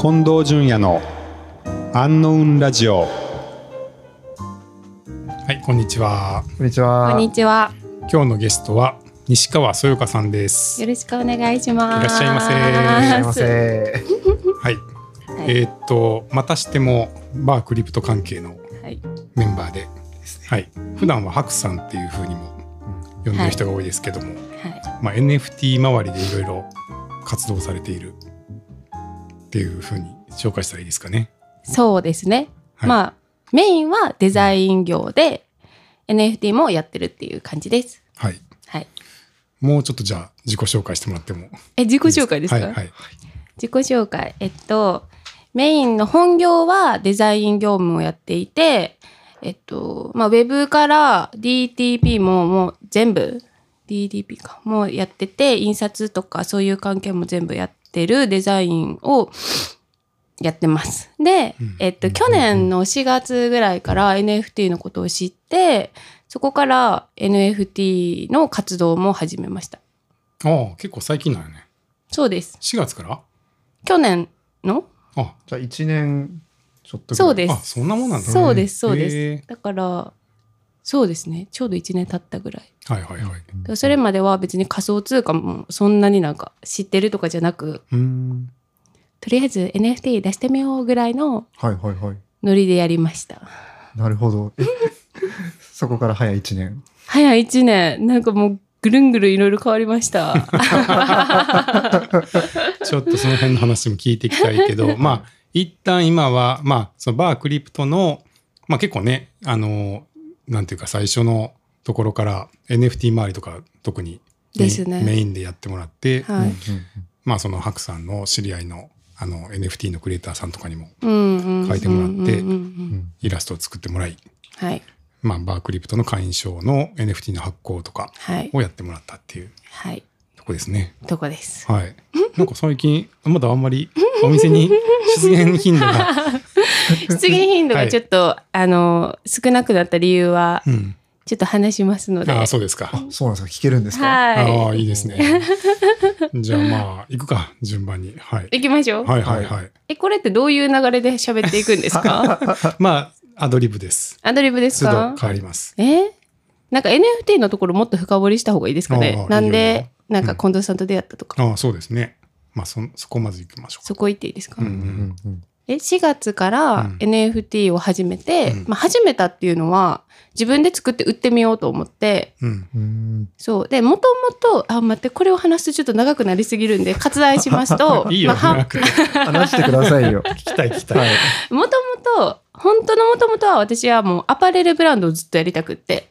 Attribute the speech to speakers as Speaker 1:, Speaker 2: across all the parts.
Speaker 1: 近藤淳也のアンノウンラジオ
Speaker 2: はい、こんにちは。
Speaker 3: こんにちは。
Speaker 4: こんにちは。
Speaker 2: 今日のゲストは西川そよかさんです。
Speaker 4: よろしくお願いします。
Speaker 2: いらっしゃいませ
Speaker 3: いらっしゃいま
Speaker 4: は
Speaker 3: せ。
Speaker 2: はい、
Speaker 4: い
Speaker 2: えーっと、またしてもバークリプト関係の
Speaker 4: はい
Speaker 2: メンバーで。はい、普段はハクさんっていう風にも呼んでる人が多いですけども、
Speaker 4: は
Speaker 2: まあ NFT 周りでいろいろ活動されているっていう風に紹介したらいいですかね。
Speaker 4: いそうですね。
Speaker 2: はい
Speaker 4: まあメインはデザイン業で NFT もやってるっていう感じです。
Speaker 2: はい。
Speaker 4: はい。
Speaker 2: もうちょっとじゃあ自己紹介してもらってもいい
Speaker 4: え自己
Speaker 2: ですか。
Speaker 4: 紹介ですか？
Speaker 2: はいはい
Speaker 4: 自己紹介えっとメインの本業はデザイン業務をやっていてえっとまあウェブから DTP ももう全部 DTP かもうやってて印刷とかそういう関係も全部やってるデザインをやってます。で
Speaker 2: うん、
Speaker 4: えっ
Speaker 2: う
Speaker 4: と
Speaker 2: ん
Speaker 4: 去年の4月ぐらいから NFT のことを知ってそこから NFT の活動も始めました。
Speaker 2: ああ、結構最近なのね。
Speaker 4: そうです。
Speaker 2: 4月から。
Speaker 4: 去年の
Speaker 2: あ、
Speaker 3: じゃあ一年ちょっとぐらい
Speaker 4: そうです。
Speaker 2: あそんなもんなんだね
Speaker 4: そうです、そうです。
Speaker 2: へえ
Speaker 4: だから、そうですね。ちょうど1年経ったぐらい。
Speaker 2: はいはいはい。
Speaker 4: だからそれまでは別に仮想通貨もそんなになんか知ってるとかじゃなく、
Speaker 2: うん。
Speaker 4: とりあえず NFT 出してみようぐらいの
Speaker 3: はいはいはい。
Speaker 4: ノリでやりました。
Speaker 3: なるほど。え そこから早い一年。
Speaker 4: 早1年、なんかもうぐるんぐるいろいろ変わり ました。
Speaker 2: ちょっとその辺の話も聞いていきたいけ ど、まあ、一旦今は、まあ、そのバークリプトの、まあ結構ね、あの、なんていうか最初のところから NFT 周りとか特にメイン
Speaker 4: ですね
Speaker 2: メインでやってもらって、
Speaker 4: はい。
Speaker 2: まあそのハクさんの知り合いのあの NFT のクリエイターさんとかにも
Speaker 4: うんうんうん。
Speaker 2: 書いてもらって
Speaker 4: うんうんうん
Speaker 2: イラストを作ってもらい、
Speaker 4: はい。
Speaker 2: まあバークリプトの会員証の NFT の発行とか
Speaker 4: はい。
Speaker 2: をやってもらったっていう
Speaker 4: はい。
Speaker 2: とこですね。
Speaker 4: とこです。
Speaker 2: はい。なんか最近、まだあんまりお店に出現頻度 が。
Speaker 4: 出現頻度がちょっと、あの、少なくなった理由は、
Speaker 2: うん。
Speaker 4: ちょっと話しますので。
Speaker 2: ああ、そうですか。
Speaker 3: そうなんですか。聞けるんですか。
Speaker 4: は
Speaker 2: ああ、いいですね。じゃあまあ、行くか、順番に。はい。
Speaker 4: い。行きましょう。
Speaker 2: はいはいはい。
Speaker 4: え、これってどういう流れで喋っていくんで すか
Speaker 2: まあ、アドリブです。
Speaker 4: アドリブです
Speaker 2: 都度
Speaker 4: か
Speaker 2: 変わります。
Speaker 4: えなんか NFT のところもっと深掘りした方がいいですか
Speaker 2: ああいい
Speaker 4: ね
Speaker 2: よ
Speaker 4: な
Speaker 2: い
Speaker 4: ん
Speaker 2: いよ
Speaker 4: で、なんか近藤さんと出会ったとか、
Speaker 2: ああ、そうですね。まあ、そ、そこまず行きましょうか。
Speaker 4: そこ行っていいですか、
Speaker 2: うんう
Speaker 3: うん
Speaker 2: ん。
Speaker 3: うん
Speaker 4: え、4月か
Speaker 2: う
Speaker 4: ら
Speaker 2: ん
Speaker 4: NFT を始めて、
Speaker 2: うん
Speaker 4: まあ始めたっていうのは自分で作って売ってみようと思って、
Speaker 2: うん。、
Speaker 3: うん。
Speaker 4: そう。で、もともと、あ、待って、これを話すとちょっと長くなりすぎるんで、割愛しますと
Speaker 2: いいよ、
Speaker 4: まあは
Speaker 2: 長く。聞
Speaker 3: 話してくださいよ。
Speaker 2: きたい 聞きた。
Speaker 3: はいい。
Speaker 4: もともと、本当のもともとは私はもうアパレルブランドをずっとやりたくって、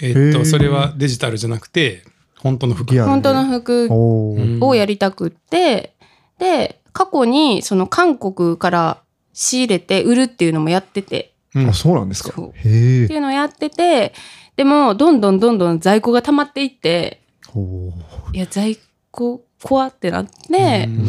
Speaker 2: えーっ
Speaker 3: へ
Speaker 2: と、
Speaker 3: ー
Speaker 2: それはデジタルじゃなくて、本当の服
Speaker 3: リアル
Speaker 4: 本当の服
Speaker 3: おお。
Speaker 2: うん
Speaker 4: をやりたくって、で過去にその韓国から仕入れて売るっていうのもやってて
Speaker 2: うん
Speaker 3: あ、そうなんですか
Speaker 4: そう。
Speaker 3: へ
Speaker 4: っ
Speaker 3: え
Speaker 4: て。いうのをやっててでもどんどんどんどん在庫が溜まっていって
Speaker 3: おお。
Speaker 4: いや在庫怖ってなって
Speaker 2: う、
Speaker 3: うん
Speaker 2: ん
Speaker 3: うん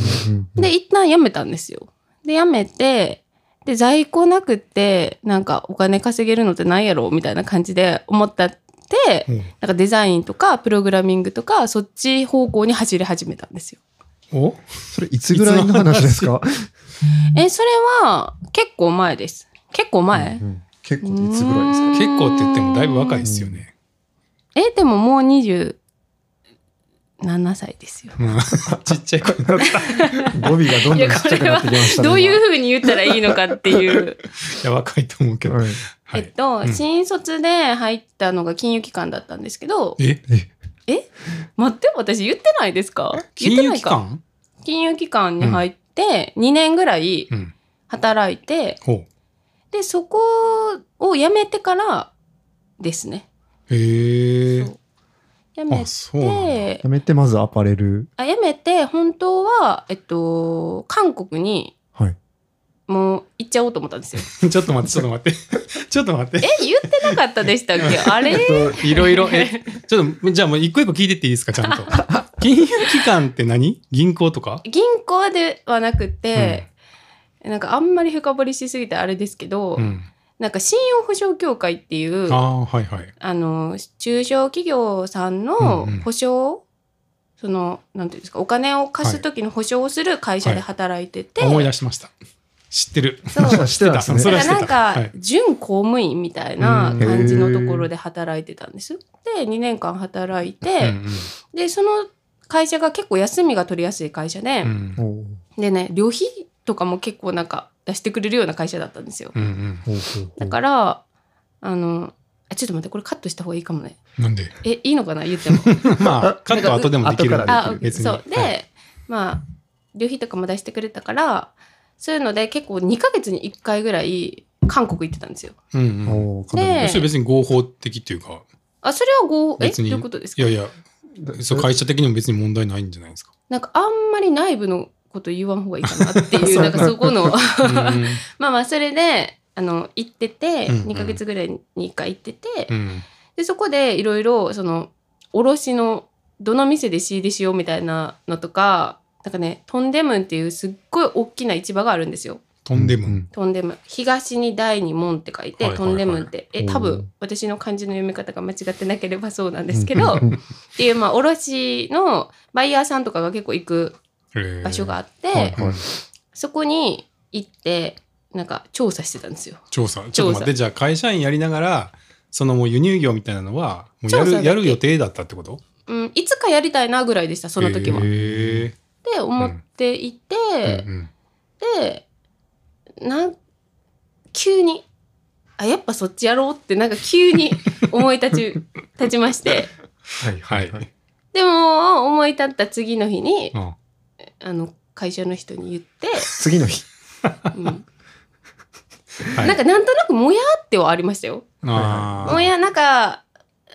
Speaker 3: うん
Speaker 4: で一旦辞めたんですよ。で辞めてで在庫なくってなんかお金稼げるのってないやろみたいな感じで思ったって
Speaker 2: うん
Speaker 4: なんかデザインとかプログラミングとかそっち方向に走り始めたんですよ。
Speaker 2: お
Speaker 3: それいつぐらいの話ですか。
Speaker 4: え、それは結構前です。結構前、
Speaker 3: うんうん結構いつぐらいですか。
Speaker 2: 結構って言ってもだいぶ若いですよね。
Speaker 4: え、でももう27歳ですよ。
Speaker 2: うん ちっちゃい子になった。い
Speaker 3: 語尾がどん
Speaker 4: い
Speaker 3: ど
Speaker 4: や
Speaker 3: んちっ
Speaker 4: こ
Speaker 3: ちゃく
Speaker 4: れ
Speaker 3: な
Speaker 4: は
Speaker 3: ってきましたね。
Speaker 4: どういう
Speaker 3: う。
Speaker 4: ふうに言ったらいいのかっていう。
Speaker 2: や、若いと思うけど。
Speaker 3: はい。
Speaker 2: はい
Speaker 4: えっと、
Speaker 2: うん
Speaker 4: 新卒で入ったのが金融機関だったんですけど、
Speaker 2: え
Speaker 3: え、
Speaker 4: 待って、私言ってないですか言っ
Speaker 2: 金
Speaker 4: て
Speaker 2: 融
Speaker 4: ない
Speaker 2: 機
Speaker 4: か。
Speaker 2: 関
Speaker 4: 金融機関に入って2年ぐらい
Speaker 2: うん。
Speaker 4: 働いて、
Speaker 2: ほ
Speaker 4: で、そこを辞めてからですね。
Speaker 2: う。へえ
Speaker 4: そ。う辞め
Speaker 2: あ、
Speaker 4: て、
Speaker 2: そうなんだ。
Speaker 3: やめてまずアパレル。
Speaker 4: あやめて本当は、えっと、韓国に
Speaker 3: はい。
Speaker 4: もう行っちゃおうと思った んですよ。
Speaker 2: ちょっと待って、ち ょっと待って。ちょっと待って。
Speaker 4: え言ってなかった でしたっけあれ
Speaker 2: えっと、いろいろ、え、ちょっと、じゃあもう一個一個聞いてっていいですか、ちゃん と。金融機関って何銀行とか
Speaker 4: 銀行ではなくて、なんかあんまり深掘りしすぎてあれですけど、
Speaker 2: うん。
Speaker 4: なんか信用保証協会っていう
Speaker 2: あ
Speaker 4: あ
Speaker 2: あ、はいはい。
Speaker 4: の中小企業さんの
Speaker 2: うんうん
Speaker 4: 保証そのなんていうんですかお金を貸す時の保証をする会社で働いてて、
Speaker 2: 思い出しました。知ってる。
Speaker 4: そう
Speaker 3: 知ってたんですね
Speaker 2: それは
Speaker 4: だ
Speaker 2: 知
Speaker 4: か
Speaker 2: っ
Speaker 4: ら
Speaker 2: て
Speaker 4: なん
Speaker 2: た。
Speaker 4: か
Speaker 2: い、
Speaker 4: 準公務員みたいな
Speaker 2: うん
Speaker 4: 感じのところで働いてたんです。で2年間働いて、
Speaker 2: うん
Speaker 4: でその会社が結構休みが取りやすい会社で、
Speaker 2: うん
Speaker 3: おう
Speaker 4: でね旅費とかも結構なんか出してくれるような会社だったんですよ。
Speaker 2: うんうん
Speaker 3: ほうほうほう
Speaker 4: だからあのあちょっと待ってこれカットした方がいいかもね。
Speaker 2: なんで
Speaker 4: えいいのかな言っても。
Speaker 2: まあカットは後でもできるんで
Speaker 3: 後から
Speaker 4: あ
Speaker 2: 別に
Speaker 4: そうで、
Speaker 2: はい
Speaker 4: まあ旅費とかも出してくれたからそういうので結構2ヶ月に1回ぐらい韓国行ってたんですよ。
Speaker 2: うんうん
Speaker 3: おうかなり
Speaker 4: で
Speaker 2: それ別に合法的っていうか
Speaker 4: あそれは合え
Speaker 2: 別
Speaker 4: どう
Speaker 2: に
Speaker 4: いうことです
Speaker 2: い
Speaker 4: か
Speaker 2: やいやそう会社的にも別に問題ないんじゃないです か。
Speaker 4: なんかあんまり内部のこと言わん方がいいかなってい うなんかそこの
Speaker 2: うん
Speaker 4: まあまあそれであの行ってて、
Speaker 2: うんうん
Speaker 4: 2ヶ月ぐらいに1回行ってて、
Speaker 2: うん
Speaker 4: でそこでいろいろその卸のどの店で仕入れしようみたいなのとかなんかねトンデムンっていうすっごい大きな市場があるんですよ。
Speaker 2: とんでも
Speaker 3: うんん
Speaker 4: トンデム東に第二門って書いて、
Speaker 2: はいはいはい
Speaker 4: トンデムンってえ
Speaker 3: おー
Speaker 4: 多分私の漢字の読み方が間違ってなければそうなんですけ ど、
Speaker 3: う
Speaker 4: っ
Speaker 3: ん
Speaker 4: ていうまあ卸のバイヤーさんとかが結構行く場所が
Speaker 2: あっ
Speaker 4: あって、
Speaker 2: はいはい
Speaker 4: そこに行ってなんか調査してたんですよ。
Speaker 2: 調査ちょっと待ってじゃあ会社員やりながらそのもう輸入業みたいなのはもうや
Speaker 4: 調査だ
Speaker 2: る
Speaker 4: け
Speaker 2: やる予定だったってこと
Speaker 4: うん、いつかやりたいなぐらいでしたその時は。っ
Speaker 2: へ
Speaker 4: て思っていて、
Speaker 2: ーうんうん
Speaker 4: でなん急にあやっぱそっちやろうってなんか急 に思い立ち立ちまして
Speaker 3: はい
Speaker 2: は
Speaker 3: はいいはい。
Speaker 4: でも思い立った次の日に
Speaker 2: うん
Speaker 4: あの会社の人に言って、
Speaker 3: 次の日。
Speaker 4: うん
Speaker 2: はい
Speaker 4: なんかなんとなくもやってはありましたよ。
Speaker 2: あー
Speaker 4: もやなんか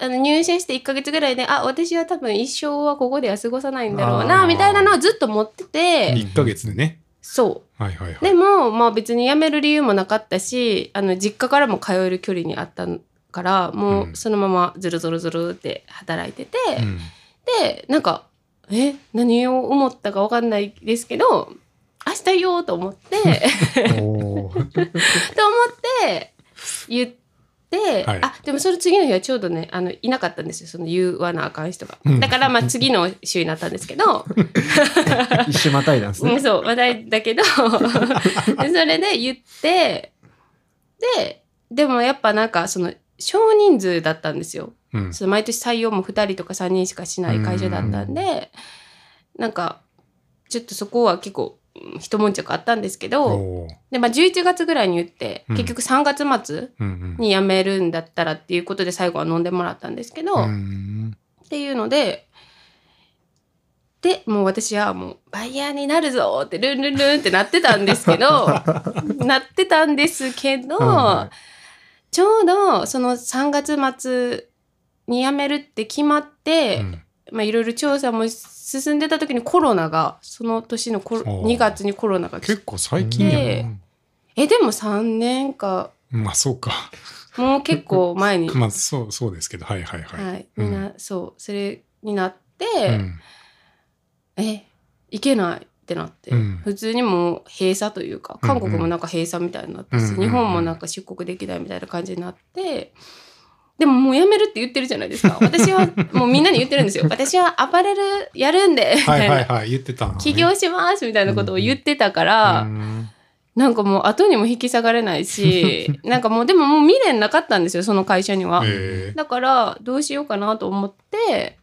Speaker 4: あの入社して1ヶ月ぐらいであ私は多分一生はここでは過ごさないんだろう
Speaker 2: あ
Speaker 4: な
Speaker 2: ー
Speaker 4: みたいなのをずっと持ってて
Speaker 2: 1ヶ月でね。
Speaker 4: そう
Speaker 2: はいはいはい。
Speaker 4: でも、まあ、別に辞める理由もなかったしあの実家からも通える距離にあったからも
Speaker 2: うん
Speaker 4: うそのままズルズルズルって働いてて、
Speaker 2: うん
Speaker 4: でなんかえ何を思ったか分かんないですけど明日言おうと思ってと思
Speaker 3: おう
Speaker 4: って言って、
Speaker 2: はい
Speaker 4: あでもその次の日はちょうどねあのいなかったんですよその言わなあかん人が
Speaker 2: うん
Speaker 4: だからまあ次の週になったんです けど
Speaker 3: 一周またいだんです
Speaker 4: う
Speaker 3: ね。
Speaker 4: ん、そう話題だけど でそれで言ってででもやっぱなんかその少人数だったんですよ、
Speaker 2: うん
Speaker 4: その毎年採用も2人とか3人しかしない会社だったんでなんかちょっとそこは結構うん一悶着あったんですけど
Speaker 2: おー
Speaker 4: で、まあ、11月ぐらいに言って
Speaker 2: うん
Speaker 4: 結局3月末
Speaker 2: うんうん
Speaker 4: に辞めるんだったらっていうことで最後は飲んでもらったんですけど、
Speaker 2: うん
Speaker 4: っていうのででもう私はもうバイヤーになるぞってルンルンルンってなってたんです けどなってたんですけど、
Speaker 3: は
Speaker 4: ちょうどその3月末に辞めるって決まって、
Speaker 2: うん
Speaker 4: まあ、いろいろ調査も進んでた時にコロナがその年のコロ
Speaker 2: おう
Speaker 4: 2月にコロナが来
Speaker 2: 結
Speaker 4: て
Speaker 2: 構最近や
Speaker 4: でえでも3年か
Speaker 2: な。まあそうか。
Speaker 4: もう結構前に、
Speaker 2: まあそうそうですけど。はいはいはい。
Speaker 4: はい、
Speaker 2: うん
Speaker 4: みんな、そうそれになって。
Speaker 2: うん
Speaker 4: えいけないってなって、
Speaker 2: うん
Speaker 4: 普通にもう閉鎖というか
Speaker 2: うんうん
Speaker 4: 韓国もなんか閉鎖みたいになった
Speaker 2: うん
Speaker 4: し、
Speaker 2: うんうん
Speaker 4: 日本もなんか出国できないみたいな感じになって。でももうやめるって言ってるじゃないで すか。私はもうみんなに言ってるんですよ。私はアパレルやるんで、み
Speaker 2: は
Speaker 4: たい
Speaker 2: い
Speaker 4: な
Speaker 2: はいはい。言ってたのね。
Speaker 4: 起業しますみたいなことを言ってたから、
Speaker 2: うん
Speaker 4: なんかもう後にも引き下がれない し、なんかもうでももう未練なかったんですよ、その会社には。
Speaker 2: へー
Speaker 4: だからどうしようかなと思って、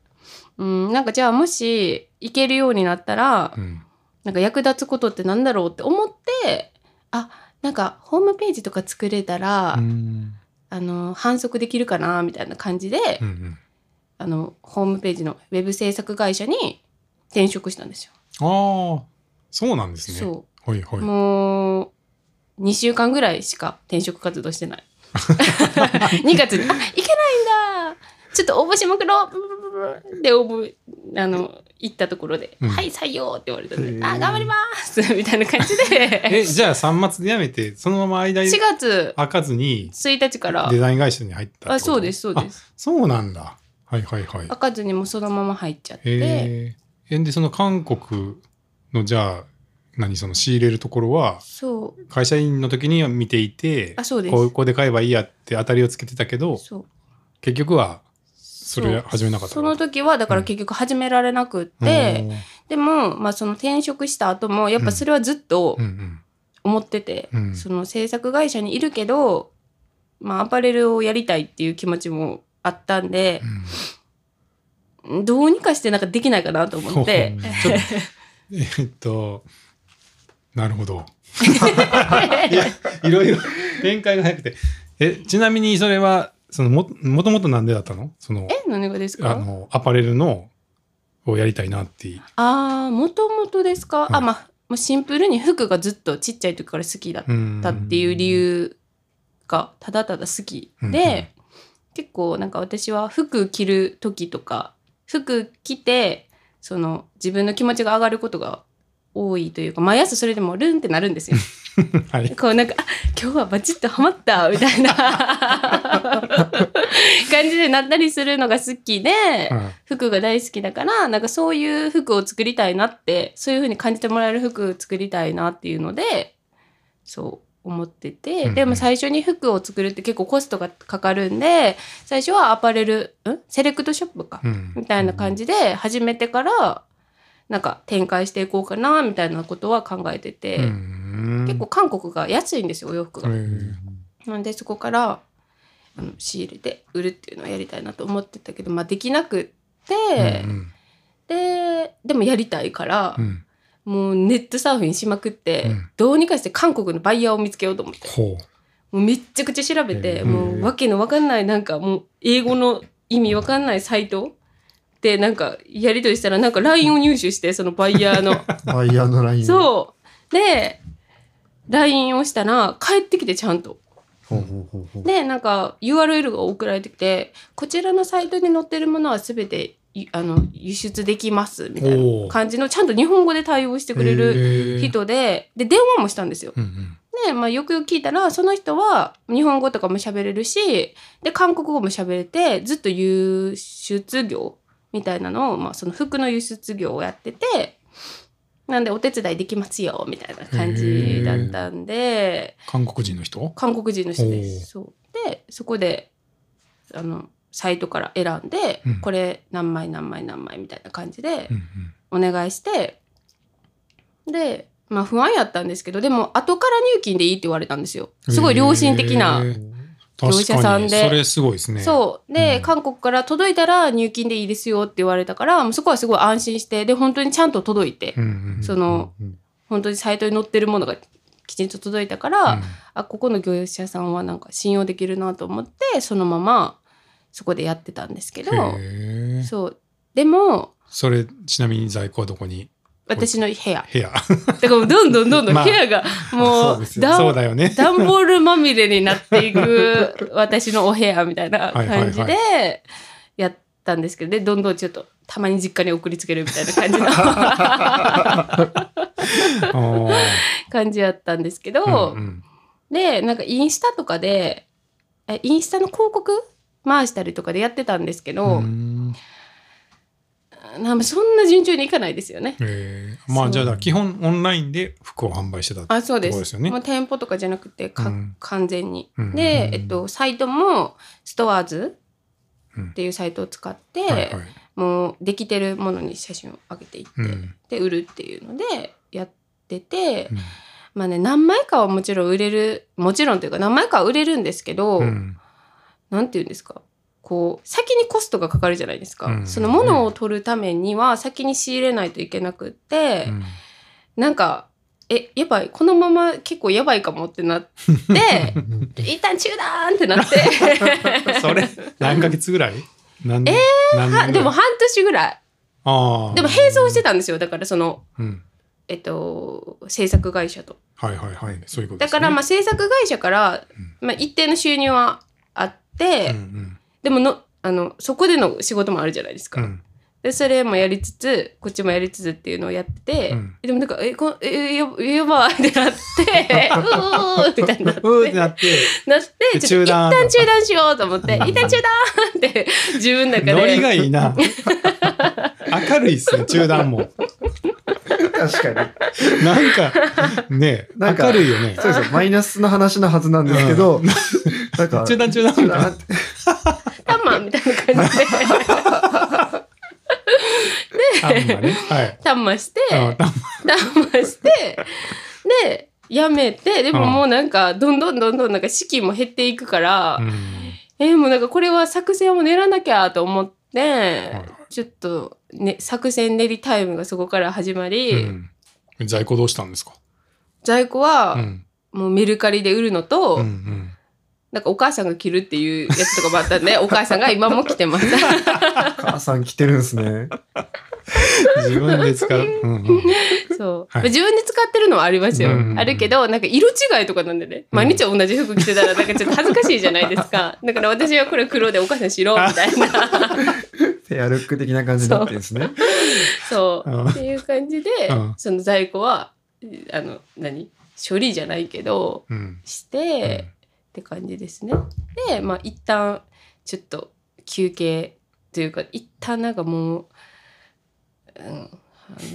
Speaker 4: うん、なんかじゃあもし行けるようになったら
Speaker 2: うん
Speaker 4: なんか役立つことってなんだろうって思ってあなんかホームページとか作れたら、
Speaker 2: うん
Speaker 4: あの反則できるかなみたいな感じで、
Speaker 2: うん
Speaker 4: あのホームページのウェブ制作会社に転職したんですよ。
Speaker 2: ああそうなんですね。
Speaker 4: そ
Speaker 2: はいは
Speaker 4: う、
Speaker 2: い。
Speaker 4: もう2週間ぐらいしか転職活動してない。2月に「あいけないんだちょっと応募しまくろう!ブルブルブルブル」で応募あの行ったところで「
Speaker 2: うん
Speaker 4: はい採用!」って言われたん
Speaker 3: へ
Speaker 4: で「
Speaker 3: ー
Speaker 4: あ頑張ります!」みたいな感じで
Speaker 2: えじゃあ3末で辞めてそのまま間に
Speaker 4: 4月
Speaker 2: 開かずに
Speaker 4: 1日から
Speaker 2: デザイン会社に入ったってこと
Speaker 4: あそうですそうで。
Speaker 2: あ
Speaker 4: す
Speaker 2: そうなんだ。はいはいはい。
Speaker 4: 開かずにもそのまま入っちゃって
Speaker 2: へえ。えでその韓国のじゃあ何その仕入れるところは
Speaker 4: そう
Speaker 2: 会社員の時には見ていて
Speaker 4: あそうです
Speaker 2: こうこうで買えばいいやって当たりをつけてたけど
Speaker 4: そう
Speaker 2: 結局はそれ始めなかった
Speaker 4: そ
Speaker 2: の
Speaker 4: の時はだから結局始められなくって、でも、まあ、その転職した後もやっぱそれはずっと
Speaker 2: うんうん
Speaker 4: 思ってて、
Speaker 2: うん
Speaker 4: その制作会社にいるけど、まあ、アパレルをやりたいっていう気持ちもあったんで
Speaker 2: う、ん
Speaker 4: どうにかしてなんかできないかなと思って、
Speaker 2: ちょっとえっとなるほど いやいろいろ展開が早くてえちなみにそれはそのももともとなんでだったのその
Speaker 4: え何がです
Speaker 2: あ
Speaker 4: か
Speaker 2: のアパレルのをやりたいなっていう
Speaker 4: ああもともとですか、
Speaker 2: は
Speaker 4: あ
Speaker 2: い
Speaker 4: まあもうシンプルに服がずっとちっちゃい時から好きだっ
Speaker 2: うん
Speaker 4: たっていう理由がただただ好きで、
Speaker 2: うんうん
Speaker 4: 結構なんか私は服着る時とか服着てその自分の気持ちが上がることが多いというか毎朝それでもルンってなる んですよ。
Speaker 2: はい
Speaker 4: こうなんかあ今日はバチッとハマったみた いな感じでなったりするのが好きで。
Speaker 2: うん
Speaker 4: 服が大好きだからなんかそういう服を作りたいなってそういう風に感じてもらえる服を作りたいなっていうのでそう思ってて、
Speaker 2: うんうん
Speaker 4: でも最初に服を作るって結構コストがかかるんで最初はアパレルんセレクトショップか、
Speaker 2: うん
Speaker 4: みたいな感じで始めてからなんか展開していこうかなみたいなことは考えてて、
Speaker 2: うん
Speaker 4: 結構韓国が安いんですよお洋服が。
Speaker 2: うん
Speaker 4: なんでそこからあの仕入れて売るっていうのをやりたいなと思ってたけど、まあ、できなくって、
Speaker 2: うん
Speaker 4: ででもやりたいから、
Speaker 2: うん
Speaker 4: もうネットサーフィンしまくって、
Speaker 2: うん
Speaker 4: どうにかして韓国のバイヤーを見つけようと思って
Speaker 2: ほ
Speaker 4: もうめっちゃくちゃ調べて、
Speaker 2: へー
Speaker 4: もう訳のわかんないなんかもう英語の意味わかんないサイトでなんかやり取りしたらなんか LINE を入手してそのバイヤ ーの
Speaker 3: ワイヤーのラインを
Speaker 4: そうで LINE をしたら帰ってきてちゃんと
Speaker 3: ほうほうほうほう
Speaker 4: でなんか URL が送られてきてこちらのサイトに載ってるものは全ていあの輸出できますみたい
Speaker 2: お
Speaker 4: な
Speaker 2: ー
Speaker 4: 感じのちゃんと日本語で対応してくれ
Speaker 2: う
Speaker 4: る
Speaker 2: へー
Speaker 4: 人でで電話もしたんですよ。
Speaker 2: うんうん
Speaker 4: で、まあ、よくよく聞いたらその人は日本語とかも喋れるしで韓国語も喋れてずっと輸出業みたいなのを、まあ、その服の輸出業をやってて。なんでお手伝いできますよみたいな感じだったんで、
Speaker 2: 韓国人の人
Speaker 4: 韓国人の人で
Speaker 2: お
Speaker 4: す
Speaker 2: ー
Speaker 4: そうでそこであのサイトから選んで、
Speaker 2: うん
Speaker 4: これ何枚何枚何枚みたいな感じで
Speaker 2: うんうん
Speaker 4: お願いして、でまあ不安やったんですけどでも後から入金でいいって言われたんですよすごい良心的な、
Speaker 2: へー
Speaker 4: 業者さんで
Speaker 2: 確かにそれすごいですね。
Speaker 4: そうで、
Speaker 2: うん
Speaker 4: 韓国から届いたら入金でいいですよって言われたからもうそこはすごい安心してで本当にちゃんと届いて、
Speaker 2: うんうんうん。
Speaker 4: その
Speaker 3: うん
Speaker 4: 本当にサイトに載ってるものがきちんと届いたから、あここの業者さんはなんか信用できるなと思ってそのままそこでやってたんですけど
Speaker 2: うんへー
Speaker 4: そうでも
Speaker 2: それちなみに在庫はどこに
Speaker 4: 私の部屋
Speaker 2: 部屋
Speaker 4: だからもうどんどんどんどん
Speaker 2: まあ
Speaker 4: 部屋がも
Speaker 3: そう
Speaker 4: う
Speaker 3: ですよ
Speaker 4: ダ
Speaker 2: そう
Speaker 4: ン
Speaker 2: だよね。
Speaker 4: 段ボールまみれになっていく私のお部屋みたいな感じ
Speaker 2: はいはい
Speaker 4: でやったんですけどでどんどんちょっとたまに実家に送りつけるみたいな感じ の
Speaker 2: おー
Speaker 4: 感じやったんですけど、
Speaker 2: うん
Speaker 4: でなんかインスタとかでえインスタの広告回したりとかでやってたんですけ
Speaker 2: う
Speaker 4: ど、
Speaker 2: ん
Speaker 4: なんかそんな順調にいかないですよね。
Speaker 2: へーま
Speaker 4: そ
Speaker 2: あ
Speaker 4: う
Speaker 2: じゃあだから基本オンラインで服を販売してたって
Speaker 4: あそうです
Speaker 2: そうですよね
Speaker 4: もう店舗とかじゃなくてか、
Speaker 2: うん
Speaker 4: 完全に。
Speaker 2: うん
Speaker 4: で、
Speaker 2: うん
Speaker 4: えっと、サイトもストアーズ
Speaker 2: うん
Speaker 4: っていうサイトを使って、
Speaker 2: はいはい
Speaker 4: もうできてるものに写真を上げていって、
Speaker 2: うん
Speaker 4: で売るっていうのでやってて、
Speaker 2: うん
Speaker 4: まあね何枚かはもちろん売れるもちろんというか何枚かは売れるんですけど、
Speaker 2: うん
Speaker 4: なんて言うんですかこう先にコストがかかるじゃないですか、
Speaker 2: うん
Speaker 4: そのものを取るためには先に仕入れないといけなくって、
Speaker 2: うん
Speaker 4: なんかえやばいこのまま結構やばいかもってなって 一旦中断ってなって
Speaker 2: そ れ何ヶ月ぐらい何年何
Speaker 4: は
Speaker 2: 年ぐ
Speaker 4: で
Speaker 2: らい
Speaker 4: も半年ぐらい
Speaker 2: あー
Speaker 4: でも並走してたんですよだからその
Speaker 2: うん
Speaker 4: えっと制作会社と。
Speaker 2: はいはいはいそういうこと
Speaker 4: だ
Speaker 2: ですね
Speaker 4: からまあ制作会社から、まあ、一定の収入はあって、
Speaker 2: うんうん
Speaker 4: でものあのそこでの仕事もあるじゃないです
Speaker 2: う
Speaker 4: か、
Speaker 2: ん
Speaker 4: でそれもやりつつこっちもやりつつっていうのをやってて、
Speaker 2: うん
Speaker 4: でもなんか「えこえややばい」ってなって 「うー」みたいになって
Speaker 2: うーってなって
Speaker 4: なっ
Speaker 2: で
Speaker 4: てちょ
Speaker 2: 中
Speaker 4: っと一
Speaker 2: 断
Speaker 4: 旦中断しようと思って
Speaker 2: う
Speaker 4: 「
Speaker 2: ん
Speaker 4: 一旦中断!」って自分の中で
Speaker 2: ノリがいい な明るいっすね中断も
Speaker 3: 確かに
Speaker 2: なんかね
Speaker 3: なんか
Speaker 2: 明るいよね
Speaker 3: そうですよマイナスの 話のはずなんですけど、なんか
Speaker 2: 中断中
Speaker 3: 中
Speaker 2: 断
Speaker 3: 断
Speaker 4: 「たま」みたいな感じでので
Speaker 2: あんまね。はい。
Speaker 4: 端末して
Speaker 2: あた
Speaker 4: 端末してでやめてでも
Speaker 2: うん
Speaker 4: もうなんかどんどんどんどんなんか資金も減っていくから、
Speaker 2: うん
Speaker 4: えーもうなんかこれは作戦を練らなきゃと思って、
Speaker 2: はい
Speaker 4: ちょっと、ね、作戦練りタイムがそこから始まり、
Speaker 2: うん在庫どうしたんですか
Speaker 4: 在庫
Speaker 2: う
Speaker 4: は
Speaker 2: ん。
Speaker 4: もうメルカリで売るのと、
Speaker 2: うんうん
Speaker 4: なんかお母さんが着るっていうやつとかもあったんでお母さんが今も着てます
Speaker 3: 母さん来てるんですね。
Speaker 2: 自分で使う。うんうん
Speaker 4: そう、
Speaker 2: はい
Speaker 4: まあ自分で使ってるのはありますよ、
Speaker 2: うんうんうん
Speaker 4: あるけどなんか色違いとかなんでね毎日同じ服着てたらなんかちょっと恥ずかしいじゃないです かだから私はこれ黒でお母さん白みたいな
Speaker 3: ペアルック的な感じになってるんですね。
Speaker 4: そう
Speaker 2: うん
Speaker 4: っていう感じで、
Speaker 2: うん
Speaker 4: その在庫はあの何処理じゃないけど
Speaker 2: うん
Speaker 4: して、って感じですね。でまあ一旦ちょっと休憩というか一旦なんかもう、うん、あの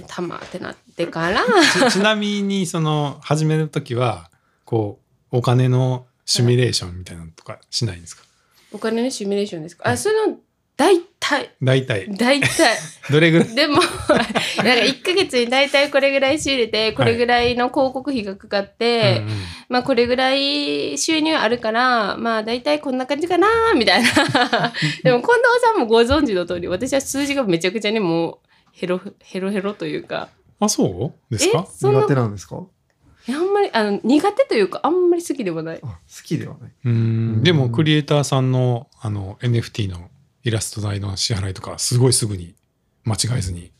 Speaker 4: たまってなってから
Speaker 2: ちちなみにその始める時はこうお金のシミュレーションみたいなのとかしないんですか
Speaker 4: お金のシミュレーションですか
Speaker 2: は
Speaker 4: あ
Speaker 2: い
Speaker 4: その大体
Speaker 2: 大体
Speaker 4: 大 体
Speaker 2: どれぐらい
Speaker 4: でもなんか1ヶ月に大体これぐらい仕入れてこれぐらいの広告費がかかって、
Speaker 2: うんうん
Speaker 4: まあこれぐらい収入あるからまあ大体こんな感じかなみた いなでも近藤さんもご存知の通り私は数字がめちゃくちゃにもうヘロヘロヘロというか
Speaker 2: あそうですか
Speaker 4: え そんな
Speaker 3: 苦手なんですか
Speaker 4: いやあんまりあの苦手というかあんまり好きでもない
Speaker 3: あ、好きではない。
Speaker 2: うんでもクリエイターさんのあの NFT のイラスト代の支払いとかすごいすぐに間違えずに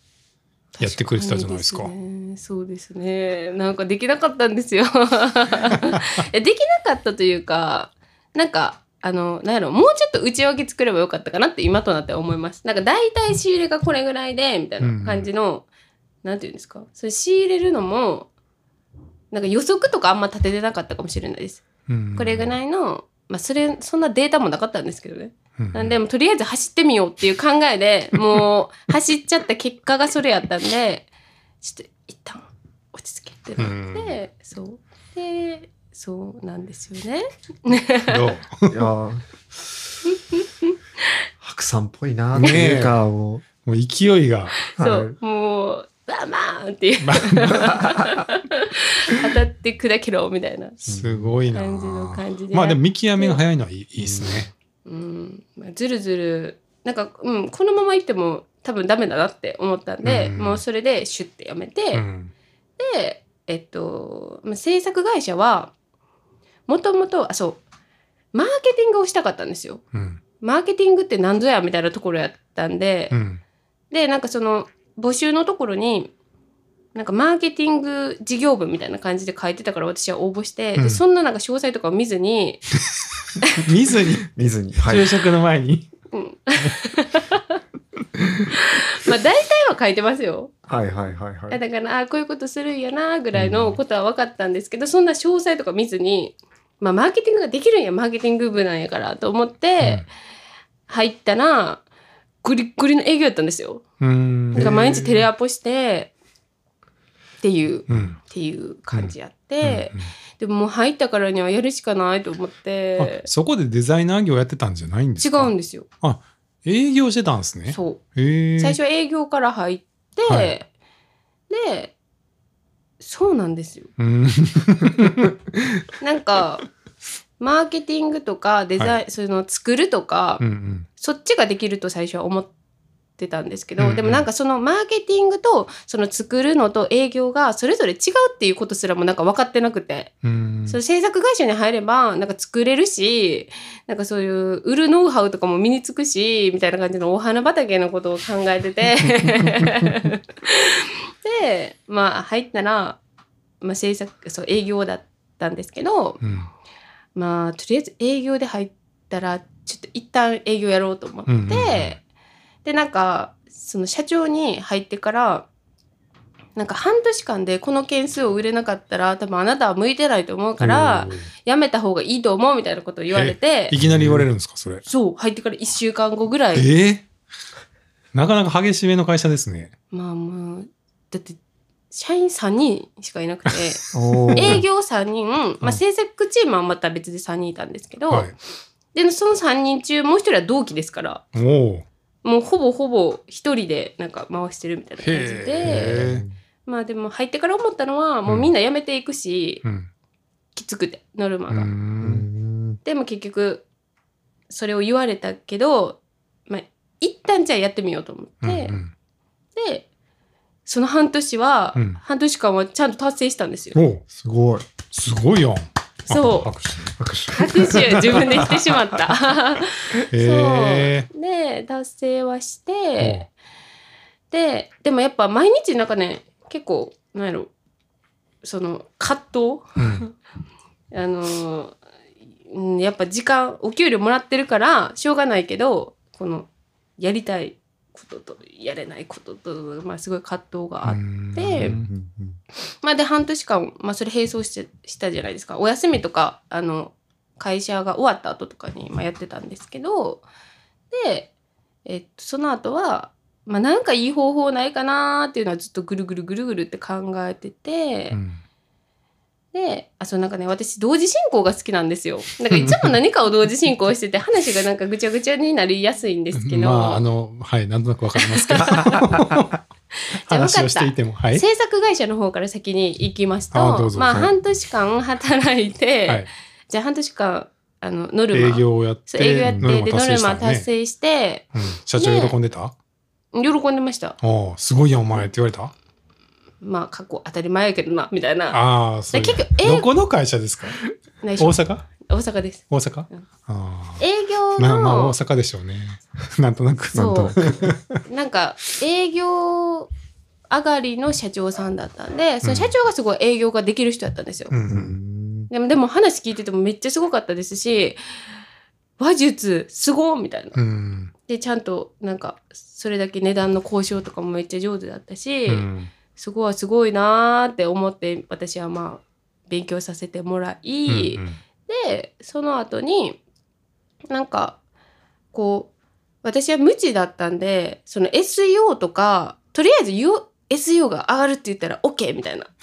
Speaker 2: やってくれてたじゃないですか。
Speaker 4: 確にですねそうですねなんかできなかったんで すよえできなかったというかなんかあのなんやろもうちょっと内訳作ればよかったかなって今となっては思いますなんか大体仕入れがこれぐらいでみたいな感じの、なんていうんですかそれ仕入れるのもなんか予測とかあんま立ててなかったかもしれないですこれぐ
Speaker 2: い、
Speaker 4: らいのまあそれそんなデータもなかったんですけどね
Speaker 2: うん
Speaker 4: なんで、もうとりあえず走ってみようっていう考 えで、もう走っちゃった結果がそれやったんで、ちょっと一旦落ち着けってなって、そう。で、そうなんですよね。
Speaker 2: どう
Speaker 3: いや ー白さんっぽいなっていうか、も
Speaker 2: もう勢いが、
Speaker 3: う。
Speaker 4: そ
Speaker 3: は
Speaker 4: う。もう、まあまあっていう、
Speaker 2: ま
Speaker 4: 当たって砕けろみたいな
Speaker 2: すごいな。
Speaker 4: 感じの感じで。
Speaker 2: まあでも見極めが早いのはいいいいですね。
Speaker 4: うん、まあずるずる、なんか、うん、このまま行っても多分ダメだなって思ったんで、
Speaker 2: うん
Speaker 4: もうそれでシュッてやめて、
Speaker 2: うん
Speaker 4: で、えっと、まあ制作会社はもともとあそうマーケティングをしたかったんですよ。
Speaker 2: うん
Speaker 4: マーケティングって何ぞやみたいなところやったんで、
Speaker 2: うん
Speaker 4: でなんかその募集のところになんかマーケティング事業部みたいな感じで書いてたから私は応募して、
Speaker 2: う
Speaker 4: で
Speaker 2: ん
Speaker 4: そんななんか詳細とかを見ずに、
Speaker 2: 見ずに
Speaker 3: い見ずに。はい
Speaker 2: 昼。食の前に、
Speaker 4: うん、まあ大体は書いてますよ。
Speaker 3: はいはいはいは
Speaker 4: あ
Speaker 3: い。
Speaker 4: だからあこういうことするんやなぐらいのことは分かったんですけど、そんな詳細とか見ずに、まあ、マーケティングができるんやマーケティング部なんやからと思って入ったら、グリッグリの営業やったんですよ。
Speaker 2: うん
Speaker 4: なんか毎日テレアポしてっていうっ
Speaker 2: うん
Speaker 4: ていう感じやっ
Speaker 2: うん
Speaker 4: て、でももう入ったからにはやるしかないと思っ
Speaker 2: うんあ
Speaker 4: て
Speaker 2: そこでデザイナー業やってたんじゃないんです
Speaker 4: 違
Speaker 2: か
Speaker 4: うん
Speaker 2: う
Speaker 4: ですよ。
Speaker 2: 営業してたんですね。
Speaker 4: そう
Speaker 2: へえ
Speaker 4: 最初営業から入って、
Speaker 2: はい
Speaker 4: でそうなんですよ。
Speaker 2: うん
Speaker 4: なんかマーケティングとかデザイン、
Speaker 2: は
Speaker 4: その作るとか、
Speaker 2: うんうん
Speaker 4: そっちができると最初は思ってたんですけど、
Speaker 2: うんうん
Speaker 4: でもなんかそのマーケティングとその作るのと営業がそれぞれ違うっていうことすらもなんか分かってなくて、
Speaker 2: うん
Speaker 4: その制作会社に入ればなんか作れるしなんかそういう売るノウハウとかも身につくしみたいな感じのお花畑のことを考えてて でまあ入ったら、まあ、制作そう営業だったんですけど、
Speaker 2: うん
Speaker 4: まあとりあえず営業で入ったらちょっと一旦営業やろうと思って、
Speaker 2: うんうんうん
Speaker 4: でなんかその社長に入ってからなんか半年間でこの件数を売れなかったら多分あなたは向いてないと思うから
Speaker 2: おー
Speaker 4: やめた方がいいと思うみたいなことを言われて
Speaker 2: いきなり言われるんですかそれ。
Speaker 4: そう入ってから1週間後ぐらい
Speaker 2: ええなかなか激しめの会社ですね。
Speaker 4: まあもうだって社員3人しかい なくて
Speaker 3: おー
Speaker 4: 営業3人、ま
Speaker 2: うん
Speaker 4: あ、制作チームはまた別で3人いたんですけど、
Speaker 2: はい。
Speaker 4: でその3人中もう1人は同期ですから
Speaker 2: おお
Speaker 4: もうほぼほぼ1人でなんか回してるみたいな感じ
Speaker 2: へ
Speaker 4: で
Speaker 2: え、
Speaker 4: まあでも入ってから思ったのはもうみんな辞めていくし、
Speaker 2: うん、
Speaker 4: きつくてノルマ
Speaker 2: う
Speaker 4: が。
Speaker 3: うんん
Speaker 4: でも結局それを言われたけど、まあ、一旦じゃあやってみようと思って、
Speaker 2: うん
Speaker 4: でその半年は、
Speaker 2: うん
Speaker 4: 半年間はちゃんと達成したんですよ
Speaker 2: う。ん、お
Speaker 3: すごい。
Speaker 2: すごいやん
Speaker 4: そう
Speaker 2: あ拍
Speaker 3: 拍
Speaker 4: 拍手自分でしてしまった。
Speaker 2: 手へ
Speaker 4: そうで達成はし
Speaker 2: え
Speaker 4: てででもやっぱ毎日なんかね結構なんやろその葛藤
Speaker 2: おうん
Speaker 4: あのーうんやっぱ時間お給料もらってるからしょうがないけどこのやりたいこととやれないことと、まあ、すごい葛藤があって、
Speaker 2: う
Speaker 3: 手。
Speaker 4: で
Speaker 2: ん
Speaker 4: まあ、で半年間、まあ、それ並走してしたじゃないですかお休みとかあの会社が終わった後とかに、まあ、やってたんですけどで、えっと、その後は、まあ、なんかいい方法ないかなっていうのはずっとぐるぐるぐるぐるって考えてて。
Speaker 2: うん
Speaker 4: で、あ、そうなんかね、私、同時進行が好きなんですよ。なんかいつも何かを同時進行して て、話がなんかぐちゃぐちゃになりやすいんですけど、
Speaker 2: まああのはいなんとなくわかりますけ ど話をしていてもはい
Speaker 4: 制作会社の方から先に行きますと、
Speaker 2: あどうぞ
Speaker 4: まあ、
Speaker 2: はい
Speaker 4: 半年間働いて、
Speaker 2: はい
Speaker 4: じゃあ半年間、あの、ノル
Speaker 2: 営
Speaker 4: マ、
Speaker 2: 業をやっ
Speaker 4: そ
Speaker 2: て
Speaker 4: う営業やって、で、ノル
Speaker 2: した
Speaker 4: マ
Speaker 2: のね
Speaker 4: 達成して、
Speaker 2: うん社長喜んでた
Speaker 4: 喜んでました。
Speaker 2: おーすごいやんお前って言われた
Speaker 4: まあ、過去当たり前やけどな、みたいな。
Speaker 2: ああそう
Speaker 4: で結
Speaker 2: 結
Speaker 4: 局え
Speaker 2: どこの会社ですか大
Speaker 4: 内緒
Speaker 2: 阪
Speaker 4: 大阪です。
Speaker 2: 大阪
Speaker 4: うん
Speaker 2: あ
Speaker 4: 営業
Speaker 2: ーまあ
Speaker 4: の、
Speaker 2: まあ大阪でしょうね なんとなく
Speaker 4: そう
Speaker 2: なんとなく
Speaker 4: なんか営業上がりの社長さんだったんでその社長がすごい営業ができる人だったんですよ、
Speaker 2: うん
Speaker 3: う
Speaker 2: うん
Speaker 3: ん
Speaker 4: でもでも話聞いててもめっちゃすごかったですし話術すごいみたいな
Speaker 2: うん
Speaker 4: でちゃんとなんかそれだけ値段の交渉とかもめっちゃ上手だったし、
Speaker 2: うん
Speaker 4: すごいすごいなーって思って私はまあ勉強させてもらい、
Speaker 2: うん
Speaker 4: でその後になんかこう私は無知だったんでその SEO とかとりあえずよ SEO が上がるって言ったら OK みたいな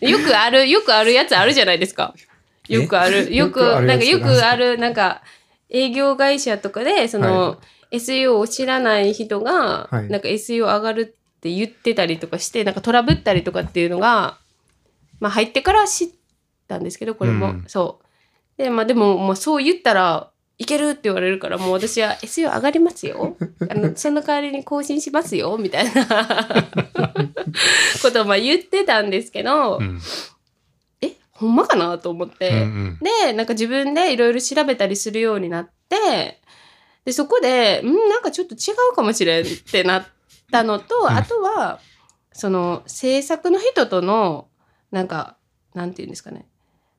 Speaker 4: よくあるよくあるやつあるじゃないですかよくあるよく
Speaker 3: よくあるや
Speaker 4: なん
Speaker 3: つ
Speaker 4: かよくあるなんか営業会社とかでその、SEO を知らない人が、
Speaker 3: はい
Speaker 4: なんか SEO 上がるって言ってたりとかしてなんかトラブったりとかっていうのが、まあ、入ってから知ったんですけどこれも、
Speaker 2: うん
Speaker 4: そうで,、まあ、でももうそう言ったらいけるって言われるからもう私は SEO 上がりま すよあのその代わりに更新しますよみたいな ことをまあ言ってたんですけど、
Speaker 2: うん
Speaker 4: えほんまかなと思って。
Speaker 2: うんうん
Speaker 4: でなんか自分でいろいろ調べたりするようになってでそこでんなんかちょっと違うかもしれんってなったのと、
Speaker 2: ん
Speaker 4: あとはその制作の人とのなんかなんていうんですかね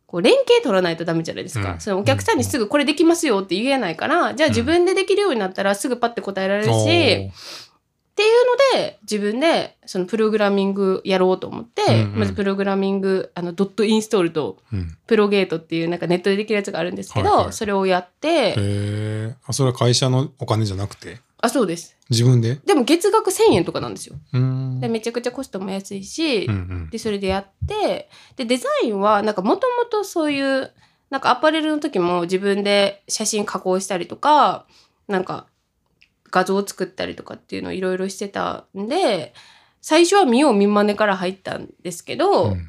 Speaker 4: こう連携取らないとダメじゃないですか、
Speaker 2: うん
Speaker 4: そのお客さんにすぐこれできますよって言えないから、じゃあ自分でできるようになったらすぐパッて答えられるし、
Speaker 2: お
Speaker 4: っ
Speaker 2: ー
Speaker 4: ていうので自分でそのプログラミングやろうと思って、
Speaker 2: うんうん
Speaker 4: まずプログラミングあのドットインストールと
Speaker 2: うん
Speaker 4: プロゲートっていうなんかネットでできるやつがあるんですけど、
Speaker 2: はいはい
Speaker 4: それをやって、
Speaker 2: へえあそれは会社のお金じゃなくて
Speaker 4: あそうです
Speaker 2: 自分で
Speaker 4: でも月額1000円とかなんですよ
Speaker 2: うん
Speaker 4: でめちゃくちゃコストも安いし、
Speaker 2: うんうん
Speaker 4: でそれでやってでデザインはなんかもともとそういうなんかアパレルの時も自分で写真加工したりとかなんか画像を作ったりとかっていうのをいろいろしてたんで最初は見よう見まねから入ったんですけ
Speaker 2: う
Speaker 4: ど、
Speaker 2: ん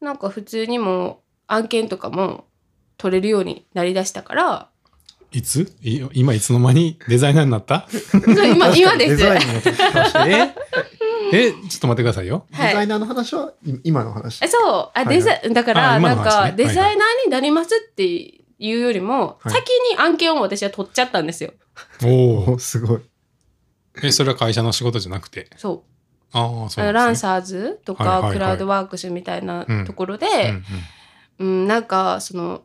Speaker 4: なんか普通にもう案件とかも取れるようになりだしたから
Speaker 2: いつい今いつの間にデザイナーになった
Speaker 4: そう 今今で
Speaker 3: デ
Speaker 4: す。
Speaker 3: ザインの時
Speaker 2: ええちょっと待ってくださいよ
Speaker 3: デ
Speaker 4: は
Speaker 3: ザイ
Speaker 4: い。
Speaker 3: ナーの話はい今の話
Speaker 4: え。そう、あ、
Speaker 3: い
Speaker 4: デザイン、だか
Speaker 2: あ
Speaker 4: ら、
Speaker 2: 今の
Speaker 4: な
Speaker 2: 話
Speaker 4: ん
Speaker 2: ねはいは
Speaker 4: か、
Speaker 2: い
Speaker 4: デザイナーになりますっていうよりも、
Speaker 3: はい
Speaker 4: 先に案件を私は取っちゃったんですよ。
Speaker 2: お
Speaker 3: お
Speaker 2: お
Speaker 3: おすごい。
Speaker 2: えそれは会社の仕事じゃなくて
Speaker 4: そ。
Speaker 2: ああそううな
Speaker 4: あの
Speaker 2: ん
Speaker 4: ラ
Speaker 2: で
Speaker 4: ン
Speaker 2: すね
Speaker 4: サーズと
Speaker 2: はいはいは
Speaker 4: か、
Speaker 2: い
Speaker 4: クラウドワークスみたいなところで、
Speaker 2: うんうん
Speaker 4: うん、なんか、その、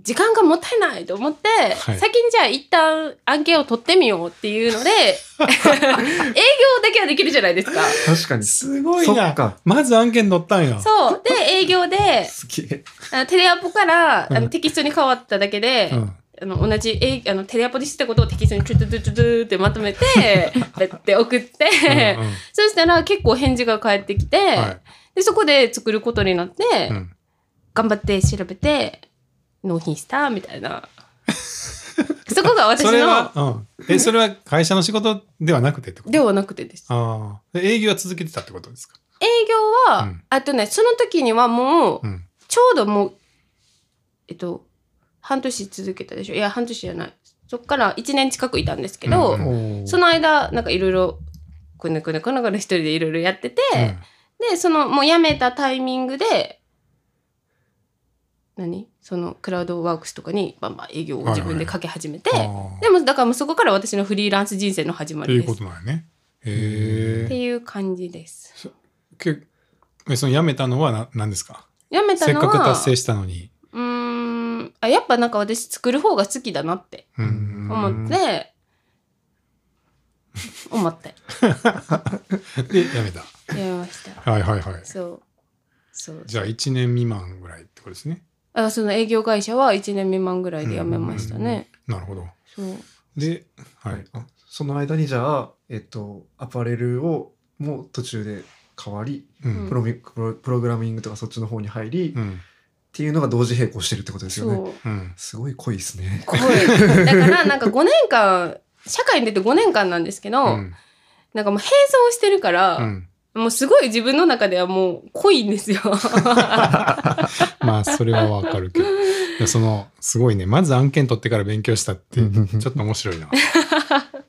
Speaker 4: 時間がもったいないと思って、
Speaker 2: はい
Speaker 4: 先にじゃあ一旦案件を取ってみようっていうので、営業だけはできるじゃないですか。
Speaker 3: 確かに。
Speaker 2: すごい
Speaker 3: そ
Speaker 2: な
Speaker 3: っか
Speaker 2: まず案件乗ったんや
Speaker 4: そう。で、営業です
Speaker 3: げえ。
Speaker 4: あのテレアポからあ
Speaker 2: う
Speaker 4: の
Speaker 2: ん
Speaker 4: テキストに変わっただけで、
Speaker 2: うん
Speaker 4: あの同じえいあのテレアポでしてたことをテキストにチュトゥトゥトゥトゥってまとめてペッて送って、
Speaker 2: うんうん
Speaker 4: そしたら結構返事が返ってきて、
Speaker 2: は
Speaker 4: でそこで作ることになって、
Speaker 2: いうん
Speaker 4: 頑張って調べて納品したみたいなそこが私
Speaker 2: それは
Speaker 4: の、
Speaker 2: うん、えそれは会社の仕事ではなくてってこと
Speaker 4: ではなくてです
Speaker 2: ああ営業は続けてたってことですか、
Speaker 4: 営業は、
Speaker 2: うん
Speaker 4: あとねその時にはもう、
Speaker 2: うん、
Speaker 4: ちょうどもうえっと半年続けたでしょいや半年じゃないそっから1年近くいたんですけど、
Speaker 2: うん
Speaker 4: その間なんかいろいろくねくねくねくね一人でいろいろやってて、でそのもう辞めたタイミングで何そのクラウドワークスとかにバンバン営業を自分でかけ始めて、
Speaker 2: うんああ
Speaker 4: でもだからもうそこから私のフリーランス人生の始ま
Speaker 2: と
Speaker 4: り
Speaker 2: いう
Speaker 4: です
Speaker 2: こ
Speaker 4: っ
Speaker 2: となんやねへ
Speaker 4: ていう感じです
Speaker 2: えけえその辞めたのはな何ですか
Speaker 4: 辞めた
Speaker 2: せっ
Speaker 4: の
Speaker 2: かく
Speaker 4: は
Speaker 2: 達成したのに、
Speaker 4: うーんあやっぱなんか私作る方が好きだなって
Speaker 2: うん
Speaker 4: 思って、思って
Speaker 2: で辞めた
Speaker 4: やめま した
Speaker 2: はいはいはい
Speaker 4: そうそう
Speaker 2: じゃあ1年未満ぐらいってことですね
Speaker 4: あその営業会社は1年未満ぐらいで辞めましたね、
Speaker 2: なるほど
Speaker 4: そう
Speaker 2: で、はい、
Speaker 3: あその間にじゃあ、えっと、アパレルをもう途中で変わり、
Speaker 2: う
Speaker 4: うん
Speaker 2: ん
Speaker 3: プロミプロプログラミングとかそっちの方に入り、
Speaker 2: う
Speaker 3: っ
Speaker 2: ん
Speaker 3: ていうのが同時並行してるってことですよね。
Speaker 4: そう
Speaker 2: うん
Speaker 3: すごい濃いですね。
Speaker 4: 濃いだからなんか5年間社会に出て5年間なんですけど、
Speaker 2: うん
Speaker 4: なんかもう並走してるから、
Speaker 2: うん
Speaker 4: もうすごい自分の中ではもう濃いんですよ。
Speaker 2: まあそれはわか るけどいやそのすごいねまず案件取ってから勉強したって
Speaker 3: うんうんうん
Speaker 2: ちょっと面白いな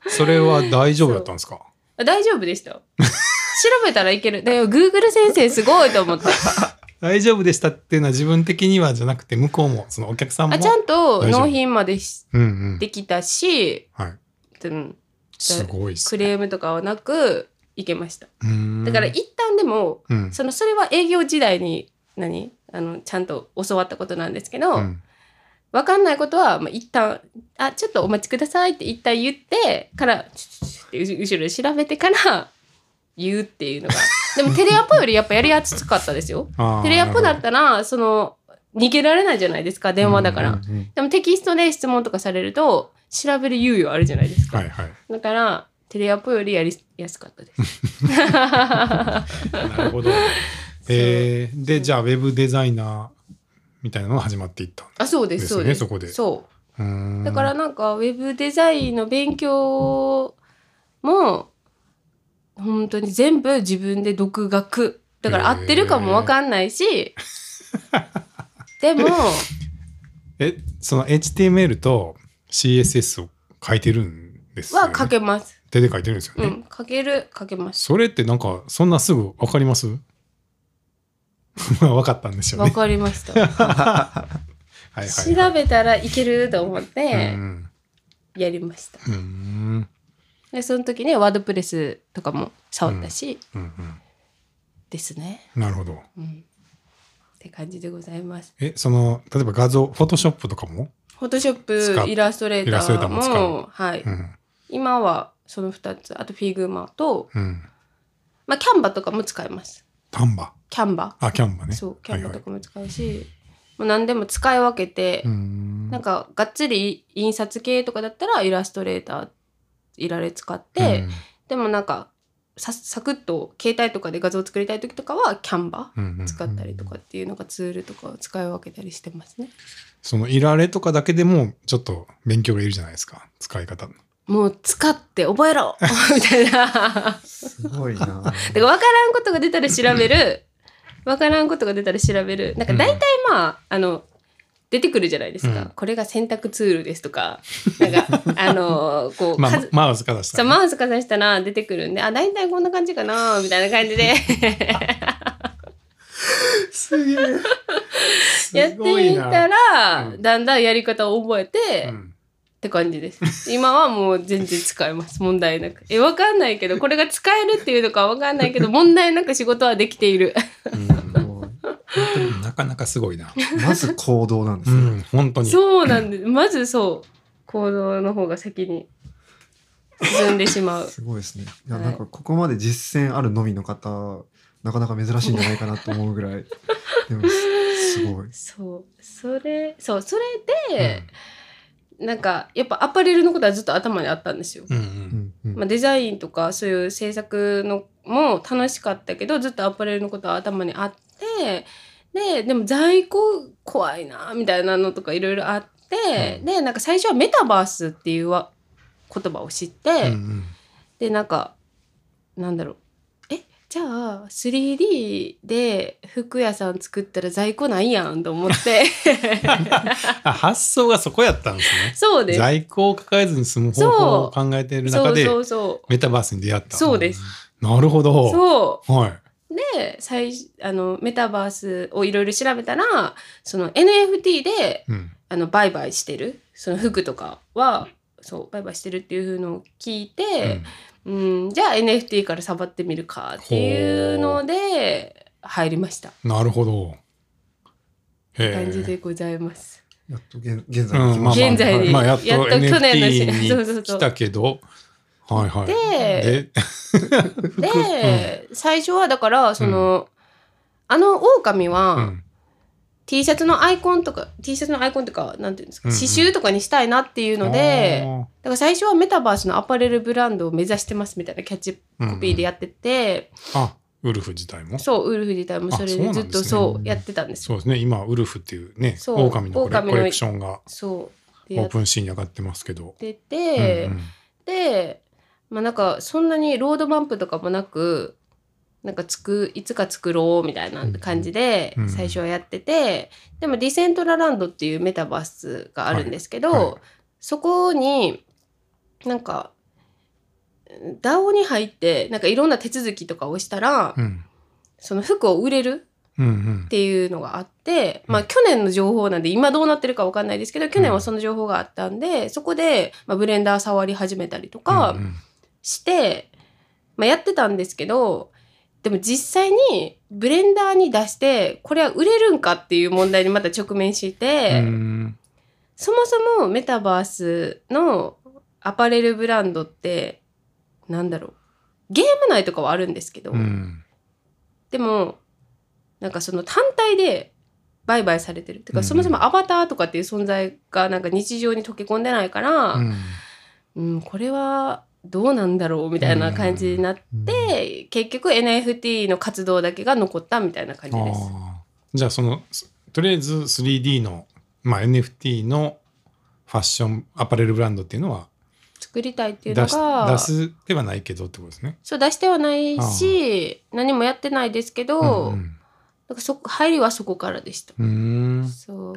Speaker 2: それは大丈夫だったんですか
Speaker 4: 大丈夫でした。調べたらいける。だよ、Google 先生すごいと 思って。
Speaker 2: 大丈夫でしたっていうのは自分的にはじゃなくて向こうもそのお客さんも
Speaker 4: あ、ちゃんと
Speaker 2: 大丈夫
Speaker 4: 納品までし
Speaker 2: うんうん
Speaker 4: できたし、
Speaker 2: はい
Speaker 4: うん、
Speaker 2: すごいっす
Speaker 4: クレームとかはなくいけました。だ
Speaker 2: だ
Speaker 4: から一旦でも、
Speaker 2: うん
Speaker 4: その、それは営業時代に、何あの、ちゃんと教わったことなんですけど、
Speaker 2: うん
Speaker 4: わかんないことは、まあ、一旦、あ、ちょっとお待ちくださいって一旦言って、から、ちょちょちょってうし後ろで調べてから、言うっていうのが。でもテレアポよりやっぱやりやすかったですよ。
Speaker 2: あー
Speaker 4: テレアポだったら、その、逃げられないじゃないですか、電話だから。
Speaker 2: うん
Speaker 4: でもテキストで質問とかされると、調べる猶予あるじゃないですか。
Speaker 2: はいはい
Speaker 4: だから、テレアポよりやりやすかっ たです。
Speaker 2: なる ほど。えー、でじゃあウェブデザイナーみたいなのが始まっていったんだ
Speaker 4: あ、そうです、
Speaker 2: です
Speaker 4: そ
Speaker 2: よ
Speaker 4: う
Speaker 2: ね
Speaker 4: です。
Speaker 2: そこで
Speaker 4: そう
Speaker 2: ー
Speaker 4: う。
Speaker 2: ん
Speaker 4: だからなんか、ウェブデザインの勉強も、本当に全部自分で独学。だから合ってるかもわかんないし、で も、
Speaker 2: えその HTML と CSS を書いてるんですよ、
Speaker 4: は
Speaker 2: ね、
Speaker 4: 書けます。
Speaker 2: 手で書いてるんですよ
Speaker 4: う
Speaker 2: ね、
Speaker 4: ん、書ける、書けます。
Speaker 2: それってなんかそんなすぐ分かります まあ分かったんですよ
Speaker 4: わ
Speaker 2: ね。
Speaker 4: かりました。
Speaker 2: はいはいは
Speaker 4: 調
Speaker 2: い
Speaker 4: べたらいけると思っ
Speaker 2: う
Speaker 4: て
Speaker 2: ん
Speaker 4: やりました、
Speaker 2: うんうん
Speaker 4: でその時ねワードプレスとかも触ったし、
Speaker 2: うん
Speaker 4: ですね、
Speaker 2: うんなるほど。
Speaker 4: うん、って感じでございます
Speaker 2: えその例えば画像フォトショップとかも、
Speaker 4: フォトショ
Speaker 2: 使
Speaker 4: ッ
Speaker 2: う
Speaker 4: プイラストレータ
Speaker 2: イラストレータ
Speaker 4: ー
Speaker 2: ー
Speaker 4: も
Speaker 2: も使う
Speaker 4: はい、
Speaker 2: うん
Speaker 4: 今はその2つあとフィグマと、
Speaker 2: うん、
Speaker 4: まあ、キャンバとかも使います
Speaker 2: タンバ
Speaker 4: キャンバ、
Speaker 2: あキャンバね。
Speaker 4: そうキャンバ
Speaker 2: はい
Speaker 4: と
Speaker 2: はい
Speaker 4: かも使うし、もう何でも使い分けて、
Speaker 2: うん
Speaker 4: なんかがっつり印刷系とかだったらイラストレーターいられ使って、でもなんかさサクッと携帯とかで画像作りたい時とかはキャンバ
Speaker 2: うんうんうん
Speaker 4: 使ったりとかっていうのがツールとかを使い分けたりしてますね。
Speaker 2: そのいられとかだけでもちょっと勉強がいるじゃないですか使い方の
Speaker 4: もう使って覚えろ みたいな。だか
Speaker 3: すごい な。
Speaker 4: ら分からんことが出たら調べる。分からんことが出たら調べる。なんか大体まあ、あの、出てくるじゃないですか。
Speaker 2: うん
Speaker 4: これが選択ツールですとか、な んか、あの、こう、
Speaker 2: まあ
Speaker 4: 数
Speaker 2: マウスからした
Speaker 4: そう
Speaker 2: らね、
Speaker 4: マウスかざしたら出てくるんで、あ、大体こんな感じかなみたいな感じで。
Speaker 3: すげえ。
Speaker 4: やってみたら、
Speaker 2: うん
Speaker 4: だんだんやり方を覚えて、
Speaker 2: う
Speaker 4: っ
Speaker 2: ん
Speaker 4: て感じです今はもう全然使えます問題なくえわかんないけどこれが使えるっていうのかわかんないけ ど問題なく仕事はできている
Speaker 2: なかなかすごい な、
Speaker 3: まず行動なんで
Speaker 2: う
Speaker 3: すね。
Speaker 2: ん、本当に
Speaker 4: そうなんですまずそう行動の方が先に進んでしまう
Speaker 3: すごいですね。いや、
Speaker 4: はい
Speaker 3: なんかここまで実践あるのみの方、なかなか珍しいんじゃないかなと思うぐ らい。でも、すごい。
Speaker 4: そうそれそうそれで、なんかやっぱアパレルのことはずっと頭にあったんですよ
Speaker 2: うんう
Speaker 3: うんんうん
Speaker 4: まあ、デザインとかそういう制作のも楽しかったけどずっとアパレルのことは頭にあってででも在庫怖いなみたいなのとかいろいろあって、でなんか最初はメタバースっていうわ言葉を知って、
Speaker 2: うんうん
Speaker 4: でなんかなんだろうえじゃあ 3D で服屋さん作ったら在庫ないやんと思って
Speaker 2: あ発想がそこやったんですね。
Speaker 4: そうです
Speaker 2: 在庫を抱えずに済む方法を考えている
Speaker 4: そ
Speaker 2: 中
Speaker 4: う
Speaker 2: で
Speaker 4: そうそ
Speaker 2: メタバースに出会った。
Speaker 4: うそうです
Speaker 2: なるほど。
Speaker 4: そ
Speaker 2: はい。
Speaker 4: うで最あのメタバースをいろいろ調べたらその NFT で
Speaker 2: うん。
Speaker 4: あの売買してるその服とかはそう売買してるっていうのを聞いて、うんじゃあ NFT から触ってみるかっていうので入りました
Speaker 2: うんなるほど。へー
Speaker 4: 感じでございます。
Speaker 3: やっと現現
Speaker 2: う
Speaker 3: 在に来
Speaker 2: ん、
Speaker 3: ま
Speaker 2: まあまあ
Speaker 3: した
Speaker 4: 現在に
Speaker 2: まあ、やっと
Speaker 4: やっと去年の
Speaker 2: NFT に
Speaker 4: そうそうそう
Speaker 2: 来たけど、はいはい。
Speaker 4: でで、最初はだからその、あの狼は、
Speaker 2: うん
Speaker 4: T シャツのアイコンとか T シャツのアイコンとかなんていうんですか、
Speaker 2: うんうん
Speaker 4: 刺繍とかにしたいなっていうので、
Speaker 2: あー
Speaker 4: だから最初はメタバースのアパレルブランドを目指してますみたいなキャッチコピーでやってて、
Speaker 2: あウルフ自体も
Speaker 4: そうウルフ自体もそれ
Speaker 2: あそう
Speaker 4: で
Speaker 2: なん
Speaker 4: ず
Speaker 2: です
Speaker 4: っ
Speaker 2: ね
Speaker 4: とそうやってたんです
Speaker 2: そうですね今ウルフっていうね
Speaker 4: そう
Speaker 2: 狼のこれ
Speaker 4: 狼の
Speaker 2: コレクションが
Speaker 4: そうで
Speaker 2: オ
Speaker 4: や
Speaker 2: ー
Speaker 4: っ
Speaker 2: プンシーンに上がってますけど、
Speaker 4: てて、
Speaker 2: うんうん
Speaker 4: で、まあ、なんかそんなにロードマップとかもなくなんかつくいつか作ろうみたいな感じで
Speaker 2: うんうん
Speaker 4: 最初はやってて、でもディセントラランドっていうメタバースがあるんですけど、
Speaker 2: はいはい
Speaker 4: そこになんか DAO に入ってなんかいろんな手続きとかをしたら、
Speaker 2: うん
Speaker 4: その服を売れる
Speaker 2: うん
Speaker 4: っていうのがあって、
Speaker 2: うん
Speaker 4: まあ、去年の情報なんで今どうなってるかわかんないですけど去年はその情報があったんで、そこで、まあ、ブレンダー触り始めたりとか。
Speaker 2: うんうん
Speaker 4: して、まあ、やってたんですけどでも実際にブレンダーに出してこれは売れるんかっていう問題にまた直面して、
Speaker 2: うん
Speaker 4: そもそもメタバースのアパレルブランドってなんだろうゲーム内とかはあるんですけど、
Speaker 2: うん
Speaker 4: でもなんかその単体で売買されてるっていうか、
Speaker 2: うん
Speaker 4: そもそもアバターとかっていう存在がなんか日常に溶け込んでないから、
Speaker 2: うん
Speaker 4: うん、これはどうなんだろうみたいな感じになって、結局 NFT の活動だけが残ったみたいな感じです。
Speaker 2: あーじゃあそのすとりあえず 3D の、まあ、NFT のファッションアパレルブランドっていうのは
Speaker 4: 作りたいっていうの
Speaker 2: 出し
Speaker 4: が
Speaker 2: 出すではないけどってことですね。
Speaker 4: そう出してはないし何もやってないですけど、
Speaker 2: うん
Speaker 4: なんかそこ入りはそこからでした。
Speaker 2: うん、うーん
Speaker 4: そ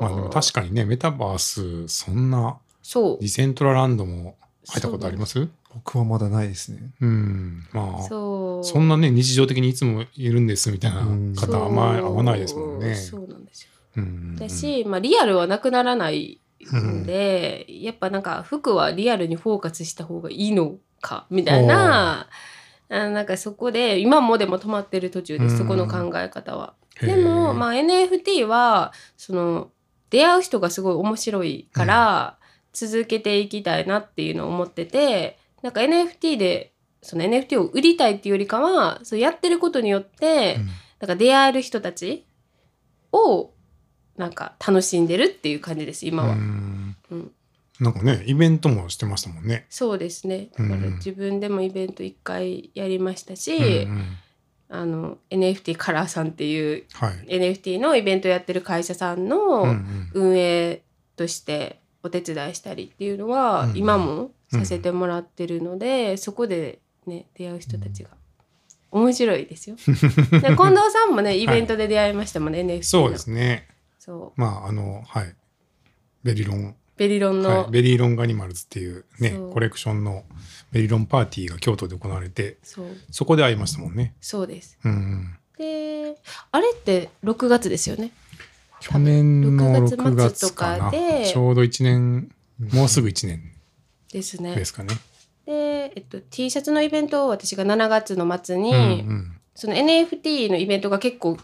Speaker 4: う
Speaker 2: まあでも確かにねメタバースそんな
Speaker 4: そう
Speaker 2: ディセントラランドも入ったことあります
Speaker 3: 僕はまだないですね。
Speaker 2: うんまあそ
Speaker 4: そうん
Speaker 2: なね日常的にいつもいるんですみたいな
Speaker 3: うん
Speaker 2: 方はあんまり合わないですもんね。
Speaker 4: そうそうなんですよ
Speaker 2: うん
Speaker 4: だし、まあ、リアルはなくならないので、やっぱなんか服はリアルにフォーカスした方がいいのかみたいなあなんかそこで今もでも止まってる途中です、
Speaker 2: うん
Speaker 4: そこの考え方は。
Speaker 2: へ
Speaker 4: で
Speaker 2: ー
Speaker 4: も、まあ、NFT はその出会う人がすごい面白いから続けていきたいなっていうのを思ってて、なんか NFT でその NFT を売りたいっていうよりかはそうやってることによって、
Speaker 2: うん
Speaker 4: なんか出会える人たちをなんか楽しんでるっていう感じです今は、
Speaker 2: うん
Speaker 4: うん
Speaker 2: なんかねイベントもしてましたもんね。
Speaker 4: そうですねだから
Speaker 2: うん
Speaker 4: 自分でもイベント1回やりましたし、
Speaker 2: うんうん
Speaker 4: あの NFT カラーさんっていう
Speaker 2: はい
Speaker 4: NFT のイベントやってる会社さん
Speaker 2: うんう
Speaker 4: の
Speaker 2: ん
Speaker 4: 運営としてお手伝いしたりっていうのは
Speaker 2: うん
Speaker 4: 今もさせてもらってるので、そこでね出会う人たちが面白いで すよで近藤さんもねイベントで出会いましたもんね、NFT の
Speaker 2: そうですね。
Speaker 4: そう
Speaker 2: まああのはいベリロン、
Speaker 4: ベリロンの、
Speaker 2: はい、ベリロンガニマルズっていうね
Speaker 4: そう
Speaker 2: コレクションのベリロンパーティーが京都で行われて
Speaker 4: そう
Speaker 2: そこで会いましたもんね。
Speaker 4: そうです
Speaker 2: うんうん
Speaker 4: であれって6月ですよね
Speaker 2: 去年の
Speaker 4: 6
Speaker 2: 6
Speaker 4: 月
Speaker 2: 月
Speaker 4: 末とか
Speaker 2: かな
Speaker 4: で
Speaker 2: ちょうど1年もうすぐ1年
Speaker 4: ですね
Speaker 2: ですかね。
Speaker 4: で、えっと、T シャツのイベントを私が7月の末に、
Speaker 2: うん
Speaker 4: その NFT のイベントが結構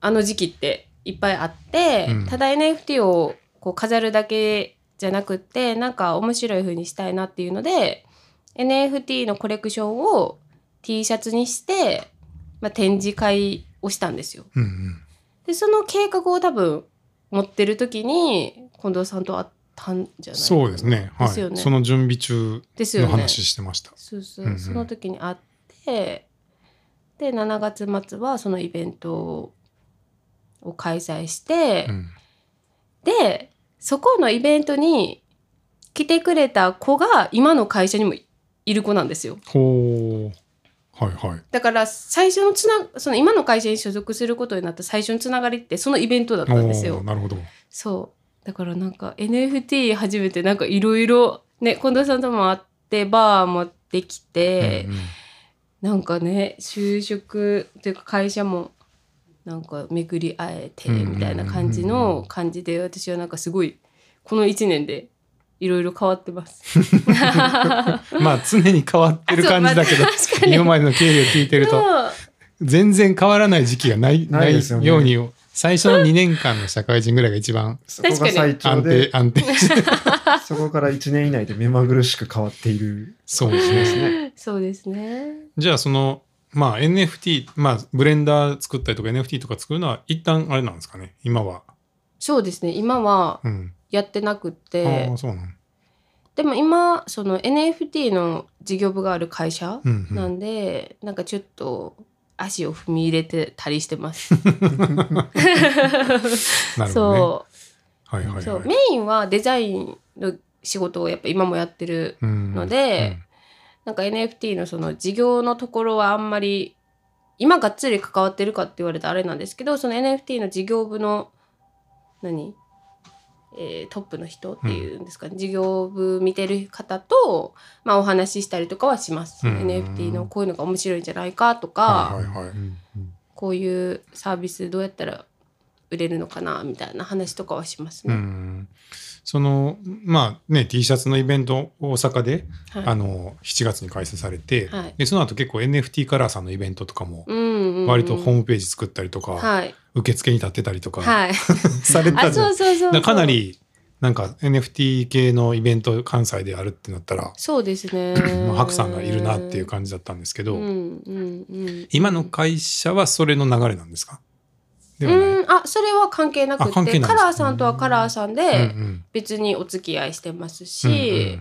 Speaker 4: あの時期っていっぱいあって、
Speaker 2: うん
Speaker 4: ただ NFT をこう飾るだけじゃなくってなんか面白い風にしたいなっていうので NFT のコレクションを T シャツにして、まあ、展示会をしたんですよ。
Speaker 2: うんうん
Speaker 4: でその計画を多分持ってる時に近藤さんと会ったんじゃない
Speaker 2: そうですね。はい。
Speaker 4: ですよね
Speaker 2: その準備中
Speaker 4: ですよ
Speaker 2: の
Speaker 4: ね
Speaker 2: 話してました。
Speaker 4: そうそう、
Speaker 2: うんうん
Speaker 4: その時に会ってで7月末はそのイベントを開催して、
Speaker 2: うん
Speaker 4: でそこのイベントに来てくれた子が今の会社にもいる子なんですよ
Speaker 2: ほうはいはい
Speaker 4: だから最初のつなその今の会社に所属することになった最初のつながりってそのイベントだったんです
Speaker 2: おー
Speaker 4: よ
Speaker 2: なるほど
Speaker 4: そうだからなんか NFT 初めてなんかいろいろね近藤さんとも会ってバーもできて、
Speaker 2: うんうん
Speaker 4: なんかね就職というか会社もなんか巡り会えてみたいな感じ
Speaker 2: うんうんうんう
Speaker 4: の感じで私はなんかすごいこの1年でいろいろ変わって ます。
Speaker 2: まあ常に変わってる感じだけど
Speaker 4: あ そうまあ確かに
Speaker 2: 今までの経緯を聞いてる と全然変わらない時期がない
Speaker 3: ない
Speaker 2: ない
Speaker 3: ですよね
Speaker 2: ように最初の2年間の社会人ぐらいが一番
Speaker 3: そこ
Speaker 4: 確か
Speaker 3: が
Speaker 4: に
Speaker 3: 最長
Speaker 2: 安定
Speaker 3: で、
Speaker 2: 安定して
Speaker 3: そこから1年以内で目まぐるしく変わっている。
Speaker 2: そうですね。
Speaker 3: ね
Speaker 4: そうですね。
Speaker 2: じゃあそのまあ NFT まあブレンダー作ったりとか NFT とか作るのは一旦あれなんですかね今は。
Speaker 4: そうですね今は
Speaker 2: うん。
Speaker 4: やってなくって、
Speaker 2: ああそうなの。
Speaker 4: でも今その NFT の事業部がある会社
Speaker 2: うん、うん。
Speaker 4: なんで、なんかちょっと足を踏み入れてたりし てます。
Speaker 2: なるほどね。
Speaker 4: そう
Speaker 2: はいはいはい。
Speaker 4: そうメインはデザインの仕事をやっぱ今もやってる
Speaker 2: うん
Speaker 4: ので、なんか NFT のその事業のところはあんまり今がっつり関わってるかって言われたらあれなんですけどその NFT の事業部の何、えートップの人っていうんですかね、事業部見てる方と、まあ、お話ししたりとかはします、
Speaker 2: うん
Speaker 4: NFT のこういうのが面白いんじゃないかとか、
Speaker 2: はいはいはい。
Speaker 4: こういうサービスどうやったら売れるのかなみたいな話とかはします
Speaker 2: う
Speaker 4: ね。
Speaker 2: ん。そのまあね T シャツのイベント大阪で、
Speaker 4: はい
Speaker 2: あの7月に開催されて、
Speaker 4: はい
Speaker 2: でその後結構 NFT カラーさんのイベントとかも
Speaker 4: うんうんうん
Speaker 2: 割とホームページ作ったりとか、
Speaker 4: はい
Speaker 2: 受付に立ってたりとか、
Speaker 4: はい
Speaker 2: されてた
Speaker 4: あ
Speaker 2: じゃ
Speaker 4: そ
Speaker 2: ん
Speaker 4: うそうそうそ
Speaker 2: だ
Speaker 4: う
Speaker 2: からかなりなんか NFT 系のイベント関西であるってなったら、
Speaker 4: そうですね
Speaker 2: まあ、白さんがいるなっていう感じだったんですけど、
Speaker 4: うんうんうん、
Speaker 2: 今の会社はそれの流れなんですかではない、
Speaker 4: うん、あそれは関係なく
Speaker 2: あ関係ない
Speaker 4: て
Speaker 2: んです
Speaker 4: カ
Speaker 2: ね
Speaker 4: ラーさんとはカラーさんで
Speaker 2: うんうん
Speaker 4: 別にお付き合いしてます
Speaker 2: うん
Speaker 4: し、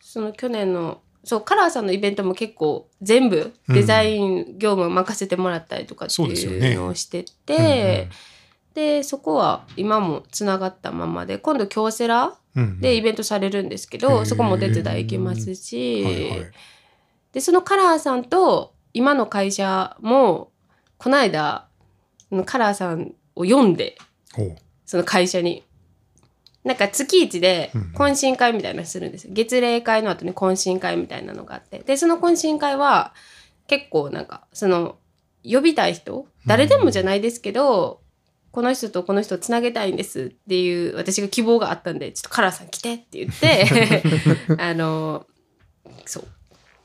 Speaker 4: その去年のそうカラーさんのイベントも結構全部デザイン業務任せてもらったりとかって
Speaker 2: そうですよ
Speaker 4: い
Speaker 2: ね
Speaker 4: うのをして
Speaker 2: うん
Speaker 4: てでそこは今もつながったままで今度京セラ
Speaker 2: うんうん
Speaker 4: でイベントされるんですけ
Speaker 2: へ
Speaker 4: ど
Speaker 2: ー
Speaker 4: そこもお手伝い行きますし、
Speaker 2: はいはい
Speaker 4: でそのカラーさんと今の会社もこの間あのカラーさんを読んで
Speaker 2: ほう
Speaker 4: その会社になんか月一で
Speaker 2: うんうん
Speaker 4: 懇親会みたいなのするんですよ月例会の後に懇親会みたいなのがあってでその懇親会は結構なんかその呼びたい人誰でもじゃないですけど、この人とこの人をつなげたいんですっていう私が希望があったんでちょっとカラーさん来てって言って あのそ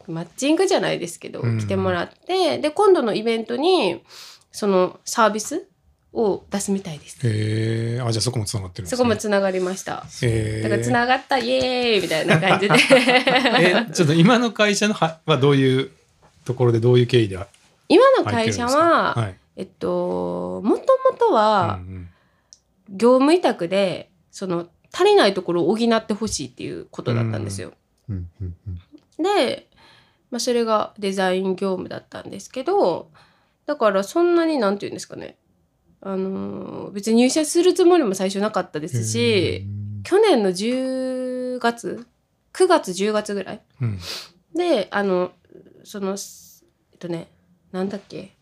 Speaker 4: うマッチングじゃないですけど
Speaker 2: うん
Speaker 4: 来てもらって、で今度のイベントにそのサービスを出すみたいです。
Speaker 2: へえあじゃあそこもつながってるんです、
Speaker 4: そ
Speaker 2: ね、
Speaker 4: こもつながりました。
Speaker 2: へー
Speaker 4: だからつながったイエーイみたいな感じで。
Speaker 2: えちょっと今の会社のははどういうところでどういう経緯で入って
Speaker 4: 今の
Speaker 2: るんで
Speaker 4: 会
Speaker 2: すか
Speaker 4: 社は、
Speaker 2: はい
Speaker 4: えっともともとは
Speaker 2: うんうん
Speaker 4: 業務委託でその足りないところを補ってほしいっていうことだったんですよ。
Speaker 3: うんうんうん
Speaker 4: で、まあ、それがデザイン業務だったんですけどだからそんなになんて言うんですかねあのー別に入社するつもりも最初なかったですし去年の10月9月10月ぐらい
Speaker 2: うん
Speaker 4: であのそのすえっとねなんだっけ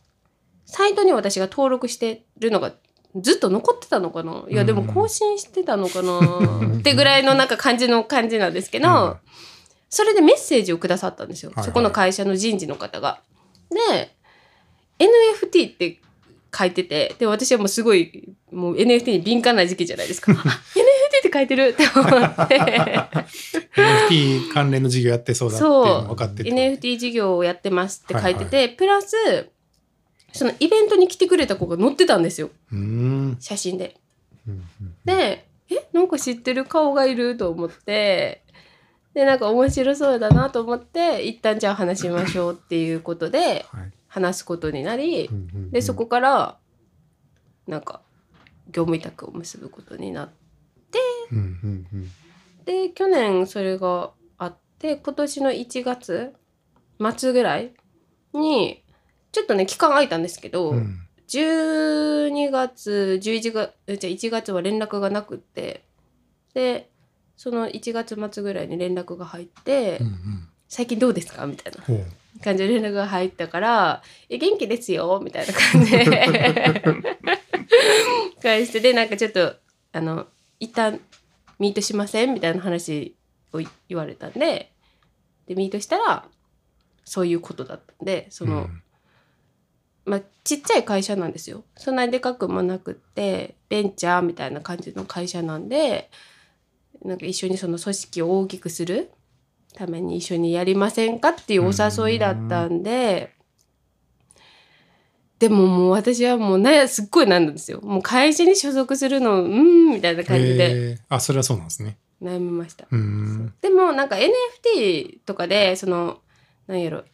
Speaker 4: サイトに私が登録してるのがずっと残ってたのかないやでも
Speaker 2: うん
Speaker 4: 更新してたのか なってぐらいのなんか感じの感じなんですけど、
Speaker 2: うん
Speaker 4: それでメッセージをくださったんですよ、
Speaker 2: はいはい
Speaker 4: そこの会社の人事の方が。で NFT って書いててで私はもうすごいもう NFT に敏感な時期じゃない ですかあ NFT って書いてるって思って
Speaker 2: NFT 関連の事業やってそうだっていうのが分かってて
Speaker 4: NFT 事業をやってますって書いてて、
Speaker 2: は
Speaker 4: プラスそのイベントに来てくれた子が載ってたんですよ
Speaker 2: うーん
Speaker 4: 写真で。
Speaker 3: うんうん
Speaker 4: でえなんか知ってる顔がいると思ってでなんか面白そうだなと思って一旦じゃあ話しましょうっていうことで
Speaker 3: はい
Speaker 4: 話すことになり
Speaker 3: うんうんうん
Speaker 4: でそこからなんか業務委託を結ぶことになって。
Speaker 2: うん
Speaker 3: うんうん
Speaker 4: で去年それがあって今年の1月末ぐらいにちょっとね期間空いたんですけど、
Speaker 2: うん
Speaker 4: 12月11月えじゃあ1月は連絡がなくってでその1月末ぐらいに連絡が入って「
Speaker 2: うんうん
Speaker 4: 最近どうですか?」みたいな
Speaker 2: ほう
Speaker 4: 感じで連絡が入ったから「え元気ですよ」みたいな感じ で返してでなんかちょっとあの一旦ミートしませんみたいな話を言われたんででミートしたらそういうことだったんでそ
Speaker 2: う
Speaker 4: の、
Speaker 2: ん
Speaker 4: まあ、ちっちゃい会社なんですよそんなにでかくもなくってベンチャーみたいな感じの会社なんでなんか一緒にその組織を大きくするために一緒にやりませんかっていうお誘いだったんででももう私はもうなすっごい悩んだんですよもう会社に所属するのうーんみたいな感じで
Speaker 2: へーあそれはそうなんですね
Speaker 4: 悩みました。
Speaker 2: うーん
Speaker 4: でもなんか NFT とかでそのなんやろだ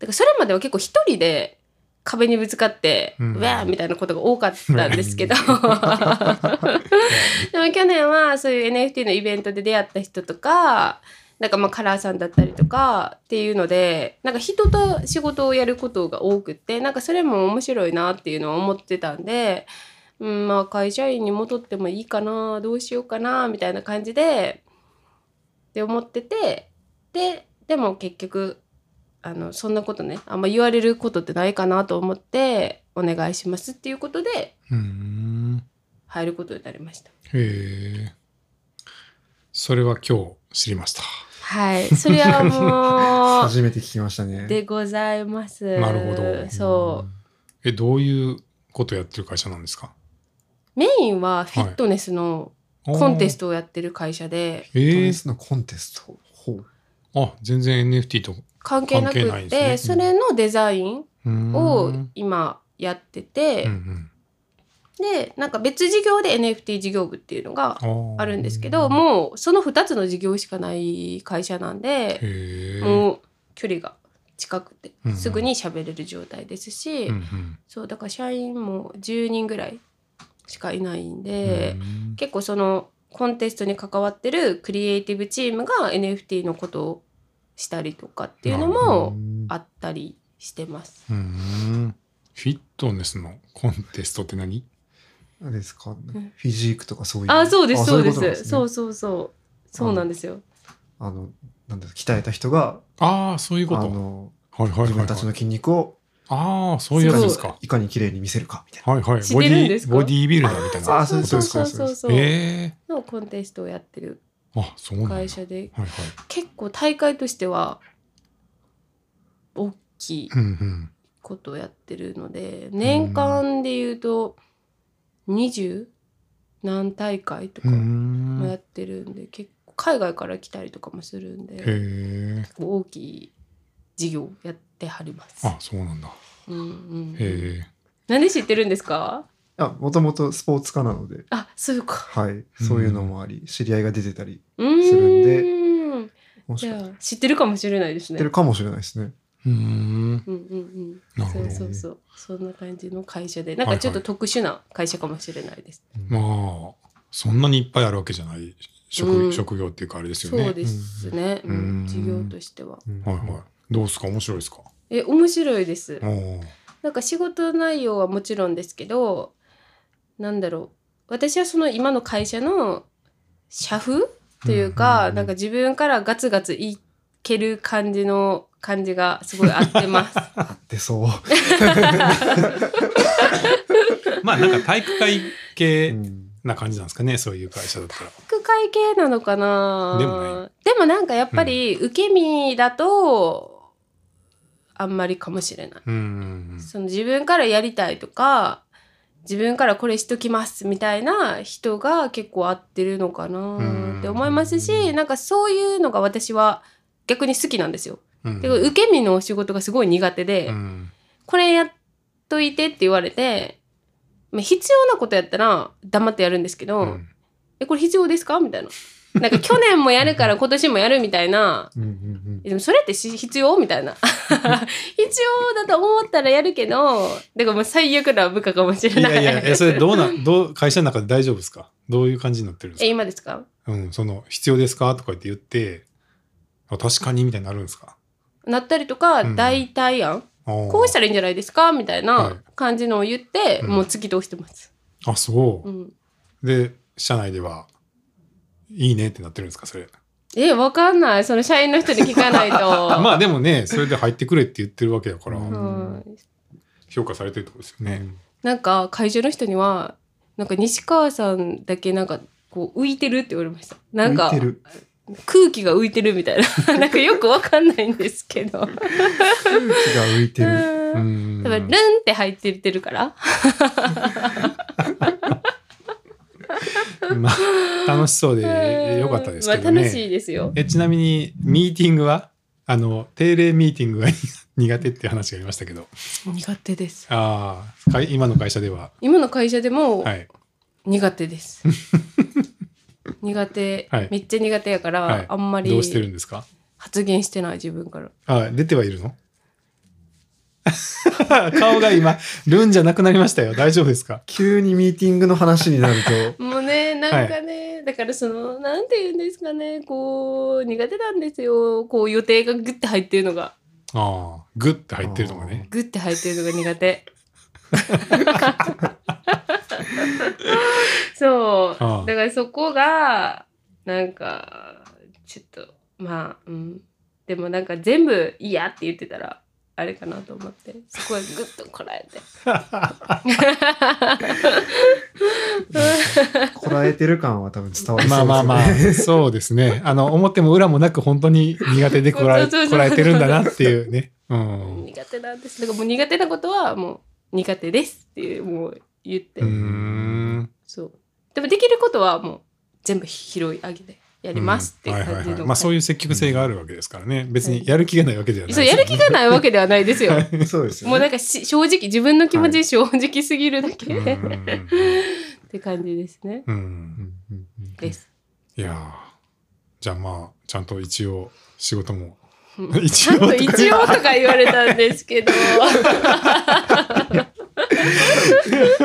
Speaker 4: からそれまでは結構一人で壁にぶつかって、
Speaker 2: う
Speaker 4: うんわーみたいなことが多かったんですけどでも去年はそういう NFT のイベントで出会った人とかなんかまあカラーさんだったりとかっていうのでなんか人と仕事をやることが多くってなんかそれも面白いなっていうのを思ってたんで、うん、まあ会社員に戻ってもいいかなどうしようかなみたいな感じでって思っててででも結局あのそんなことねあんま言われることってないかなと思ってお願いしますっていうことで
Speaker 2: うーん
Speaker 4: 入ることになりました
Speaker 2: へえそれは今日知りました
Speaker 4: はいそ れはも
Speaker 3: 初めて聞きましたね
Speaker 4: う。でございます
Speaker 2: なるほど
Speaker 4: そう
Speaker 2: えどういうことやってる会社なんですか
Speaker 4: メインはフィットネスのコンテストをやってる会社で
Speaker 2: トえ
Speaker 3: フィットネ
Speaker 2: ー
Speaker 3: スのコンテスト。ほう。
Speaker 2: あ全然 NFT と
Speaker 4: 関係なく
Speaker 2: 関係ない
Speaker 4: っ
Speaker 2: ん
Speaker 4: て、
Speaker 2: です
Speaker 4: そ
Speaker 2: ね
Speaker 4: れのデザイン
Speaker 2: うーん
Speaker 4: を
Speaker 2: うん
Speaker 4: 今やってて、
Speaker 2: うん
Speaker 4: でなんか別事業で NFT 事業部っていうのが
Speaker 2: ー
Speaker 4: あるんですけどもうその2つの事業しかない会社なんで
Speaker 2: へえ
Speaker 4: もう距離が近くて
Speaker 2: うんうん
Speaker 4: すぐに喋れる状態ですし、
Speaker 2: うんうん
Speaker 4: そうだから社員も10人ぐらいしかいないん
Speaker 2: う
Speaker 4: で、
Speaker 2: ーん
Speaker 4: 結構そのコンテストに関わってるクリエイティブチームが NFT のことをしたりとかっていうのも
Speaker 3: うん
Speaker 4: あったりしてます。
Speaker 2: うーんフィットネスのコンテストって何
Speaker 3: あれですか、フィジークとかそういう。
Speaker 4: あそうですそうで
Speaker 3: いことなん
Speaker 4: すそうそうそうそうなんですよ。
Speaker 3: あの、なんだろう鍛えた人が、
Speaker 2: ああそういう
Speaker 3: あ
Speaker 2: こと
Speaker 3: の、
Speaker 2: はいはいはい、
Speaker 3: 自分たちの筋肉を
Speaker 2: ああそういうやつですか
Speaker 3: いかに綺麗に見せるか、みたい
Speaker 2: はいはい
Speaker 4: 知っ
Speaker 2: ボ
Speaker 4: て
Speaker 2: デ
Speaker 4: るん
Speaker 2: ィ
Speaker 4: です
Speaker 2: ー
Speaker 4: か
Speaker 2: ボディービルダーみたいな
Speaker 3: あーそうです
Speaker 4: そう
Speaker 3: そ
Speaker 4: そうう
Speaker 3: です
Speaker 4: そうそう。
Speaker 2: ええ
Speaker 4: のコンテストをやってる
Speaker 2: あそうなんだはい
Speaker 4: 会社で
Speaker 2: はい
Speaker 4: 結構大会としては大きい
Speaker 2: うんうん
Speaker 4: ことをやってるので年間で言うと20何大会と
Speaker 2: う
Speaker 4: か
Speaker 2: ー
Speaker 4: もや
Speaker 2: ん
Speaker 4: ってるんで結構海外から来たりとかもするんで
Speaker 2: へ
Speaker 4: 結
Speaker 2: え
Speaker 4: 構大きい事業やってはります。
Speaker 2: あそうなんだ
Speaker 4: うんうんうん、
Speaker 2: へえ
Speaker 4: なんで知ってるんですか
Speaker 3: な。もともとスポーツ科なので、
Speaker 4: あそうか。
Speaker 3: はい。そういうのもあり、知り合いが出てたり、
Speaker 4: うーん
Speaker 3: するんでもし
Speaker 4: じ
Speaker 3: かし
Speaker 4: ゃあ知ってるかもしれないです
Speaker 3: て
Speaker 4: ね。
Speaker 3: るかもしれないですね。
Speaker 2: うーん
Speaker 4: うんうんうん、
Speaker 2: なるほ
Speaker 4: そう
Speaker 2: ど
Speaker 4: そうそうそんな感じの会社でなんかちょっと特殊な会社かもしれないです、
Speaker 2: まあそんなにいっぱいあるわけじゃない職,、
Speaker 4: うん
Speaker 2: 職業っていうかあれですよね
Speaker 4: そうですね、うん
Speaker 2: うん
Speaker 4: 事業としては
Speaker 2: はいはいどうですか面白いですか
Speaker 4: え面白いです
Speaker 2: おおー
Speaker 4: なんか仕事内容はもちろんですけどなんだろう私はその今の会社の社風というか、なんか自分からガツガツいける感じの感じがすごい合って ます。
Speaker 3: で、そう。
Speaker 2: まあなんか体育会
Speaker 3: う
Speaker 2: 系
Speaker 3: ん
Speaker 2: な感じなんですかね そういう会社だったら
Speaker 4: ック会系なのかな
Speaker 2: でもな
Speaker 4: でもなんかやっぱり受け身だとあんまりかもしれない、
Speaker 2: うん
Speaker 4: その自分からやりたいとか自分からこれしときますみたいな人が結構合ってるのかなって思いますしなんかそういうのが私は逆に好きなんですよ。
Speaker 2: うん
Speaker 4: で受け身のお仕事がすごい苦手で、
Speaker 2: うん
Speaker 4: これやっといてって言われてまあ必要なことやったら黙ってやるんですけど、
Speaker 2: うん
Speaker 4: え、これ必要ですかみたいな。なんか去年もやるから今年もやるみたいな。
Speaker 3: うんうん
Speaker 4: えでもそれってし必要みたいな。 必要だと思ったらやるけど、だからもう最悪な部下かもし
Speaker 2: い
Speaker 4: れない。
Speaker 2: やいやえそれどうなどう会社の中で大丈夫ですかどういう感じになってるんです
Speaker 4: え、
Speaker 2: か
Speaker 4: 今ですか
Speaker 2: うんその必要ですかとか言って言ってあ確かにみたいになるんですか
Speaker 4: なったりとか、
Speaker 2: うん
Speaker 4: 代替案こうしたたらいいんじゃないですかみたい
Speaker 2: はい
Speaker 4: な感じのを言って、
Speaker 2: うん
Speaker 4: もう突き通してます。
Speaker 2: あそう
Speaker 4: う、ん、
Speaker 2: で社内ではいいねってなってるんですかそれ
Speaker 4: え、わかんない。その社員の人に聞かないと。
Speaker 2: まあでもねそれで入ってくれって言ってるわけだから、
Speaker 3: う
Speaker 4: うん
Speaker 2: 評価されてるってことですよね、
Speaker 4: なんか会場の人にはなんか西川さんだけなんかこう浮いてるって言われましたなんか
Speaker 3: 浮いてる
Speaker 4: 空気が浮いてるみたいな なんかよくわかんないんですけど
Speaker 3: 空気が浮いてる。
Speaker 2: う
Speaker 4: 多
Speaker 2: ん
Speaker 4: 分ルンって入ってってるから
Speaker 2: まあ楽しそうでよかったですけど
Speaker 4: まあ、
Speaker 2: ね、
Speaker 4: 楽しいですよ
Speaker 2: えちなみにミーティングはあの定例ミーティングが 苦手って話がありましたけど
Speaker 4: 苦手です
Speaker 2: ああかい今の会社では
Speaker 4: 今の会社でも
Speaker 2: はい
Speaker 4: 苦 手です、苦手、
Speaker 2: はい
Speaker 4: めっちゃ苦手やから、
Speaker 2: はい
Speaker 4: あんま
Speaker 2: どうしてる
Speaker 4: り
Speaker 2: んですか
Speaker 4: 発言してない自分から。
Speaker 2: あ出てはいるの顔が今ルンじゃなくなりましたよ大丈夫ですか
Speaker 3: 急にミーティングの話になると
Speaker 4: もうねなんかね、だからそのなんて言うんですかねこう苦手なんですよこう予定がグッて入ってるのが
Speaker 2: ああグッて入ってるのがね
Speaker 4: グッて入ってるのが 苦手そう
Speaker 2: ああ
Speaker 4: だからそこがなんかちょっとまあうんでもなんか全部嫌って言ってたらあれかなと思ってそこはグッとこ らえて
Speaker 3: こらえてる感は多分伝わりそうですよね
Speaker 2: まあまあまあ、そうですね。あの、表も裏もなく本当に苦手でこらえ、
Speaker 4: そうそうそう
Speaker 2: こらえてるんだなっていうね。うん。
Speaker 4: 苦手なんですだからもう苦手なことはもう苦手ですっていうもう言って、
Speaker 2: うーん。
Speaker 4: そうでもできることはもう全部拾い上げてやりますって
Speaker 2: うん
Speaker 4: い
Speaker 2: は
Speaker 4: う
Speaker 2: いは
Speaker 4: 感
Speaker 2: い
Speaker 4: じ
Speaker 2: は
Speaker 4: の、
Speaker 2: い。まあそういう積極性があるわけですからね。別にやる気がないわけではない。
Speaker 4: そうやる気がないわけではないです よ
Speaker 3: そうですよ、ね。
Speaker 4: もうなんかし正直自分の気持ち正直すぎるだけ、
Speaker 2: う
Speaker 4: っ
Speaker 2: ん
Speaker 4: て感じですね、
Speaker 2: うんう。
Speaker 3: うんんうんうん
Speaker 4: です
Speaker 2: いやーじゃあまあ、ちゃんと一応仕事も。
Speaker 4: うんち
Speaker 2: 一
Speaker 4: ゃ
Speaker 2: 応
Speaker 4: ん
Speaker 2: とか
Speaker 4: と一応とか言われたんですけど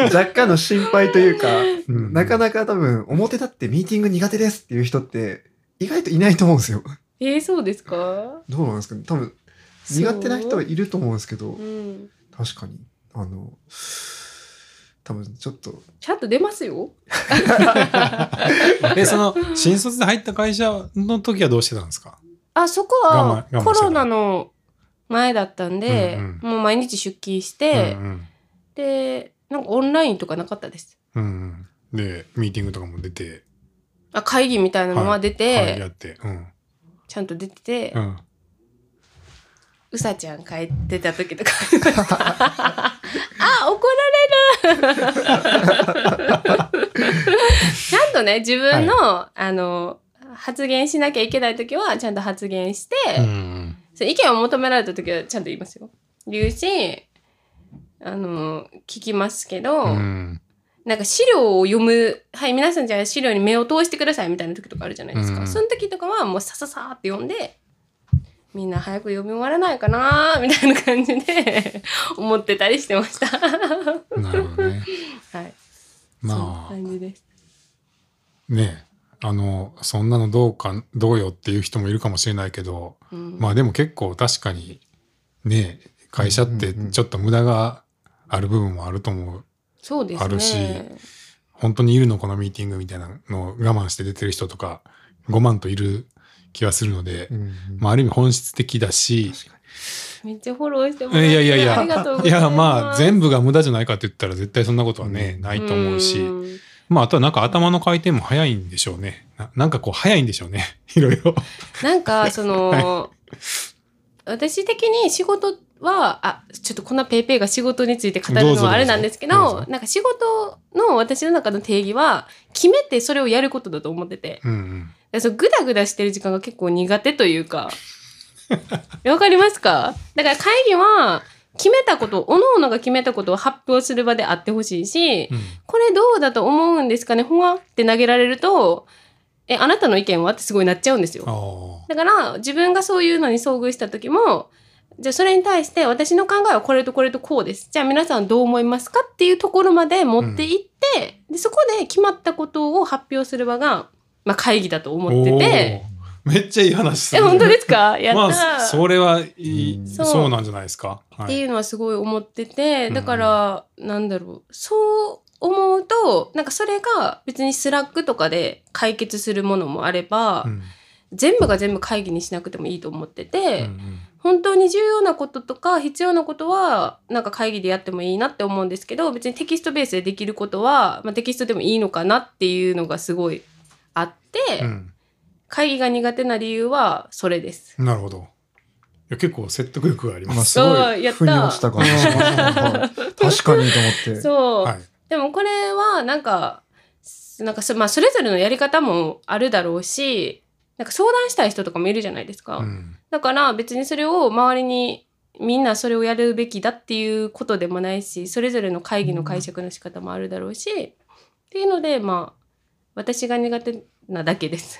Speaker 3: 若干の心配というか、
Speaker 2: うん
Speaker 3: なかなか多分表立ってミーティング苦手ですっていう人って意外といないと思うんですよ。
Speaker 4: えー、そうですか
Speaker 3: どうなんですかね多分苦手な人はいると思うんですけど
Speaker 4: う、ん、
Speaker 3: 確かに。あの、多分ちょっと、
Speaker 4: ちゃんと出ますよ
Speaker 2: え、その、新卒で入った会社の時はどうしてたんですか
Speaker 4: あそこ
Speaker 2: 我慢我慢
Speaker 4: は
Speaker 2: してた
Speaker 4: コロナの前だったんで、
Speaker 2: うん
Speaker 4: もう毎日出勤して、
Speaker 2: うん
Speaker 4: でなんかオンラインとかなかったです
Speaker 2: うん。うんうんで、ミーティングとかも出て、
Speaker 4: あ会議みたいなのは出て、
Speaker 2: はい、やって。うん。
Speaker 4: ちゃんと出てて、
Speaker 2: うん。
Speaker 4: うさちゃん帰ってた 時とかあ怒られるちゃんとね自分の、あの発言しなきゃいけない時はちゃんと発言して、
Speaker 2: うん
Speaker 4: そう意見を求められた時はちゃんと言いますよ。言うし、あの、聞きますけど、
Speaker 2: うん
Speaker 4: なんか資料を読む、はい、皆さんじゃあ資料に目を通してくださいみたいな時とかあるじゃないですか。
Speaker 2: うん
Speaker 4: その時とかはもうさささーって読んで、みんな早く読み終わらないかなーみたいな感じで 思ってたりしてました。 は
Speaker 2: なるほどね。
Speaker 4: い。
Speaker 2: ま
Speaker 4: そんな感じです。
Speaker 2: あねあのそんなのどうかどうよっていう人もいるかもしれないけど、
Speaker 4: うん
Speaker 2: まあでも結構確かにね会社って
Speaker 3: うんうんうん
Speaker 2: ちょっと無駄がある部分もあると思う
Speaker 4: そうですね。
Speaker 2: あるし本当にいるのこのミーティングみたいなのを我慢して出てる人とか5万といる気はするので、まあ、ある意味本質的だし
Speaker 4: めっちゃフォローしても
Speaker 2: い
Speaker 4: らって。
Speaker 2: やいやい
Speaker 4: ありがとう
Speaker 2: や
Speaker 4: ご
Speaker 2: い
Speaker 4: ざいます。
Speaker 2: やまあ全部が無駄じゃないかって言ったら絶対そんなことはね、
Speaker 3: うん
Speaker 2: ないと思うし。
Speaker 4: ん
Speaker 2: まあ、あとはなんか頭の回転も早いんでしょうね。ななんかこう早いんでしょうね。 いろいろ。
Speaker 4: なんか、その、私的に仕事は、あ、ちょっとこんなペイペイが仕事について語
Speaker 2: ど
Speaker 4: る
Speaker 2: う
Speaker 4: の
Speaker 2: ぞどうぞ
Speaker 4: はあれなんですけ
Speaker 2: どう
Speaker 4: ど
Speaker 2: ぞ、
Speaker 4: なんか仕事の私の中の定義は、決めてそれをやることだと思ってて、
Speaker 2: うんうん。
Speaker 4: でそうグダグダしてる時間が結構苦手とい うか、わかりますかだから会議は、決めたこと、各々が決めたことを発表する場であってほしいし、
Speaker 2: うん
Speaker 4: これどうだと思うんですかねほわって投げられると、え、あなたの意見はってすごいなっちゃうんですよ。
Speaker 2: あ
Speaker 4: だから自分がそういうのに遭遇した時もじゃあそれに対して私の考えはこれとこれとこうですじゃあ皆さんどう思いますかっていうところまで持っていって、でそこで決まったことを発表する場が、まあ、会議だと
Speaker 2: あ。
Speaker 4: 思ってて
Speaker 2: おーめっちゃいい話す
Speaker 4: え
Speaker 2: る
Speaker 4: 本当です かやった
Speaker 2: ま
Speaker 4: ー、
Speaker 2: あそれはいい
Speaker 3: うん
Speaker 2: そ
Speaker 4: そうう
Speaker 2: なんじゃないですか、は
Speaker 4: っていうのはすごい思ってて
Speaker 2: うん
Speaker 4: だから、なんだろうそう思うとなんかそれが別にスラックとかで解決するものもあれば、
Speaker 2: うん
Speaker 4: 全部が全部会議にしなくてもいいと思ってて、
Speaker 2: うん
Speaker 4: 本当に重要なこととか必要なことはなんか会議でやってもいいなって思うんですけど別にテキストベースでできることは、まあ、テキストでもいいのかなっていうのがすごいあって、
Speaker 2: うん
Speaker 4: 会議が苦手な理由はそれです。
Speaker 2: うんなるほどいや結構説得力があります、
Speaker 3: すご
Speaker 4: そう
Speaker 3: い
Speaker 4: やった
Speaker 3: 腑に落ちた感じしましたね、はい確かにと思って。
Speaker 4: そう、
Speaker 2: はい
Speaker 4: でもこれはなんかなんかそ,、まあ、それぞれのやり方もあるだろうしなんか相談したい人とかもいるじゃないですか、
Speaker 2: うん
Speaker 4: だから別にそれを周りにみんなそれをやるべきだっていうことでもないしそれぞれの会議の解釈の仕方もあるだろうし、っていうのでまあ私が苦手なだけです。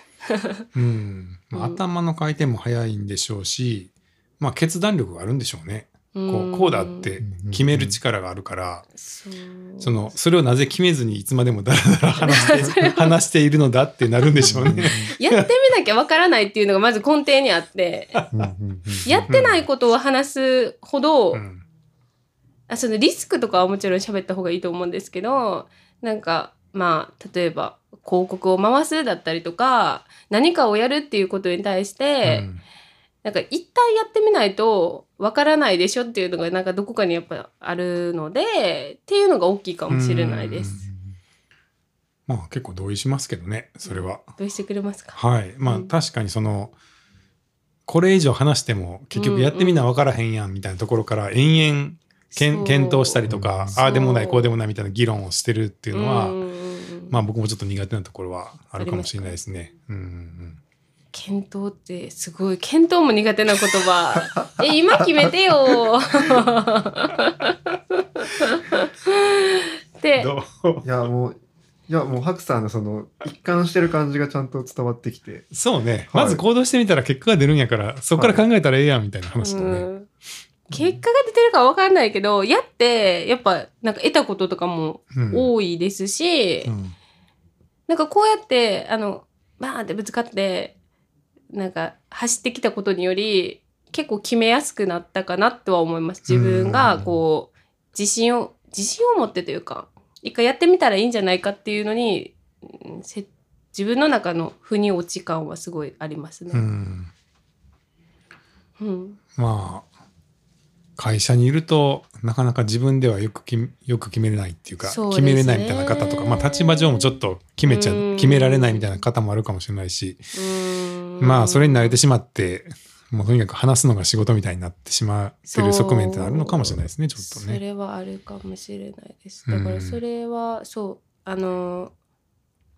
Speaker 2: うんまあ、
Speaker 4: うん
Speaker 2: 頭の回転も早いんでしょうし、まあ、決断力があるんでしょうねこうこうだって決める力があるから、
Speaker 4: そ
Speaker 2: そのそれをなぜ決めずにいつまでもだらだら話し て話しているのだってなるんでしょうね。
Speaker 4: やってみなきゃわからないっていうのがまず根底にあ って
Speaker 3: うんうんうんうん
Speaker 4: やってないことを話すほど、
Speaker 2: うん
Speaker 4: あそのリスクとかはもちろん喋った方がいいと思うんですけどなんかまあ例えば広告を回すだったりとか何かをやるっていうことに対して、
Speaker 2: うん
Speaker 4: なんか一旦やってみないとわからないでしょっていうのがなんかどこかにやっぱあるのでっていうのが大きいかもしれないです。
Speaker 2: まあ結構同意しますけどねそれは。
Speaker 4: どうしてくれますか
Speaker 2: はいまあ、
Speaker 4: うん
Speaker 2: 確かにそのこれ以上話しても結局やってみな分からへんやんみたいなところから延々け
Speaker 4: そ
Speaker 2: ん
Speaker 4: う
Speaker 2: 検討したりとか
Speaker 4: そう
Speaker 2: ああでもないこうでもないみたいな議論をしてるっていうのは、
Speaker 4: うんうんうん
Speaker 2: まあ、僕もちょっと苦手なところはあるかもしれないですね。うんうん
Speaker 4: 検討ってすごい検討も苦手な言 葉え今決めてよ
Speaker 2: うん
Speaker 4: で
Speaker 2: ど
Speaker 3: いやもういやもうハクさんのその一貫してる感じがちゃんと伝わってきて
Speaker 2: うそうね、
Speaker 3: はい
Speaker 2: まず行動してみたら結果が出るんやからそこから考えたらええやんみたいな話だね。
Speaker 4: うん結果が出てるかわかんないけどやってやっぱなんか得たこととかも
Speaker 2: うん
Speaker 4: 多いですし、
Speaker 2: うん
Speaker 4: なんかこうやってあのバーンってぶつかってなんか走ってきたことにより結構決めやすくなったかなとは思います自分がこう自信を自信を持ってというか一回やってみたらいいんじゃないかっていうのに、うんせ自分の中の腑に落ち感はすごいあります
Speaker 2: う
Speaker 4: ね。
Speaker 2: ん
Speaker 4: うん
Speaker 2: まあ会社にいるとなかなか自分ではよくきよく決めれないっていうか
Speaker 4: そうです
Speaker 2: 決
Speaker 4: ね
Speaker 2: めれないみたいな方とか、まあ、立場上もちょっと決めちゃ
Speaker 4: うん
Speaker 2: 決められないみたいな方もあるかもしれないし、
Speaker 4: う ん
Speaker 2: まあそれに慣れてしまってもうとにかく話すのが仕事みたいになってしまってる
Speaker 4: そう
Speaker 2: 側面ってあるのかもしれないですねちょっと
Speaker 4: そ
Speaker 2: ね。
Speaker 4: れはあるかもしれないです
Speaker 2: う
Speaker 4: だ
Speaker 2: ん
Speaker 4: からそれは、そうあの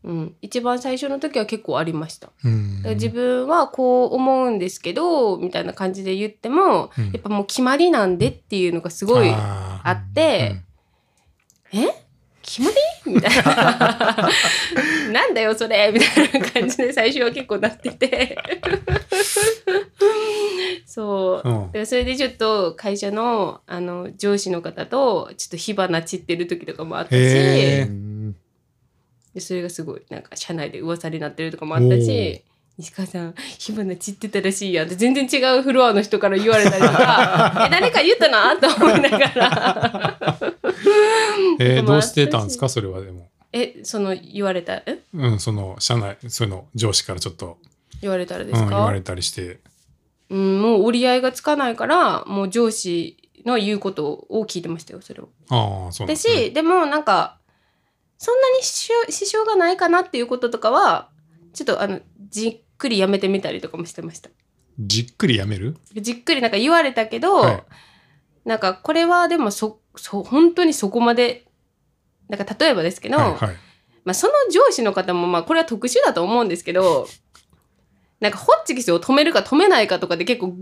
Speaker 4: うん一番最初の時は結構ありましただか
Speaker 2: うん
Speaker 4: ら自分はこう思うんですけどみたいな感じで言っても、
Speaker 2: うん
Speaker 4: やっぱもう決まりなんでっていうのがすごい
Speaker 2: あ
Speaker 4: あって、え決まりみたいな なんだよそれみたいな感じで最初は結構なって てそう
Speaker 2: ーうん
Speaker 4: でもそれでちょっと会社のあの上司の方とちょっと火花散ってる時とかもあったし
Speaker 2: へえ
Speaker 4: で
Speaker 3: うん
Speaker 4: それがすごいなんか社内で噂になってるとかもあった
Speaker 2: お
Speaker 4: し
Speaker 2: ー
Speaker 4: 西川さん火花散ってたらしいやんって全然違うフロアの人から言われたりと かえ誰か言ったなと思いながら
Speaker 2: えー
Speaker 4: でも
Speaker 2: どうしてたんですかそれはでも、
Speaker 4: えその言われたえ
Speaker 2: うん、その社内その上司からちょっと、
Speaker 4: 言われたら
Speaker 2: う
Speaker 4: で
Speaker 2: ん、
Speaker 4: す
Speaker 2: 言わ
Speaker 4: か、
Speaker 2: れたりして
Speaker 4: うん、もう折り合いがつかないからもう上司の言うことを聞いてましたよそれを。
Speaker 2: ああそうなんで
Speaker 4: だし、
Speaker 2: すね
Speaker 4: でもなんかそんなに支障支障がないかなっていうこととかはちょっとあのじっくりやめてみたりとかもしてました
Speaker 2: じっくりやめる
Speaker 4: じっくりなんか言われたけど、
Speaker 2: はい
Speaker 4: なんかこれはでもそそ本当にそこまでなんか例えばですけど、
Speaker 2: はいはい
Speaker 4: まあ、その上司の方もまあこれは特殊だと思うんですけどなんかホッチキスを止めるか止めないかとかで結構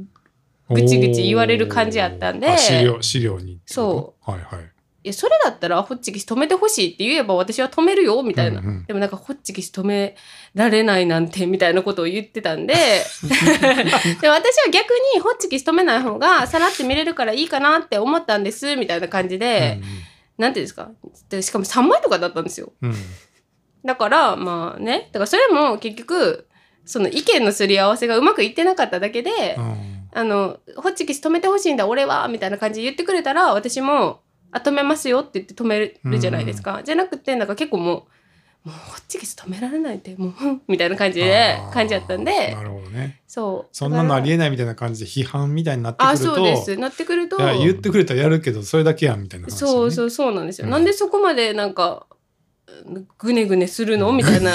Speaker 4: ぐちぐち言われる感じやったんで
Speaker 2: おーあ資料資料に
Speaker 4: そう
Speaker 2: はいはい
Speaker 4: いやそれだったらホッチキス止めてほしいって言えば私は止めるよみたいな、
Speaker 2: うんうん
Speaker 4: でもなんかホッチキス止められないなんてみたいなことを言ってた んででも私は逆にホッチキス止めない方がさらって見れるからいいかなって思ったんですみたいな感じで、なんていうんですかでしかも3枚とかだったんですよ
Speaker 2: うんうん
Speaker 4: だからまあねだからそれも結局その意見のすり合わせがうまくいってなかっただけで、
Speaker 2: うん
Speaker 4: あのホッチキス止めてほしいんだ俺はみたいな感じで言ってくれたら私もあ止めますよって言って止めるじゃないですか、じゃなくてなんか結構もうもうホッチキス止められないってもうふんみたいな感じで
Speaker 2: あー
Speaker 4: 感じだったんで
Speaker 2: なるほどね
Speaker 4: そう
Speaker 2: そんなのあり
Speaker 4: え
Speaker 2: えないみたいな感じで批判みたいになってく
Speaker 4: あ
Speaker 2: ると
Speaker 4: そうですなってくると
Speaker 2: いや言ってくれたらやるけどそれだけやんみたいな話、ね、
Speaker 4: そうそううそうなんですよ、
Speaker 2: うん
Speaker 4: なんでそこまでなんかうんぐねぐねするのみたいな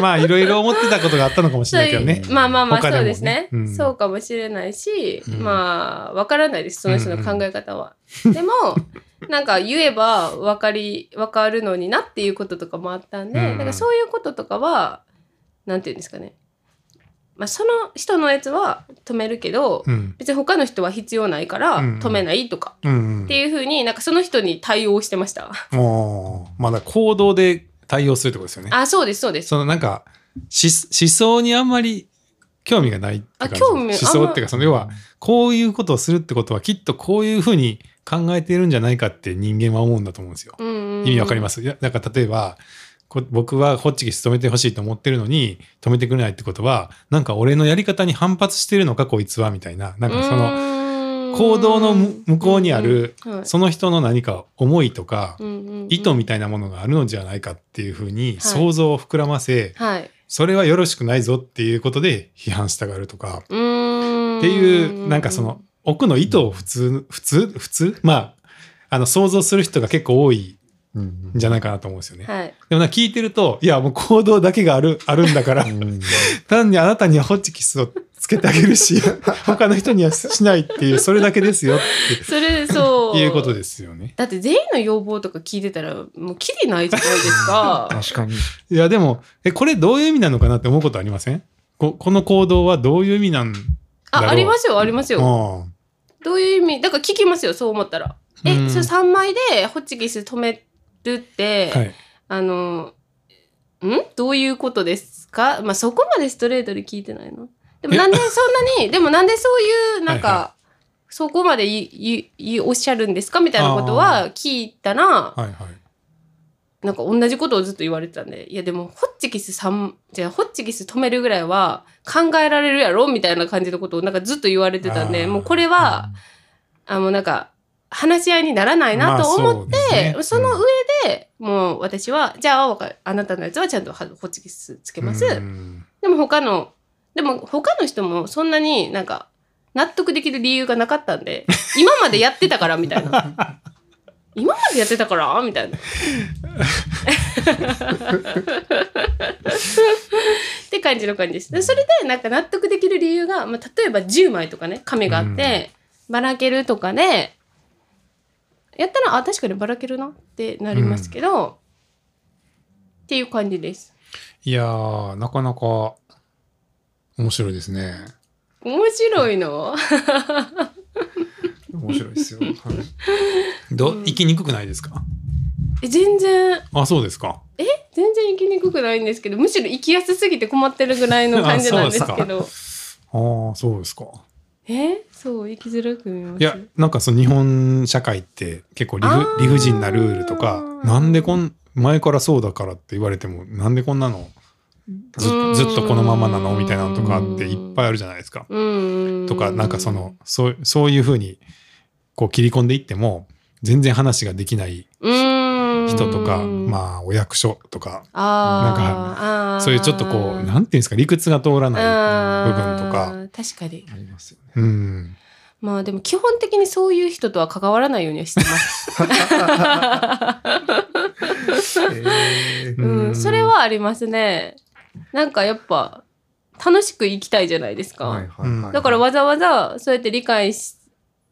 Speaker 2: まあいろいろ思ってたことがあったのかもしれないけどね
Speaker 4: そういうまあまあまあ
Speaker 2: 他でもね
Speaker 4: そうですね、
Speaker 2: うん
Speaker 4: そうかもしれないし、
Speaker 2: うん
Speaker 4: まあわからないですその人の考え方は、でもなんか言えば分かり分かるのになっていうこととかもあったんで、
Speaker 2: うん
Speaker 4: なんかそういうこととかはなんて言うんですかねまあその人のやつは止めるけど、
Speaker 2: うん
Speaker 4: 別に他の人は必要ないから
Speaker 2: うん
Speaker 4: 止めないとか、
Speaker 2: うんうん
Speaker 4: っていうふうになんかその人に対応してました。
Speaker 2: もうまだ行動で対応するってことですよね
Speaker 4: あそうですそうです。
Speaker 2: そのなんか思思想にあんまり興味がないって感じ
Speaker 4: あ興味あん
Speaker 2: 思
Speaker 4: ま
Speaker 2: 想っていうかその要はこういうことをするってことはきっとこういうふうに考えてるんじゃないかって人間は思うんだと思うんですよ。
Speaker 4: うんうんうん
Speaker 2: 意味わかりますいやなんか例えばこ僕はホッチキス止めてほしいと思ってるのに止めてくれないってことはなんか俺のやり方に反発してるのかこいつはみたいななんかその
Speaker 4: の
Speaker 2: 行動のむ向こうにあるその人の何か思いとか意図
Speaker 4: は
Speaker 2: みたいなものがあるのじゃないかっていうふうに
Speaker 4: い
Speaker 2: 想像を膨らませ
Speaker 4: い
Speaker 2: それはよろしくないぞっていうことで批判したがるとか
Speaker 4: うーん
Speaker 2: っていうなんかその奥の意図を普通普通普通まああの想像する人が結構多い
Speaker 3: うん
Speaker 2: んじゃないかなと思うんですよね。
Speaker 4: はい
Speaker 2: でもなんか聞いてると、いや、もう行動だけがある、あるんだ から
Speaker 3: う、んうん
Speaker 2: 単にあなたにはホッチキスをつけてあげる し、他の人にはしないっていう、それだけですよっ
Speaker 4: それそう
Speaker 2: ていうことですよね。
Speaker 4: だって全員の要望とか聞いてたらもうきりないじゃないで すか
Speaker 3: 確かに。
Speaker 2: いや、でも、え、これどういう意味なのかなって思うことありませんここの行動はどういう意味なんだろう
Speaker 4: あありますよありますよ
Speaker 2: よ。
Speaker 4: どういう意味だから聞きますよそう思ったら
Speaker 2: う
Speaker 4: え
Speaker 2: ん
Speaker 4: それ3枚でホッチキス止めるって、
Speaker 2: はい。
Speaker 4: あのんどういうことですかまあそこまでストレートで聞いてないのでも
Speaker 2: え
Speaker 4: なんでそんなにでもなんでそういうなんか、
Speaker 2: はいは
Speaker 4: そこまでいいいおっしゃるんですかみたいなことは聞いたら
Speaker 2: はいはい。
Speaker 4: なんか同じことをずっと言われてたんで、いやでも、ホッチキス3、じゃあホッチキス止めるぐらいは考えられるやろみたいな感じのことをなんかずっと言われてたんで、
Speaker 2: あー
Speaker 4: もうこれは、、あのなんか、話し合いにならないなと思
Speaker 2: まあそ
Speaker 4: って、
Speaker 2: うです
Speaker 4: そ
Speaker 2: ね
Speaker 4: の上で、もう私は、じゃあわかるあなたのやつはちゃんとはホッチキスつけます。
Speaker 2: うん
Speaker 4: でも他の、でも他の人もそんなになんか、納得できる理由がなかったんで、今までやってたからみたいな。今までやってたからみたいな。って感じの感じです。でそれでなんか納得できる理由が、まあ、例えば10枚とかね、紙があって、ばらけるとかで、やったら、あ、確かにばらけるなってなりますけど、っていう感じです。
Speaker 2: いやー、なかなか面白いですね。
Speaker 4: 面白いの
Speaker 3: 面白いですよ。はい
Speaker 2: ど、生きにくくないですか
Speaker 4: え全然
Speaker 2: あ、そうですか。
Speaker 4: 全然生きにくくないんですけどむしろ生きやすすぎて困ってるぐらいの感じなんですけど
Speaker 2: ああ、そうですか。
Speaker 4: えそう生きづらく見えます
Speaker 2: いやなんかその日本社会って結構理
Speaker 4: あー
Speaker 2: 不理不尽なルールとかなんでこん前からそうだからって言われてもなんでこんなのずっ
Speaker 4: うん
Speaker 2: ずっとこのままなのみたいなのとかっていっぱいあるじゃないですか。
Speaker 4: うん
Speaker 2: とかなんかそのそうそういうふうにこう切り込んでいっても全然話ができない
Speaker 4: 人
Speaker 2: 人とかまあお役所とか
Speaker 4: あ
Speaker 2: なん
Speaker 4: あー
Speaker 2: そういうちょっとこうなんていうんですか理屈が通らない部分と
Speaker 4: あ
Speaker 2: か。
Speaker 4: ー確かに
Speaker 3: ありますよね。
Speaker 2: うん
Speaker 4: まあでも基本的にそういう人とは関わらないようにはしてます、
Speaker 3: えー
Speaker 4: う、
Speaker 2: うんん
Speaker 4: それはありますねなんかやっぱ楽しく生きたいじゃないですか、
Speaker 3: はいはいはい
Speaker 4: だからわざわざそうやって理解し、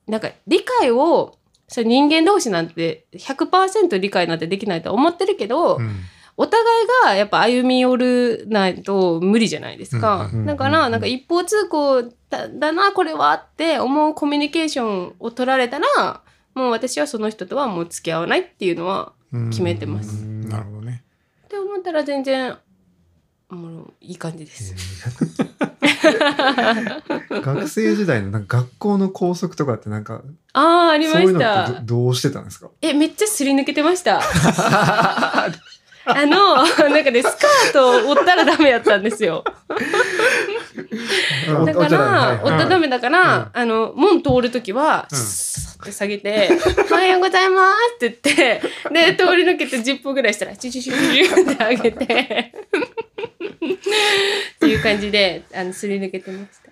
Speaker 4: なんか理解を、それ人間同士なんて100%理解なんてできないとは思ってるけど、
Speaker 2: うん
Speaker 4: お互いがやっぱ歩み寄るないと無理じゃないですか
Speaker 2: うん。
Speaker 3: うんうん
Speaker 4: だからなんか一方通行だだな、これはって思うコミュニケーションを取られたら、もう私はその人とはもう付き合わないっていうのは、
Speaker 2: うん
Speaker 4: 決めてます
Speaker 2: なるほどね。
Speaker 4: って思ったら全然、もういい感じです。
Speaker 3: 学生時代のなんか学校の校則とかってなんか
Speaker 4: ああ、あ
Speaker 3: そう
Speaker 4: りま
Speaker 3: いうの
Speaker 4: し
Speaker 3: って
Speaker 4: た。
Speaker 3: どどうしてたんですか
Speaker 4: え、めっちゃすり抜けてました。あの、なんかね、スカートを折ったらダメやったんですよ。
Speaker 3: お
Speaker 4: だか
Speaker 3: お茶だ
Speaker 4: ら
Speaker 3: ね、
Speaker 4: 折ったらダメだから、
Speaker 2: うん
Speaker 4: あの、門通るときは、
Speaker 2: うん
Speaker 4: スーッて下げて、おはようございますって言って、で、通り抜けて10分ぐらいしたら、チュチュチュチュチュって上げて、っていう感じで、あの、すり抜けてました。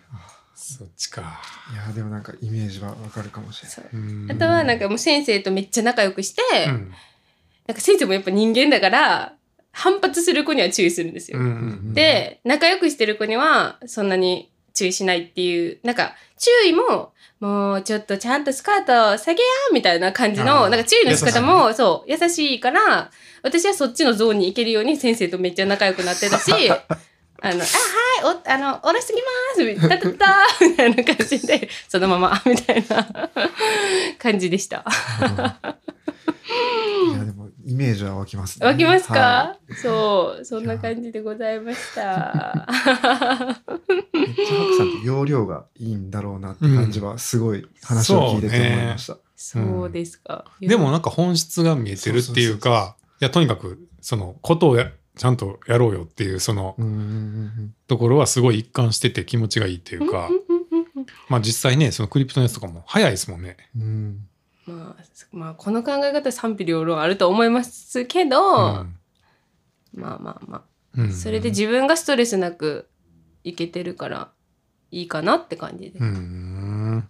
Speaker 2: そっちか。
Speaker 3: いやでもなんかイメージはわかるかもしれない。
Speaker 4: そう
Speaker 2: うん
Speaker 4: あとは、なんかもう先生とめっちゃ仲良くして、
Speaker 2: うん
Speaker 4: なんか先生もやっぱ人間だから、反発する子には注意するんですよ。
Speaker 2: うんうん
Speaker 4: で、仲良くしてる子には、そんなに注意しないっていう、なんか、注意も、もうちょっとちゃんとスカート下げやみたいな感じ
Speaker 2: あ
Speaker 4: の、
Speaker 2: ー
Speaker 4: なんか注意の仕方も、そう、優しいから、私はそっちのゾーンに行けるように先生とめっちゃ仲良くなってたし、 あの、あ、はい、お、あの、おろしてきますたたたーみたいな感じで、そのまま、 みたいな感じでした。
Speaker 3: いやでもイメージは湧きますね。
Speaker 4: わきます
Speaker 3: は
Speaker 4: か、そう、そんな感じでござい ました。
Speaker 3: いめっちゃ白さんって容量がいいんだろうなって感じはすごい話を聞いてて思いました。
Speaker 4: そうですか。
Speaker 2: でもなんか本質が見えてるっていうか、いや、とにかく、その、ことをやちゃんとやろうよっていう、その
Speaker 3: う、んうんうん
Speaker 2: ところはすごい一貫してて気持ちがいいっていうか、まあ実際ね、そのクリプトのやつとかも早いですもんね。
Speaker 3: うんうん
Speaker 4: まあ、まあ、この考え方賛否両論あると思いますけど、
Speaker 2: うん
Speaker 4: まあまあま
Speaker 2: うん
Speaker 4: あ、それで自分がストレスなくいけてるからいいかなって感じで
Speaker 2: う。ん。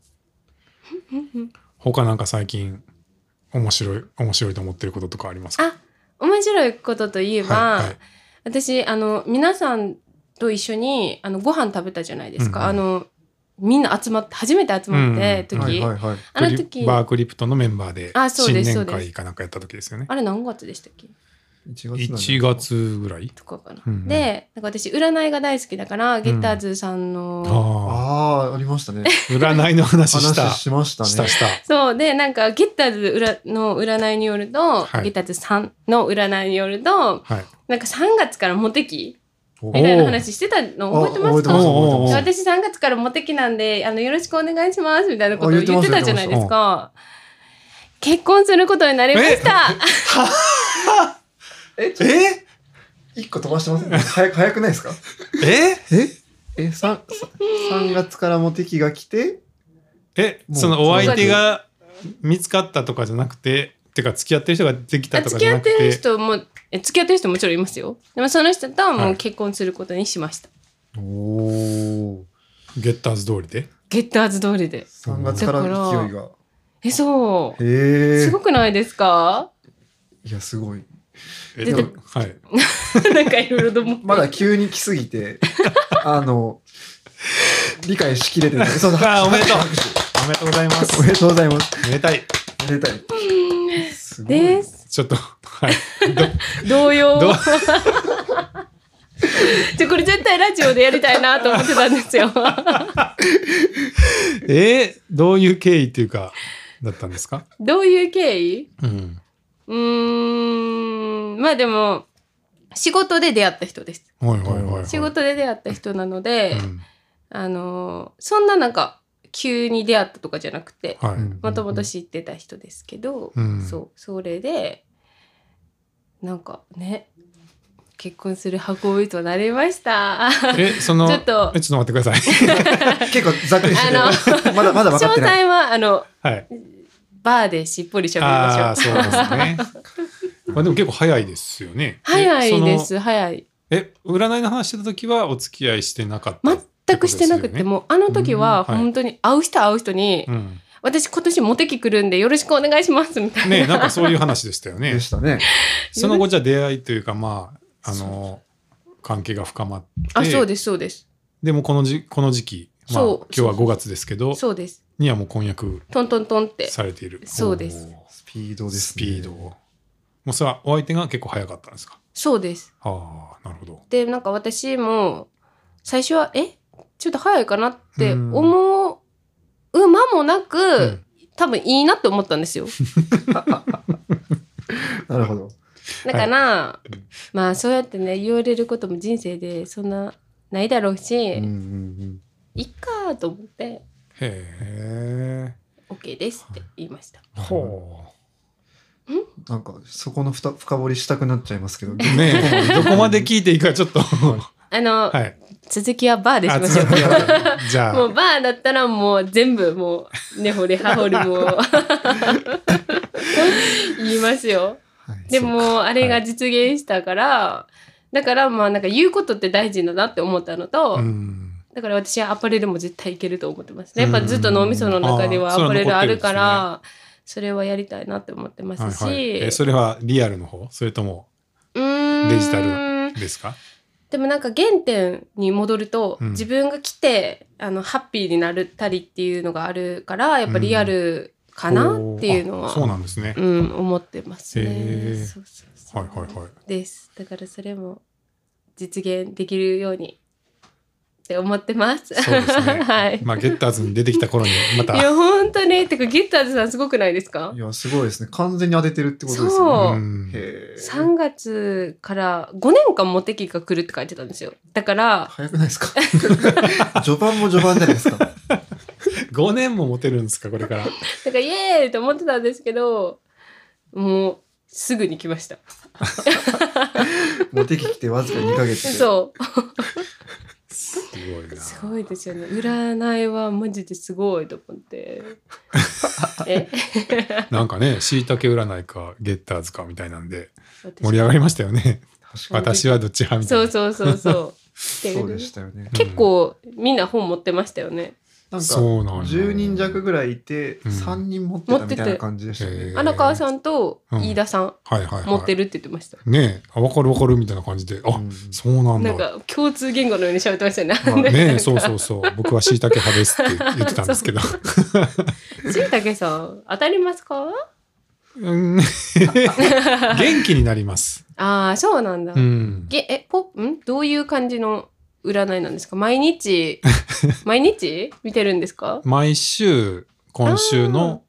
Speaker 2: 他なんか最近、面白い、面白いと思ってることとかありますか
Speaker 4: あ面白いことといえば、
Speaker 2: はいはい
Speaker 4: 私、あの、皆さんと一緒にあのご飯食べたじゃないですか。
Speaker 2: うんうん
Speaker 4: あの、みんな集まって、初めて集まって時、
Speaker 3: はいはいはい。
Speaker 4: あの時、
Speaker 2: バークリプトのメンバーで
Speaker 4: あそう
Speaker 2: 新
Speaker 4: で
Speaker 2: 年
Speaker 4: す
Speaker 2: 会かなんかやった時ですよね。
Speaker 4: あれ何月でしたっけ
Speaker 3: 一月なんだ
Speaker 2: 1。月ぐらい
Speaker 4: とかかな。
Speaker 2: うんうん
Speaker 4: で、なんか私、占いが大好きだから、ゲッターズさんの、
Speaker 2: あ
Speaker 3: ああありましたね。
Speaker 2: あ、占いの話した。
Speaker 3: 話しましたね。
Speaker 2: したした。
Speaker 4: そうでなんかゲッターズ裏の占いによると、
Speaker 2: はい
Speaker 4: ゲッターズさんの占いによると
Speaker 2: はい。
Speaker 4: なんか3月からモテ期
Speaker 3: お
Speaker 4: みたいな話してたの覚えてます
Speaker 3: あ
Speaker 4: か
Speaker 2: おー
Speaker 4: で私3月からモテ期なんであのよろしくお願いしますみたいなことを
Speaker 3: あ
Speaker 4: 言
Speaker 3: 言っ
Speaker 4: って
Speaker 3: ました
Speaker 4: てたじゃないですか。結婚することになりました。
Speaker 3: えちょっ
Speaker 2: え
Speaker 3: と一個飛ばしてません、ね、早く早くないですか
Speaker 2: え
Speaker 3: ええ三三月からモテ期が来て
Speaker 2: え
Speaker 3: もう
Speaker 2: そのお相手が見つかったとかじゃなくて、てか付き合ってる人ができた
Speaker 4: あ
Speaker 2: とかじ
Speaker 4: 付き
Speaker 2: ゃ
Speaker 4: 合
Speaker 2: な
Speaker 4: っ
Speaker 2: く
Speaker 4: て
Speaker 2: て。
Speaker 4: る人もえ付き合ってる人もちろんいますよ。でもその人とはも
Speaker 2: は
Speaker 4: う
Speaker 2: い
Speaker 4: 結婚することにしました。
Speaker 3: おお
Speaker 2: ゲッターズ通りで。
Speaker 4: ゲッターズ通りで。
Speaker 3: 三月から勢いが
Speaker 4: えそう。
Speaker 3: へえ
Speaker 4: すごくないですか？
Speaker 3: いやすごい
Speaker 2: え
Speaker 4: で
Speaker 2: でもはい。
Speaker 4: なんかいろいろと思って
Speaker 3: まだ急に来すぎ てあの理解しきれてないそうだ
Speaker 2: あーおめでとう。おめでとうございま す
Speaker 3: お。めでとうございます
Speaker 2: めでたい。
Speaker 3: めでたいすごい
Speaker 4: です。
Speaker 2: ちょっと、 はい。
Speaker 4: 同様
Speaker 2: どう
Speaker 4: じゃこれ絶対ラジオでやりたいなと思ってたんで すよ
Speaker 2: えーどういう経緯っていうか、だったんですか
Speaker 4: どういう経緯
Speaker 2: うん。
Speaker 4: うーんまあでも仕事で出会った人です
Speaker 2: はいはいはい、はい。
Speaker 4: 仕事で出会った人なので、
Speaker 2: うん。
Speaker 4: あのーそんななんか急に出会ったとかじゃなくて
Speaker 2: はい。
Speaker 3: うん
Speaker 4: もともと知ってた人ですけど、
Speaker 2: うん
Speaker 4: そうそれでなんかね結婚する運びとなりました。
Speaker 2: え、その、
Speaker 4: ちょっと
Speaker 2: えちょっと待ってくださ
Speaker 3: 結構ざっくりしててまだまだ分
Speaker 4: 詳
Speaker 3: かってない
Speaker 4: 細はあの
Speaker 2: い。はい。
Speaker 4: バーでしっぽり喋りましょ
Speaker 2: あ
Speaker 4: う
Speaker 2: あ、。そうですね。 まあでも結構早いですよね。
Speaker 4: 早いで
Speaker 2: その。
Speaker 4: す早い
Speaker 2: え、占いの話してた時はお付き合いしてなかった。
Speaker 4: 全くしてなく
Speaker 2: ってことです
Speaker 4: て
Speaker 2: よね
Speaker 4: もうあの時は
Speaker 2: うんはい
Speaker 4: 本当に会う人会う人に
Speaker 2: うん。
Speaker 4: 「私今年モテ期来るんでよろしくお願いします」みたいな、
Speaker 2: ねえなんかそういう話 でしたよ ね
Speaker 3: で。したね
Speaker 2: その後じゃあ出会いというか、まあ、あの、関係が深まって。
Speaker 4: あそう
Speaker 2: で
Speaker 4: ですそうです
Speaker 2: もこのじこの時期、まあ、
Speaker 4: そう
Speaker 2: 今日は5月ですけど、
Speaker 4: そうです
Speaker 2: にはもう婚約
Speaker 4: トントントンって
Speaker 2: されている。
Speaker 4: そうです
Speaker 2: おー
Speaker 3: スピードです、ね、
Speaker 2: スピードを。もうそれはお相手が結構早かったんですか
Speaker 4: そうです
Speaker 2: ああ、なるほど。
Speaker 4: でなんか私も最初は「えちょっと早いかな」って思う間もなく、
Speaker 2: うん
Speaker 4: 多分いいなって思ったんですよ
Speaker 3: なるほど
Speaker 4: だから、まあそうやってね言われることも人生でそんなないだろうし、
Speaker 3: うんうん
Speaker 4: いっかと思って
Speaker 2: へえ。
Speaker 4: 「OK です」って言いました。
Speaker 2: ほう。
Speaker 3: なんかそこのふた深掘りしたくなっちゃいます けど、
Speaker 2: ねえどこまで聞いていいかちょっとは
Speaker 4: あの、
Speaker 2: い
Speaker 4: 続きはバーでし
Speaker 2: あ
Speaker 4: ましょう
Speaker 2: 続きはじゃあ
Speaker 4: もうバーだったらもう全部もう根掘り葉掘りもう言いますよ。
Speaker 3: はい
Speaker 4: でもあれが実現したから、だからまあなんか言うことって大事だなって思ったのと、
Speaker 2: うん
Speaker 4: だから私はアパレルも絶対いけると思ってますね。やっぱずっと脳みその中では
Speaker 2: うんあー
Speaker 4: アパレルあるか
Speaker 2: それは
Speaker 4: ら、それはやりたいなって思ってま
Speaker 2: はい
Speaker 4: すし、
Speaker 2: はいえそれはリアルの方それとも
Speaker 4: うーん
Speaker 2: デジタルですか
Speaker 4: でもなんか原点に戻ると、
Speaker 2: うん
Speaker 4: 自分が来てあのハッピーになるたりっていうのがあるからやっぱリアルかな
Speaker 2: おー
Speaker 4: っていうの
Speaker 2: あ
Speaker 4: は、
Speaker 2: そう
Speaker 4: う
Speaker 2: なんですね、
Speaker 4: ん思ってますね。
Speaker 2: へー
Speaker 4: そうそうそう
Speaker 2: はい はいはい
Speaker 4: ですだからそれも実現できるようにって思ってます。
Speaker 2: そうですね
Speaker 4: はい。
Speaker 2: まあゲッターズに出てきた頃にまた
Speaker 4: いや本当ねてかゲッターズさんすごくないですか
Speaker 3: いやすごいですね完全に当ててるってことですよね。
Speaker 4: そ
Speaker 2: う
Speaker 4: う
Speaker 2: ん
Speaker 3: へえ
Speaker 4: 3月から5年間モテ期が来るって書いてたんですよだから
Speaker 3: 早くないですか 序盤も序盤じゃないですか。
Speaker 2: 5年もモテるんですかこれから
Speaker 4: だからイエーイと思ってたんですけどもうすぐに来ました
Speaker 3: モテ期来てわずか2ヶ月で。
Speaker 4: そ
Speaker 2: すごいうな
Speaker 4: すごいですよね占いはマジですごいと思って え
Speaker 2: なんかねしいたけ占いかゲッターズかみたいなんで
Speaker 4: 私
Speaker 2: 盛り上がりましたよ ね
Speaker 3: 確か
Speaker 2: 私はどっち派みたい
Speaker 4: そ
Speaker 2: な
Speaker 4: うそうそうそう
Speaker 3: に そう
Speaker 4: で
Speaker 3: でしたよね。
Speaker 4: 結構みんな本持ってましたよね、
Speaker 3: なんか
Speaker 2: そうなんだ
Speaker 3: 10人弱ぐらいいて
Speaker 2: うん
Speaker 3: 3人持ってたみたいな感じでしたよ
Speaker 2: 持っ
Speaker 3: ね
Speaker 2: てて。へえ
Speaker 4: 荒川さんと飯田さん、
Speaker 2: はいはいはい
Speaker 4: 持ってるって言ってました、
Speaker 2: ねえあ分かる分かるみたいな感じであ、
Speaker 3: うん
Speaker 2: そうなんだ
Speaker 4: なんか共通言語のように喋ってましたよね。
Speaker 3: まあ
Speaker 4: なんか
Speaker 2: ねえ そうそうそう僕はしいたけ派ですって言ってたんですけど
Speaker 4: しいたけさん、当たりますか
Speaker 2: うん元気になります、
Speaker 4: ああ、そうなんだ。
Speaker 2: うん、
Speaker 4: げえポんどういう感じの占いなんですか毎 日毎日見てるんですか
Speaker 2: 毎週今週の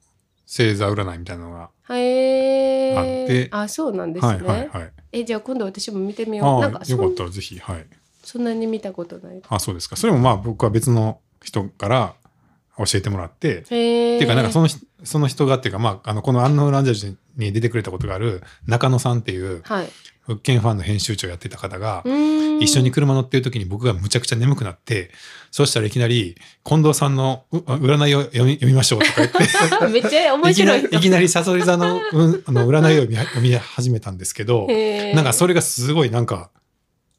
Speaker 2: 星座占いみたいなのが
Speaker 4: へ
Speaker 2: あ
Speaker 4: え
Speaker 2: って
Speaker 4: あそうなんですね、
Speaker 2: はいはいはい
Speaker 4: えじゃあ今度私も見てみようなん
Speaker 2: あ
Speaker 4: か
Speaker 2: あよ
Speaker 4: そ
Speaker 2: かっ
Speaker 4: ん
Speaker 2: たらぜひはい
Speaker 4: そんなに見たことない
Speaker 2: あそうですかそれもまあ僕は別の人から教えてもらって
Speaker 4: へえ
Speaker 2: っていうか、なんかその人その人がっていうか、まあ、あの、このアンノーランジャージに出てくれたことがある中野さんっていう、
Speaker 4: はい
Speaker 2: 物件ファンの編集長やってた方が、
Speaker 4: うーん
Speaker 2: 一緒に車乗ってる時に僕がむちゃくちゃ眠くなって、そしたらいきなり、近藤さんのう占いを読み読みましょうとか言って、
Speaker 4: あめっちゃ 面
Speaker 2: いき
Speaker 4: 白
Speaker 2: ないり、いきなりサソリ座の,、うん、あの占いを読み読み始めたんですけど、なんかそれ
Speaker 4: れ
Speaker 2: がすごいなんか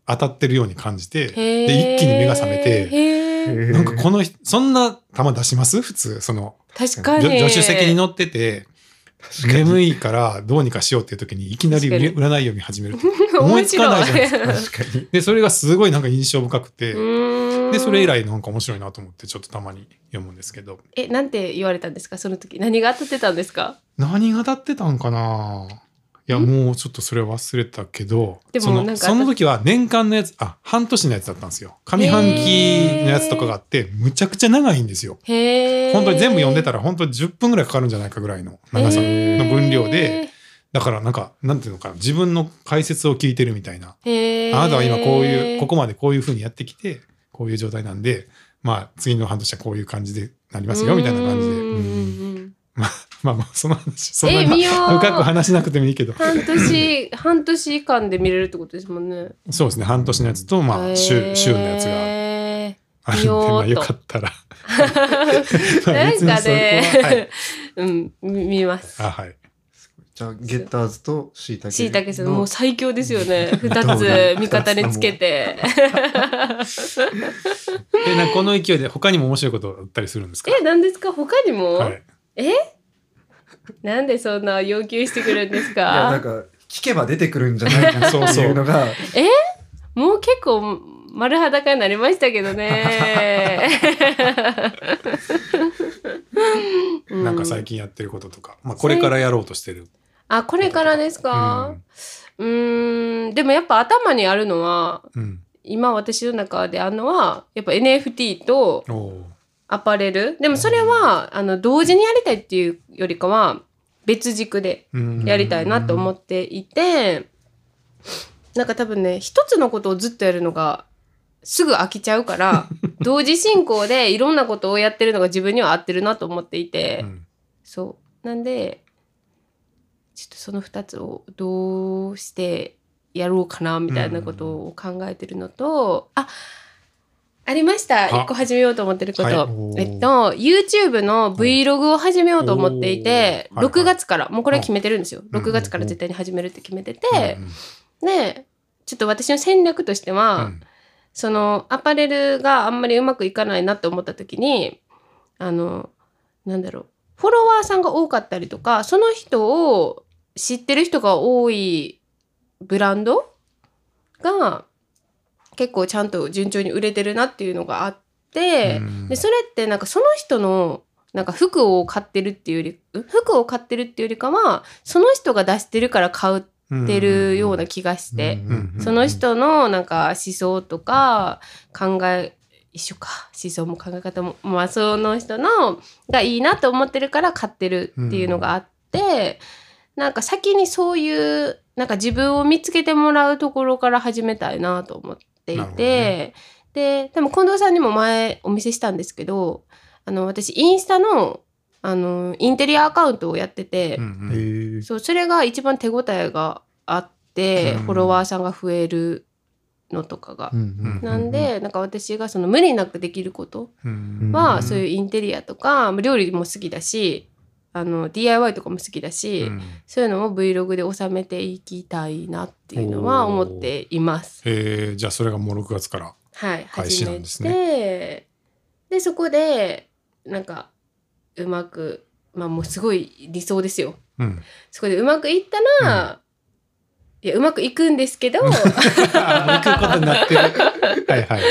Speaker 2: 当たってるように感じて、で、一気に目が覚めて、
Speaker 4: て
Speaker 2: なんか
Speaker 3: の
Speaker 2: この人、そんな球出します普通、その、
Speaker 4: 確かに
Speaker 2: 助助手席 に乗ってて、眠いからどうにかしようっていう時にいきなり
Speaker 4: 確か
Speaker 2: 占
Speaker 4: に
Speaker 2: い読み始めるっていう思
Speaker 4: 面白
Speaker 2: いつかないじゃないですか
Speaker 4: う
Speaker 3: 確かに。
Speaker 2: でそれがすごいなんか印象深くて、
Speaker 4: ーん
Speaker 2: でそ れ以来なんか面白いなと思ってちょっとたまに読むんですけど
Speaker 4: えなんて言われたんですかその時何が当たってたんですか
Speaker 2: 何が当たってたんかないや
Speaker 4: ん
Speaker 2: もうちょっとそれ忘れたけど
Speaker 4: でも
Speaker 2: そ
Speaker 4: なん
Speaker 2: の
Speaker 4: か
Speaker 2: その時は年間のやつあ半年のやつだったんですよ上半期のやつとかがあってむちゃくちゃ長いんですよ
Speaker 4: へえ
Speaker 2: 本当に全部読んでた
Speaker 4: ら
Speaker 2: ら本当に10分ぐらいかかるんじゃないかぐらいの長さの分量で。だからなんかなんていうのかな自分の解説を聞いてるみたいな、
Speaker 4: へー
Speaker 2: あなたは今こういうここまでこういうふうにやってきてこういう状態なんでまあ次の半年はこういう感じでなりますよみたいな感じで、
Speaker 4: うんうんうん
Speaker 2: まあまあその話そんな
Speaker 4: え
Speaker 2: に
Speaker 4: 見よう
Speaker 2: 深く話しなくてもいいけど
Speaker 4: 半年半年間で見れるってことですもんね。
Speaker 2: そうですね半年のやつとまあ週週のや つが
Speaker 4: が。
Speaker 2: あるんで
Speaker 4: 見ようと
Speaker 2: まあよかったらまあ
Speaker 4: なん
Speaker 2: 別に
Speaker 4: か
Speaker 2: そこは
Speaker 4: ね、うんみ見ます。
Speaker 2: はい、あ はい
Speaker 3: じゃあ、ゲッターズとシイタケ。
Speaker 4: しいたけさんもう最強ですよ ね。
Speaker 3: ど
Speaker 4: 二
Speaker 3: うだ
Speaker 4: つ味方につけて。
Speaker 2: でなんかこの勢いで他にも面白いことあったりするんですか
Speaker 4: え、何ですか他にも、
Speaker 2: はい
Speaker 4: なんでそんな要求してくるんです
Speaker 3: いや、なん
Speaker 4: か
Speaker 3: か、聞けば出てくるんじゃないかなっていうのが、
Speaker 4: もう結構丸裸になりましたけどね。う
Speaker 2: なんか最近やってることとか、まあ、これからやろうとしてる、
Speaker 4: あ、これからですかうーん、でもやっぱ頭にあるのは、
Speaker 2: うん、
Speaker 4: 今私の中であるのは、やっぱ NFT と
Speaker 2: おおー
Speaker 4: アパレル。でもそれは、あの、同時にやりたいっていうよりかは、別軸でやりたいなと思
Speaker 2: っ
Speaker 4: っていて、なんか多分ね、一つのことをずっとやるのが、すぐ飽きちゃうから、同時進行でいろんなことをやってるのが自分には合ってるなと思っていて、
Speaker 2: うん
Speaker 4: そう。なんで、ちょっとその2つをどうしてやろうかなみたいなことを考えてるのと、あありました
Speaker 2: あ
Speaker 4: 1個始めようと思ってること、
Speaker 2: はい
Speaker 3: おー
Speaker 4: えっと YouTube の Vlog を始めようと思っていて、
Speaker 2: おーはいはい
Speaker 4: 6月からもうこれ決めてるんですよ
Speaker 2: ん
Speaker 4: 6月から絶対に始めるって決めてて、
Speaker 2: うんうん
Speaker 4: でちょっと私の戦略としては、
Speaker 2: うん
Speaker 4: そのアパレルがあんまりうまくいかないなって思った時にあのなんだろうフォロワーさんが多かったりとかその人を知ってる人が多いブランドが結構ちゃんと順調に売れてるなっていうのがあって、
Speaker 2: うん
Speaker 4: でそれってなんかその人のなんか服を買ってるっていうよりん服を買ってるっていうよりかはその人が出してるから買ってるような気がして。
Speaker 3: うん
Speaker 2: うんうんうん
Speaker 4: その人のなんか思想とか考え一緒か思想も考え方もまあその人のがいいなと思ってるから買ってるっていうのがあって、なんか先にそういうなんか自分を見つけてもらうところから始めたいなと思ってい
Speaker 2: なるほど
Speaker 4: て、ででも近藤さんにも前お見せしたんですけどあの私インスタのあのインテリアアカウントをやってて。
Speaker 2: うんうん
Speaker 3: え
Speaker 4: そうそれが一番手応えがあって、
Speaker 2: うん
Speaker 4: フォロワーさんが増えるのとかが。
Speaker 2: ん
Speaker 4: なんで、なんか私がその無理なくできること
Speaker 2: うん
Speaker 4: は、
Speaker 3: うん
Speaker 4: そういうインテリアとか料理も好きだしあの DIY とかも好きだし、
Speaker 2: うん
Speaker 4: そういうのを Vlog で収めていきたいなっていうのは思っています。
Speaker 2: えーじゃあそれがもう6月から。
Speaker 4: はい、
Speaker 2: 開始
Speaker 4: 始
Speaker 2: な
Speaker 4: め
Speaker 2: んで
Speaker 4: て
Speaker 2: す
Speaker 4: で,、
Speaker 2: ね
Speaker 4: そこでなんかうまくまあもうすごい理想ですよ
Speaker 2: うん、
Speaker 4: そこでうまくいったら、いやうまくいくんで すけど
Speaker 2: あ行くことになってる。 はいはい。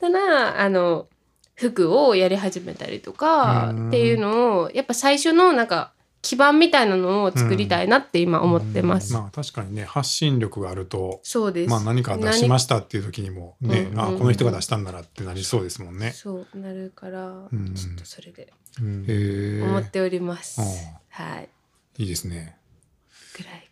Speaker 4: ただあの服をやり始めたりとか
Speaker 2: うん
Speaker 4: っていうのをやっぱ最初のなんか基盤みたいなのを作りたいなって今思ってます。
Speaker 2: まあ確かにね発信力があると、
Speaker 4: そうです。
Speaker 2: まあ、何か出しましたっていう時にもね、
Speaker 4: うん
Speaker 2: あこの人が出したんだなってなりそうですもん
Speaker 4: 何
Speaker 2: ね。
Speaker 4: そうなるから、
Speaker 2: うん
Speaker 4: ちょっとそれで
Speaker 2: へー
Speaker 4: 思っております。
Speaker 2: うん
Speaker 4: はい。
Speaker 2: いいですね。
Speaker 4: ぐらい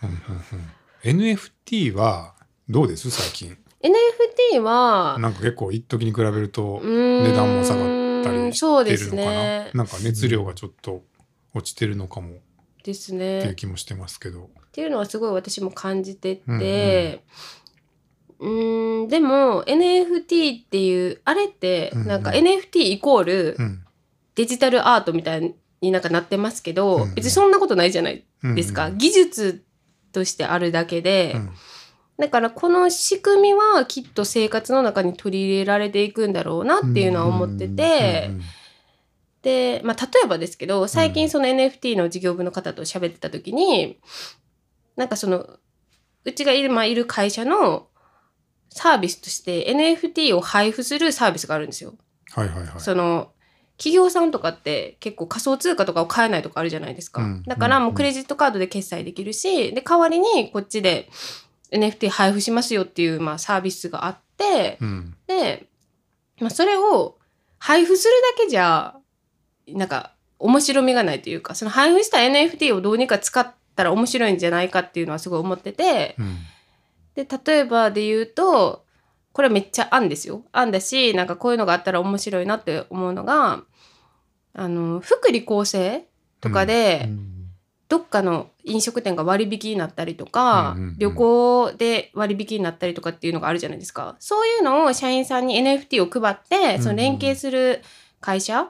Speaker 4: かな。
Speaker 2: うんうんうん NFT はどうです最近
Speaker 4: NFT は
Speaker 2: なんか結構一時に比べると
Speaker 4: うーん
Speaker 2: 値段も下がったり
Speaker 4: そう
Speaker 2: 出
Speaker 4: で
Speaker 2: るの
Speaker 4: す
Speaker 2: かな、
Speaker 4: ね。
Speaker 2: なんか熱量がちょっと落ちてるのかも
Speaker 4: です
Speaker 2: っていう
Speaker 4: ね。
Speaker 2: 気もしてますけど、
Speaker 4: っていうのはすごい私も感じて
Speaker 2: うん
Speaker 4: て、うーん、でも NFT っていうあれって
Speaker 2: うんうん
Speaker 4: なんか NFT イコール
Speaker 2: うん
Speaker 4: デジタルアートみたいになんかなってますけど、
Speaker 2: うんうん
Speaker 4: 別にそんなことないじゃない
Speaker 2: うん
Speaker 4: ですか、
Speaker 2: うん
Speaker 4: 技術としてあるだけで、
Speaker 2: うん
Speaker 4: だからこの仕組みはきっと生活の中に取り入れられていくんだろうなっていうのは思ってて、
Speaker 2: うんうん
Speaker 4: で、まあ、例えばですけど最近その NFT の事業部の方と喋ってた時に、なんかそのうちがいる,、まあ、いる会社のサービスとして NFT を配布するサービスがあるんですよ。
Speaker 2: はいはいはい。
Speaker 4: その企業さんとかって結構仮想通貨とかを買えないとかあるじゃないですか、
Speaker 2: うん
Speaker 4: だからもううんクレジットカードで決済できるしで代わりにこっちで NFT 配布しますよっていう、まあ、サービスがあって
Speaker 2: うん
Speaker 4: で、まあ、それを配布するだけじゃなんか面白みがないというかその配布した NFT をどうにか使ったら面白いんじゃないかっていうのはすごい思ってて
Speaker 2: うん
Speaker 4: で例えばで言うとこれめっちゃ案ですよ案だしなんかこういうのがあったら面白いなって思うのがあの福利厚生とかで、どっかの飲食店が割引になったりとか、
Speaker 2: うんうんうん
Speaker 4: 旅行で割引になったりとかっていうのがあるじゃないですかそういうのを社員さんに NFT を配ってその連携する会社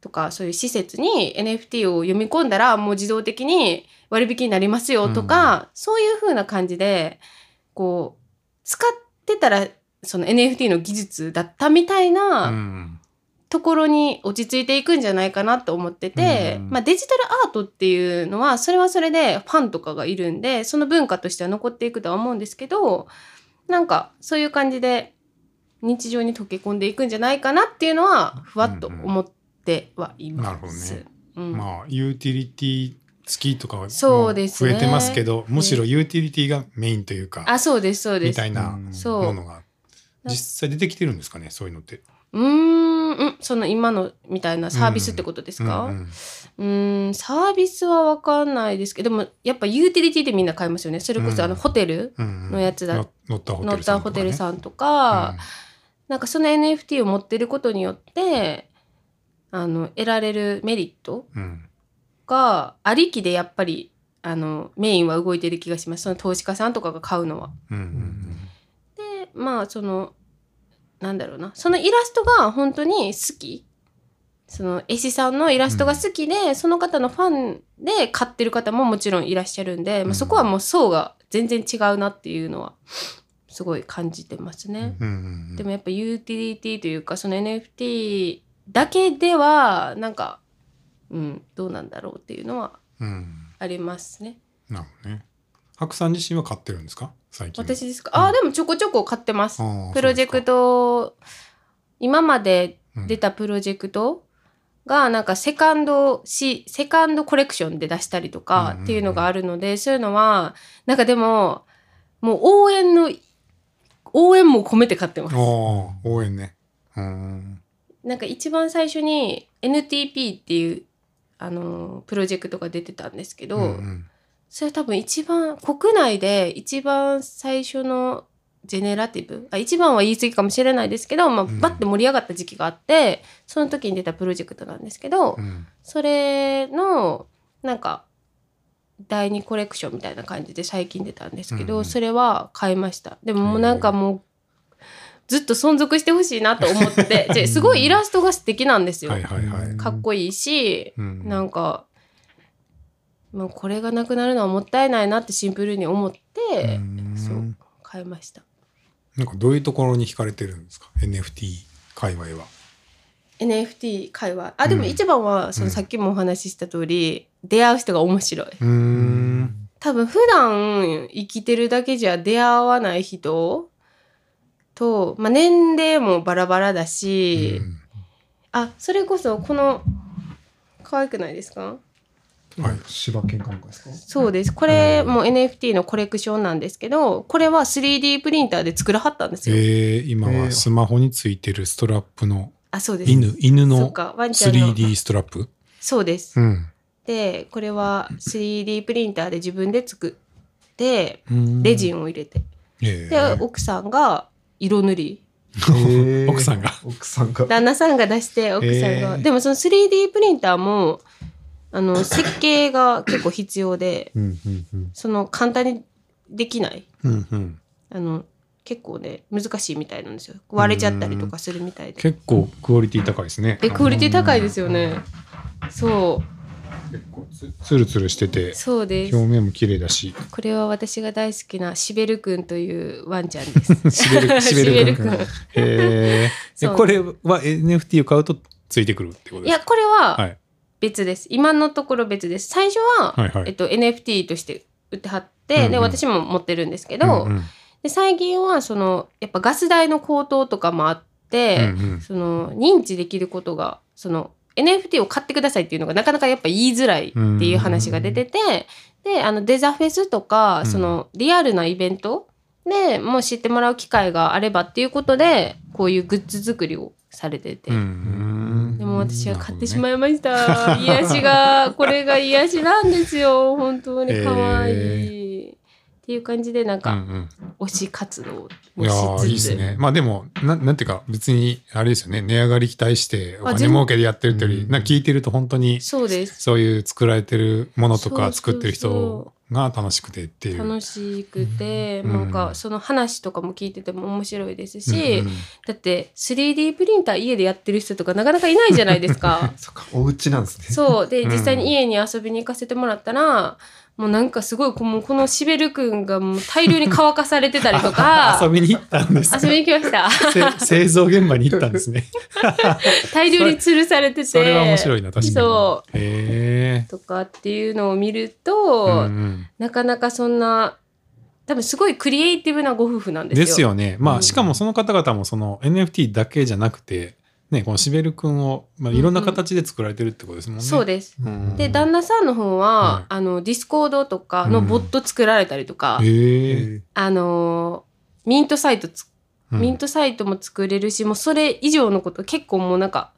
Speaker 4: とかそういう施設に NFT を読み込んだらもう自動的に割引になりますよとか、そういう風な感じでこう使ってたらその NFT の技術だったみたいな、
Speaker 2: うん
Speaker 4: ところに落ち着いていくんじゃないかなと思ってて、
Speaker 2: うん
Speaker 4: まあ、デジタルアートっていうのはそれはそれでファンとかがいるんでその文化としては残っていくとは思うんですけどなんかそういう感じで日常に溶け込んでいくんじゃないかなっていうのはふわっと思ってはいます。
Speaker 2: なる
Speaker 4: うん
Speaker 2: まあユーティリティ付きとかはもう
Speaker 4: そうです
Speaker 2: 増
Speaker 4: ね
Speaker 2: えてますけどむしろユーティリティがメインというか
Speaker 4: あそうですそうで
Speaker 2: み
Speaker 4: す
Speaker 2: た。いな
Speaker 3: うん
Speaker 4: そう
Speaker 2: ものが実際出てきてるんですかねそういうのって。
Speaker 4: うーんうんその今のみたいなサービスってことですか、
Speaker 2: うんうん
Speaker 4: うーんサービスは分かんないですけどでもやっぱユーティリティでみんな買いますよねそれこそあの
Speaker 2: うん
Speaker 4: ホテル
Speaker 2: うんうん
Speaker 4: のやつだ
Speaker 2: の乗ったホ
Speaker 4: 乗
Speaker 2: テ
Speaker 4: っ
Speaker 2: ルさんと
Speaker 4: たホ
Speaker 2: かね
Speaker 4: テルさんとか、なんかその NFT を持ってることによってあの得られるメリット
Speaker 2: うんうん
Speaker 4: がありきでやっぱりあのメインは動いてる気がしますその投資家さんとかが買うのは。
Speaker 2: うんうん
Speaker 4: でまあそのなんだろうなそのイラストが本当に好きその絵師さんのイラストが好きで、その方のファンで買ってる方ももちろんいらっしゃるんで、まあ、そこはもう層が全然違うなっていうのはすごい感じてますね。
Speaker 2: うんうん
Speaker 4: でもやっぱユーティリティというかその NFT だけではなんかうんどうなんだろうっていうのは
Speaker 2: うん
Speaker 4: ありますね。
Speaker 2: なるほどね。白さん自身は買ってるんですか最近。
Speaker 4: 私ですかああでもちょこちょこ買ってます。
Speaker 2: ああ
Speaker 4: プロジェクト今まで出たプロジェクトがなんかセカンドしセカンドコレクションで出したりと
Speaker 2: うんうん
Speaker 4: か
Speaker 2: うん
Speaker 4: っていうのがあるので、そういうのはなんかでももう応援の応援も込めて買ってます
Speaker 2: そうですか。ああ応援ね。うん
Speaker 4: なんか一番最初に NTP っていうあのープロジェクトが出てたんですけど、
Speaker 2: うんうん
Speaker 4: それ多分一番国内で一番最初のジェネラティブあ一番は言い過ぎかもしれないですけど、まあ、
Speaker 2: うん
Speaker 4: バッて盛り上がった時期があって、その時に出たプロジェクトなんですけど、
Speaker 2: うん
Speaker 4: それのなんか第2コレクションみたいな感じで最近出たんですけど、
Speaker 2: うんうん
Speaker 4: それは買いましたでももうなんかもうずっと存続してほしいなと思って ですごいイラストが素敵なんですよ、
Speaker 2: はいはいはい。
Speaker 4: かっこいいし、
Speaker 2: うん
Speaker 4: なんか、まあ、これがなくなるのはもったいないなってシンプルに思って、
Speaker 2: うん
Speaker 4: そう買いました
Speaker 2: なんかどういうところに惹かれてるんですか NFT 界隈は。
Speaker 4: NFT 会話あでも
Speaker 2: うん
Speaker 4: 一番はその
Speaker 2: うん
Speaker 4: さっきもお話しした通り、出会う人が面白い
Speaker 2: うん。
Speaker 4: 多分普段生きてるだけじゃ出会わない人と、まあ、年齢もバラバラだし、あそれこそこの可愛くないですか
Speaker 2: はい
Speaker 3: 芝県観会ですか
Speaker 4: そうですこれも NFT のコレクションなんですけどこれは 3D プリンターで作らはったんですよ。
Speaker 2: えー、今
Speaker 3: え
Speaker 2: は
Speaker 3: ー
Speaker 2: スマホについてるストラップの
Speaker 4: あそうです
Speaker 2: 犬犬
Speaker 4: そ
Speaker 2: の
Speaker 4: うかワンちゃんの
Speaker 2: 3D ストラップ。
Speaker 4: そうです。
Speaker 2: うん。
Speaker 4: でこれは 3D プリンターで自分で作ってレ
Speaker 2: レ
Speaker 4: ジンを入れて
Speaker 2: え
Speaker 4: で
Speaker 2: ー、
Speaker 4: 奥さんが色塗り
Speaker 3: へー
Speaker 2: 奥さんが
Speaker 3: 奥さんが
Speaker 4: 旦那さんが出して奥さんが、
Speaker 2: えー
Speaker 4: でもその 3D プリンターも あの設計が結構必要で
Speaker 3: うんうんうん
Speaker 4: その簡単にできない
Speaker 2: うんうん。
Speaker 4: あの結構ね難しいみたいなんですよ割れちゃったりとかするみたいで
Speaker 2: 結構クオリティ高いですね。
Speaker 4: でクオリティ高いですよねそう
Speaker 2: 結構つつるつるしてて
Speaker 4: そうで
Speaker 2: 表
Speaker 4: す
Speaker 2: 面も綺麗だし。
Speaker 4: これは私が大好きなシベルくんというワンちゃん です
Speaker 2: シベルシベル
Speaker 4: くん
Speaker 2: えー、え
Speaker 4: そう
Speaker 2: これは NFT を買うとついてくるってこと
Speaker 4: い
Speaker 2: です
Speaker 4: や
Speaker 2: か。
Speaker 4: これ
Speaker 2: は
Speaker 4: はい別です、今のところ別です最初は、
Speaker 2: はいはい
Speaker 4: えっと、NFT として売ってはって、
Speaker 2: うんうん
Speaker 4: で私も持ってるんですけど、
Speaker 2: うんうん
Speaker 4: で最近はそのやっぱガス代の高騰とかもあって、
Speaker 2: うんうん
Speaker 4: その認知できることがその NFT を買ってくださいっていうのがなかなかやっぱ言いづらいっていう話が出てて、であのデザフェスとか、
Speaker 2: うん
Speaker 4: そのリアルなイベントでもう知ってもらう機会があればっていうことでこういうグッズ作りをされてて、
Speaker 2: うん
Speaker 4: でも私は買ってし
Speaker 2: う
Speaker 4: まいま した、癒しがこれが癒しなんですよ本当に可愛い、っていう感じでなん
Speaker 2: んう
Speaker 4: か
Speaker 2: ん
Speaker 4: 推し活動
Speaker 2: いや
Speaker 4: を
Speaker 2: ーいい
Speaker 4: し
Speaker 2: です
Speaker 4: つつ
Speaker 2: ね。まあでもななんていうか別にあれですよね値上がり期待してお
Speaker 4: あ
Speaker 2: 金
Speaker 4: 全
Speaker 2: 儲けでやってるってより
Speaker 3: うん
Speaker 2: なんか聞いてると本当に
Speaker 4: そうです
Speaker 2: そういう作られてるものとか
Speaker 4: そうそうそう
Speaker 2: 作ってる人が楽しくてっていう。
Speaker 4: 楽しくて、
Speaker 2: うん
Speaker 4: なんかその話とかも聞いてても面白いで
Speaker 2: う
Speaker 4: す
Speaker 2: ん
Speaker 4: し、
Speaker 2: うん
Speaker 4: だって 3D プリンター家でやってる人とかなかなかいないじゃないです か
Speaker 3: そっかお家なんですね
Speaker 4: そうで
Speaker 2: うん
Speaker 4: 実際に家に遊びに行かせてもらったらもうなんかすごいこもうこのしべるくんがもう大量に乾かされてたりと
Speaker 2: 遊
Speaker 4: か
Speaker 2: びに行ったんですか
Speaker 4: 遊びに来ました
Speaker 2: せ製造現場に行ったん ですね。
Speaker 4: 大量に吊るされてて
Speaker 2: それは面白いな、確かに。
Speaker 4: そ
Speaker 2: へえ。
Speaker 4: とかっていうのを見ると、
Speaker 2: うん
Speaker 4: なかなかそんな多分すごいクリエイティブなご夫婦なん
Speaker 2: うん
Speaker 4: ですよ。
Speaker 2: ですよね。ま
Speaker 4: うん
Speaker 2: あ、しかもその方々もその NFT だけじゃなくて、ね、このしべるくんを、まあ、いろんな形で作られてるってことですもんね。
Speaker 4: そうです
Speaker 2: うん
Speaker 4: で旦那さんの方は、
Speaker 2: はい
Speaker 4: あのディスコードとかのボット作られたりとか、
Speaker 2: へえ。
Speaker 4: あのーミントサイトつ
Speaker 2: うん
Speaker 4: ミントサイトも作れるし、もうそれ以上のこと結構もうなんか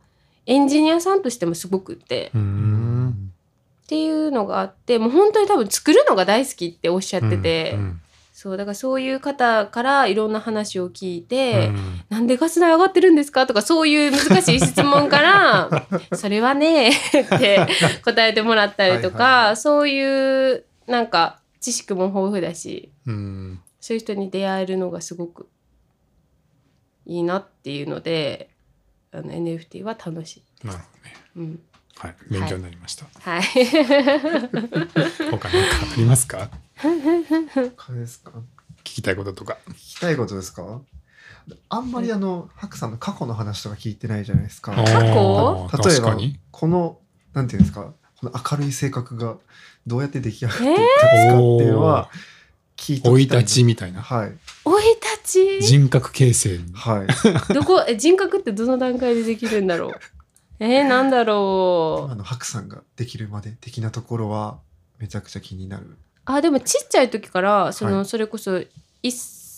Speaker 4: エンジニアさんとしてもすごくって、
Speaker 2: う。
Speaker 3: うんん
Speaker 4: っていうのがあってもう本当に多分作るのが大好きっておっしゃってて、
Speaker 2: うん
Speaker 4: そうだからそういう方からいろんな話を聞いて。
Speaker 2: うん
Speaker 4: なんでガス代上がってるんですかとかそういう難しい質問から「それはね」って答えてもらったりとか、
Speaker 3: はいはいは
Speaker 4: そういうなんか知識も豊富だし
Speaker 2: うん
Speaker 4: そういう人に出会えるのがすごくいいなっていうのであの NFT は楽しい。
Speaker 2: なるほどね
Speaker 4: うん、
Speaker 2: はい勉強になりました、
Speaker 4: はい。
Speaker 2: 他何かありますか
Speaker 3: 他ですか
Speaker 2: 聞きたいこととか
Speaker 3: 聞きたいことですかあんまりあの、ハクさんの過去の話とか聞いてないじゃないですか。
Speaker 4: 去
Speaker 2: おー
Speaker 3: 例え
Speaker 2: 確か
Speaker 3: ば
Speaker 2: に
Speaker 3: このなんていうんですかこの明るい性格がどうやって出来上がっていっ
Speaker 4: えー
Speaker 3: たんですかっていうのは聞いて
Speaker 2: 生い立ちみたいな
Speaker 3: はい
Speaker 4: 生い立ち
Speaker 2: 人格形成に
Speaker 3: はい
Speaker 4: どこえ人格ってどの段階でできるんだろうえー、なんだろ
Speaker 3: 今
Speaker 4: う
Speaker 3: のハクさんができるまで的なところはめちゃくちゃ気になる
Speaker 4: あでもちっちゃい時からその、
Speaker 3: は
Speaker 4: それこそ1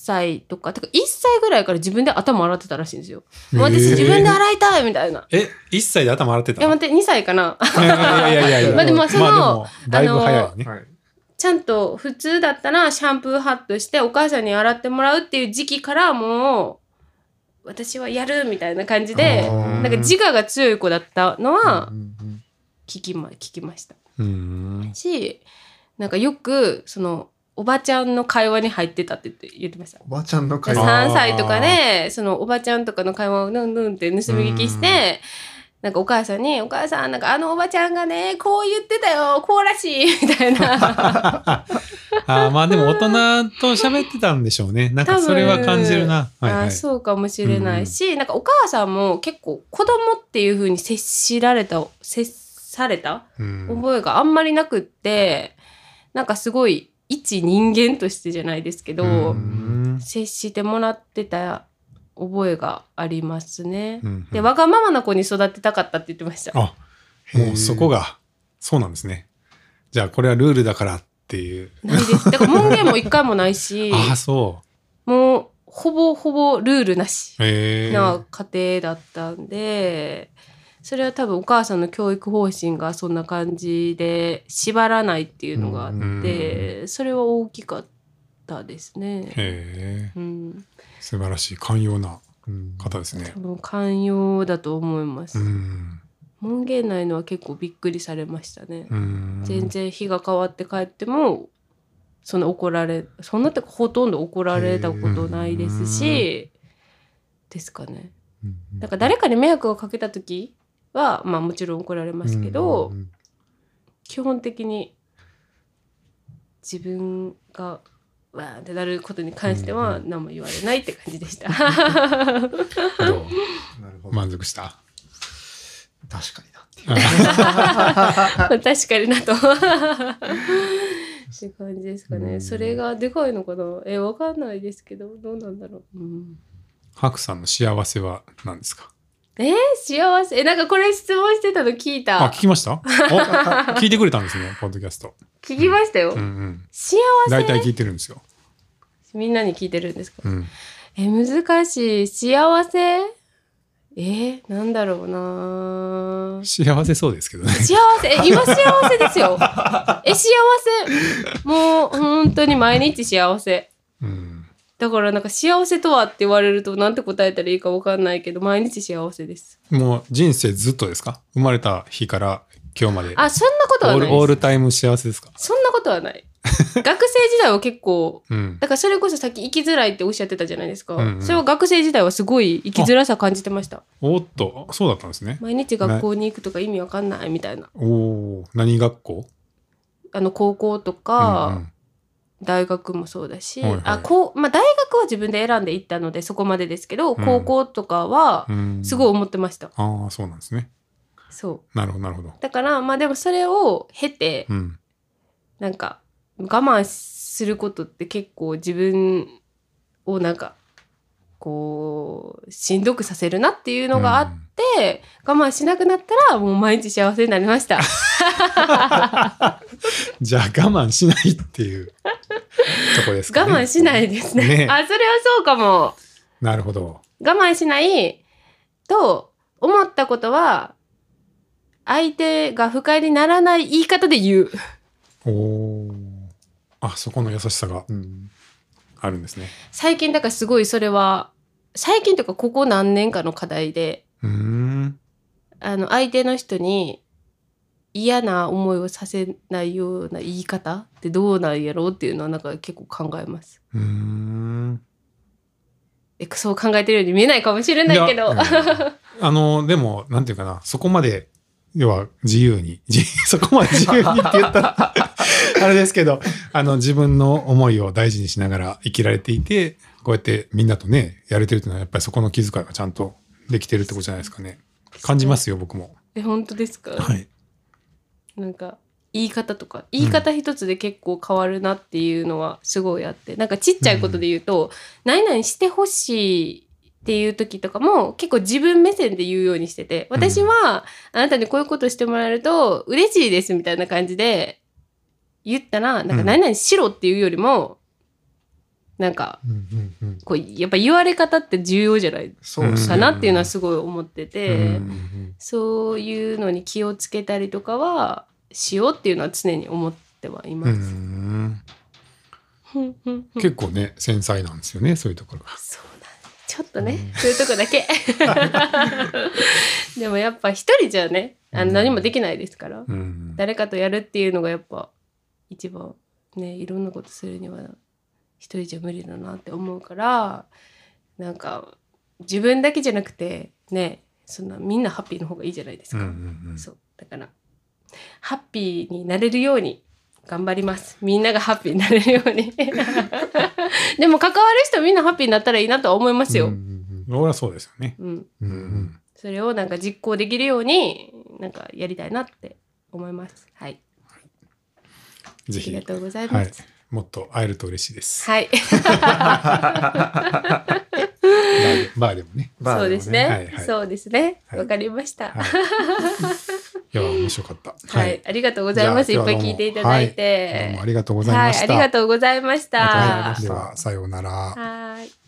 Speaker 4: 歳とかてか1歳ぐらいから自分で頭洗ってたらしいんですよ。もう私自分で洗いたいみたいな。
Speaker 2: え一歳で頭洗って
Speaker 4: い
Speaker 2: た
Speaker 4: や
Speaker 2: の
Speaker 4: 待って2歳かない
Speaker 2: やいやいやいや
Speaker 4: まあでもその
Speaker 2: でもだいぶ早いね
Speaker 3: はい
Speaker 4: ちゃんと普通だったらシャンプーハットしてお母さんに洗ってもらうっていう時期からもう私はやるみたいな感じで
Speaker 3: あー
Speaker 4: なんか自我が強い子だったのは
Speaker 3: うんうんうん
Speaker 4: 聞きま聞きました
Speaker 2: うん
Speaker 4: しなんかよくそのおばちゃんの会話に入ってたって言って言ってました。
Speaker 3: おばあちゃんの会話
Speaker 4: 3歳とかでそのおばちゃんとかの会話をヌンヌンって盗み聞きしてなんかお母さんに「お母さんなんかあのおばちゃんがねこう言ってたよこうらしい」みた いな
Speaker 2: あーまあでも大人と喋ってたんでしょうねなんか
Speaker 4: 多分
Speaker 2: それは感じるなはいは
Speaker 4: あ
Speaker 2: い
Speaker 4: そうかもしれないし、なんかお母さんも結構子供っていう風に接しられた接された
Speaker 2: うん
Speaker 4: 覚えがあんまりなくってなんかすごい一人間としてじゃないですけど、
Speaker 2: うん
Speaker 4: 接してもらってた覚えがありますね。
Speaker 2: うん
Speaker 4: で、わがままな子に育てたかったって言ってました。
Speaker 2: あもうそこがそうなんですねじゃあこれはルールだからっていう
Speaker 4: ないです。だから門限も一回もないし、
Speaker 2: ああそ
Speaker 4: もうほぼほぼルールなし
Speaker 2: うへえ
Speaker 4: な家庭だったんで、それは多分お母さんの教育方針がそんな感じで縛らないっていうのがあって、それは大きかったですね。
Speaker 2: へえ
Speaker 4: うん、
Speaker 2: 素晴らしい寛容な
Speaker 3: うん
Speaker 2: 方ですね
Speaker 4: 多分寛容だと思います。
Speaker 2: うん
Speaker 4: 門限ないのは結構びっくりされましたね。
Speaker 2: うん
Speaker 4: 全然日が変わって帰ってもそんな怒られそんなってかほとんど怒られたことないですしですかね
Speaker 3: うん
Speaker 4: だから誰かに迷惑をかけた時はまあもちろん怒られますけど、
Speaker 3: うんうん
Speaker 4: 基本的に自分がわーってなることに関しては何も言われないって感じで した。
Speaker 2: どう
Speaker 3: うんなるほど
Speaker 2: 満足した
Speaker 3: 確かになっていう
Speaker 2: あ
Speaker 4: 確かにな と。って感じですか
Speaker 3: う
Speaker 4: ね。
Speaker 3: ん
Speaker 4: それがでかいのかなえ、わかんないですけど、どうなんだろう。うん、
Speaker 2: ハクさんの幸せは何ですか
Speaker 4: えー幸せ。え、なんかこれ質問してたの聞い
Speaker 2: あ
Speaker 4: た。
Speaker 2: 聞きま したお聞いてくれたんですねポッドキャスト
Speaker 4: 聞きましたよ。
Speaker 2: うんうん
Speaker 4: 幸
Speaker 2: 大体聞いてるんですよ
Speaker 4: せ。みんなに聞いてるんですか
Speaker 2: うん
Speaker 4: え、難しい。幸せえー、なんだろうな
Speaker 2: 幸せそうですけどね
Speaker 4: 幸せえ今幸せで すよ。え、幸せ。もう、本当に毎日幸せ。
Speaker 2: うん
Speaker 4: だからなんか幸せとはって言われるとなんて答えたらいいかわかんないけど毎日幸せです。
Speaker 2: もう人生ずっとですか生まれた日から今日まで
Speaker 4: あそんなこと
Speaker 2: オ
Speaker 4: は
Speaker 2: ー
Speaker 4: ない
Speaker 2: ルオー
Speaker 4: です。
Speaker 2: ルタイム幸せですか
Speaker 4: そんなことはない。学生時代は結構
Speaker 2: うん
Speaker 4: だからそれこそさっき生きづらいっておっしゃってたじゃないですか、
Speaker 2: うんうん
Speaker 4: それは学生時代はすごい生きづらさ感じてました
Speaker 2: おっとそうだったんですね
Speaker 4: 毎日学校に行くとか意味わかんないみたいな
Speaker 2: おお何学校
Speaker 4: あの高校と
Speaker 2: うんう
Speaker 4: か
Speaker 2: ん
Speaker 4: 大学もそうだし、
Speaker 2: はいはい
Speaker 4: あこうまあ、大学は自分で選んで行ったのでそこまでですけど
Speaker 2: うん
Speaker 4: 高校とかは
Speaker 2: うん
Speaker 4: すごい思ってました、
Speaker 2: ああそうなんですね
Speaker 4: そう
Speaker 2: なるほどなるほど
Speaker 4: だからまあでもそれを経て、
Speaker 2: うん
Speaker 4: なんか我慢することって結構自分をなんかこうしんどくさせるなっていうのがあって、我慢しなくなったらもう毎日幸せになりました
Speaker 2: うんじゃあ我慢しないっていうとこですかね
Speaker 4: 我慢しないですね
Speaker 2: ね
Speaker 4: あそれはそうかも
Speaker 2: なるほど
Speaker 4: 我慢しないと思ったことは相手が不快にならない言い方で言う
Speaker 2: おおあそこの優しさが
Speaker 3: うん
Speaker 2: あるんですね
Speaker 4: 最近だからすごいそれは最近とかここ何年かの課題で
Speaker 2: うーん
Speaker 4: あの相手の人に嫌な思いをさせないような言い方ってどうなんやろうっていうのはなんか結構考えます。
Speaker 3: うーん。
Speaker 4: えそう考えてるように見えないかもしれないけど。
Speaker 3: いや
Speaker 2: あの、でも、なんていうかな、そこまで、要は自由に、自 そこまで自由にって言ったら、 あれですけど、あの、自分の思いを大事にしながら生きられていて、こうやってみんなとね、やれてるっていうのは、やっぱりそこの気遣いがちゃんとできてるってことじゃないですかね。感じますよ、僕も。
Speaker 4: え本当ですか、
Speaker 2: はい。
Speaker 4: なんか言い方とか言い方一つで結構変わるなっていうのはすごいあって、なんかちっちゃいことで言うと「何々してほしい」っていう時とかも結構自分目線で言うようにしてて私はあなたにこういうことしてもらえると嬉しいですみたいな感じで言ったらなん
Speaker 2: う
Speaker 4: か
Speaker 2: ん
Speaker 4: 何々しろっていうよりも、なんか
Speaker 3: うんうんうん。
Speaker 4: こうやっぱ言われ方って重要じゃない
Speaker 3: そうです
Speaker 4: か
Speaker 3: ね。
Speaker 4: なっていうのはすごい思ってて。
Speaker 2: うん
Speaker 3: うんうん
Speaker 4: そういうのに気をつけたりとかはしようっていうのは常に思ってはいま
Speaker 2: う
Speaker 4: す。
Speaker 2: ん。
Speaker 4: うんうんうん
Speaker 2: 結構ね、繊細なんですよね、そういうところが。
Speaker 4: そうなんちょっとね、そういうとこだ け。でもやっぱ一人じゃねあの何もできないですから、
Speaker 2: うん。
Speaker 4: 誰かとやるっていうのがやっぱ一番ねいろんなことするには一人じゃ無理だなって思うからなんか自分だけじゃなくてねそんなみんなハッピーの方がいいじゃないです
Speaker 2: うんう
Speaker 4: か。
Speaker 2: んうん。
Speaker 4: そうだからハッピーになれるように頑張りますみんながハッピーになれるよう にでも関わる人みんなハッピーになったらいいなとは思いますよ、
Speaker 3: う
Speaker 4: うん
Speaker 3: うんん
Speaker 2: 俺はそうですよね。うんうん。
Speaker 4: それをなんか実行できるようになんかやりたいなって思いますはいあ
Speaker 2: ぜ
Speaker 4: り
Speaker 2: ひ
Speaker 4: が、とうございます
Speaker 2: もっと会えると嬉しいです。
Speaker 4: はい、
Speaker 2: バーでバーでもね。
Speaker 3: バー
Speaker 4: そう
Speaker 3: も
Speaker 4: ですね、
Speaker 2: はいはい
Speaker 4: そうですね
Speaker 2: は
Speaker 4: わ、
Speaker 2: い
Speaker 4: かりましたはい、
Speaker 2: はい。いや、面白かった。
Speaker 4: ありがとうございますい
Speaker 2: じゃ
Speaker 4: っ
Speaker 2: あ
Speaker 4: ぱい
Speaker 2: 今日はどうも
Speaker 4: 聞いていただい
Speaker 2: どう
Speaker 4: て
Speaker 2: もありがとうございました。
Speaker 4: はいありがとうございまし
Speaker 2: ありがとうございま
Speaker 4: た
Speaker 2: したでは、さようなら。
Speaker 4: はい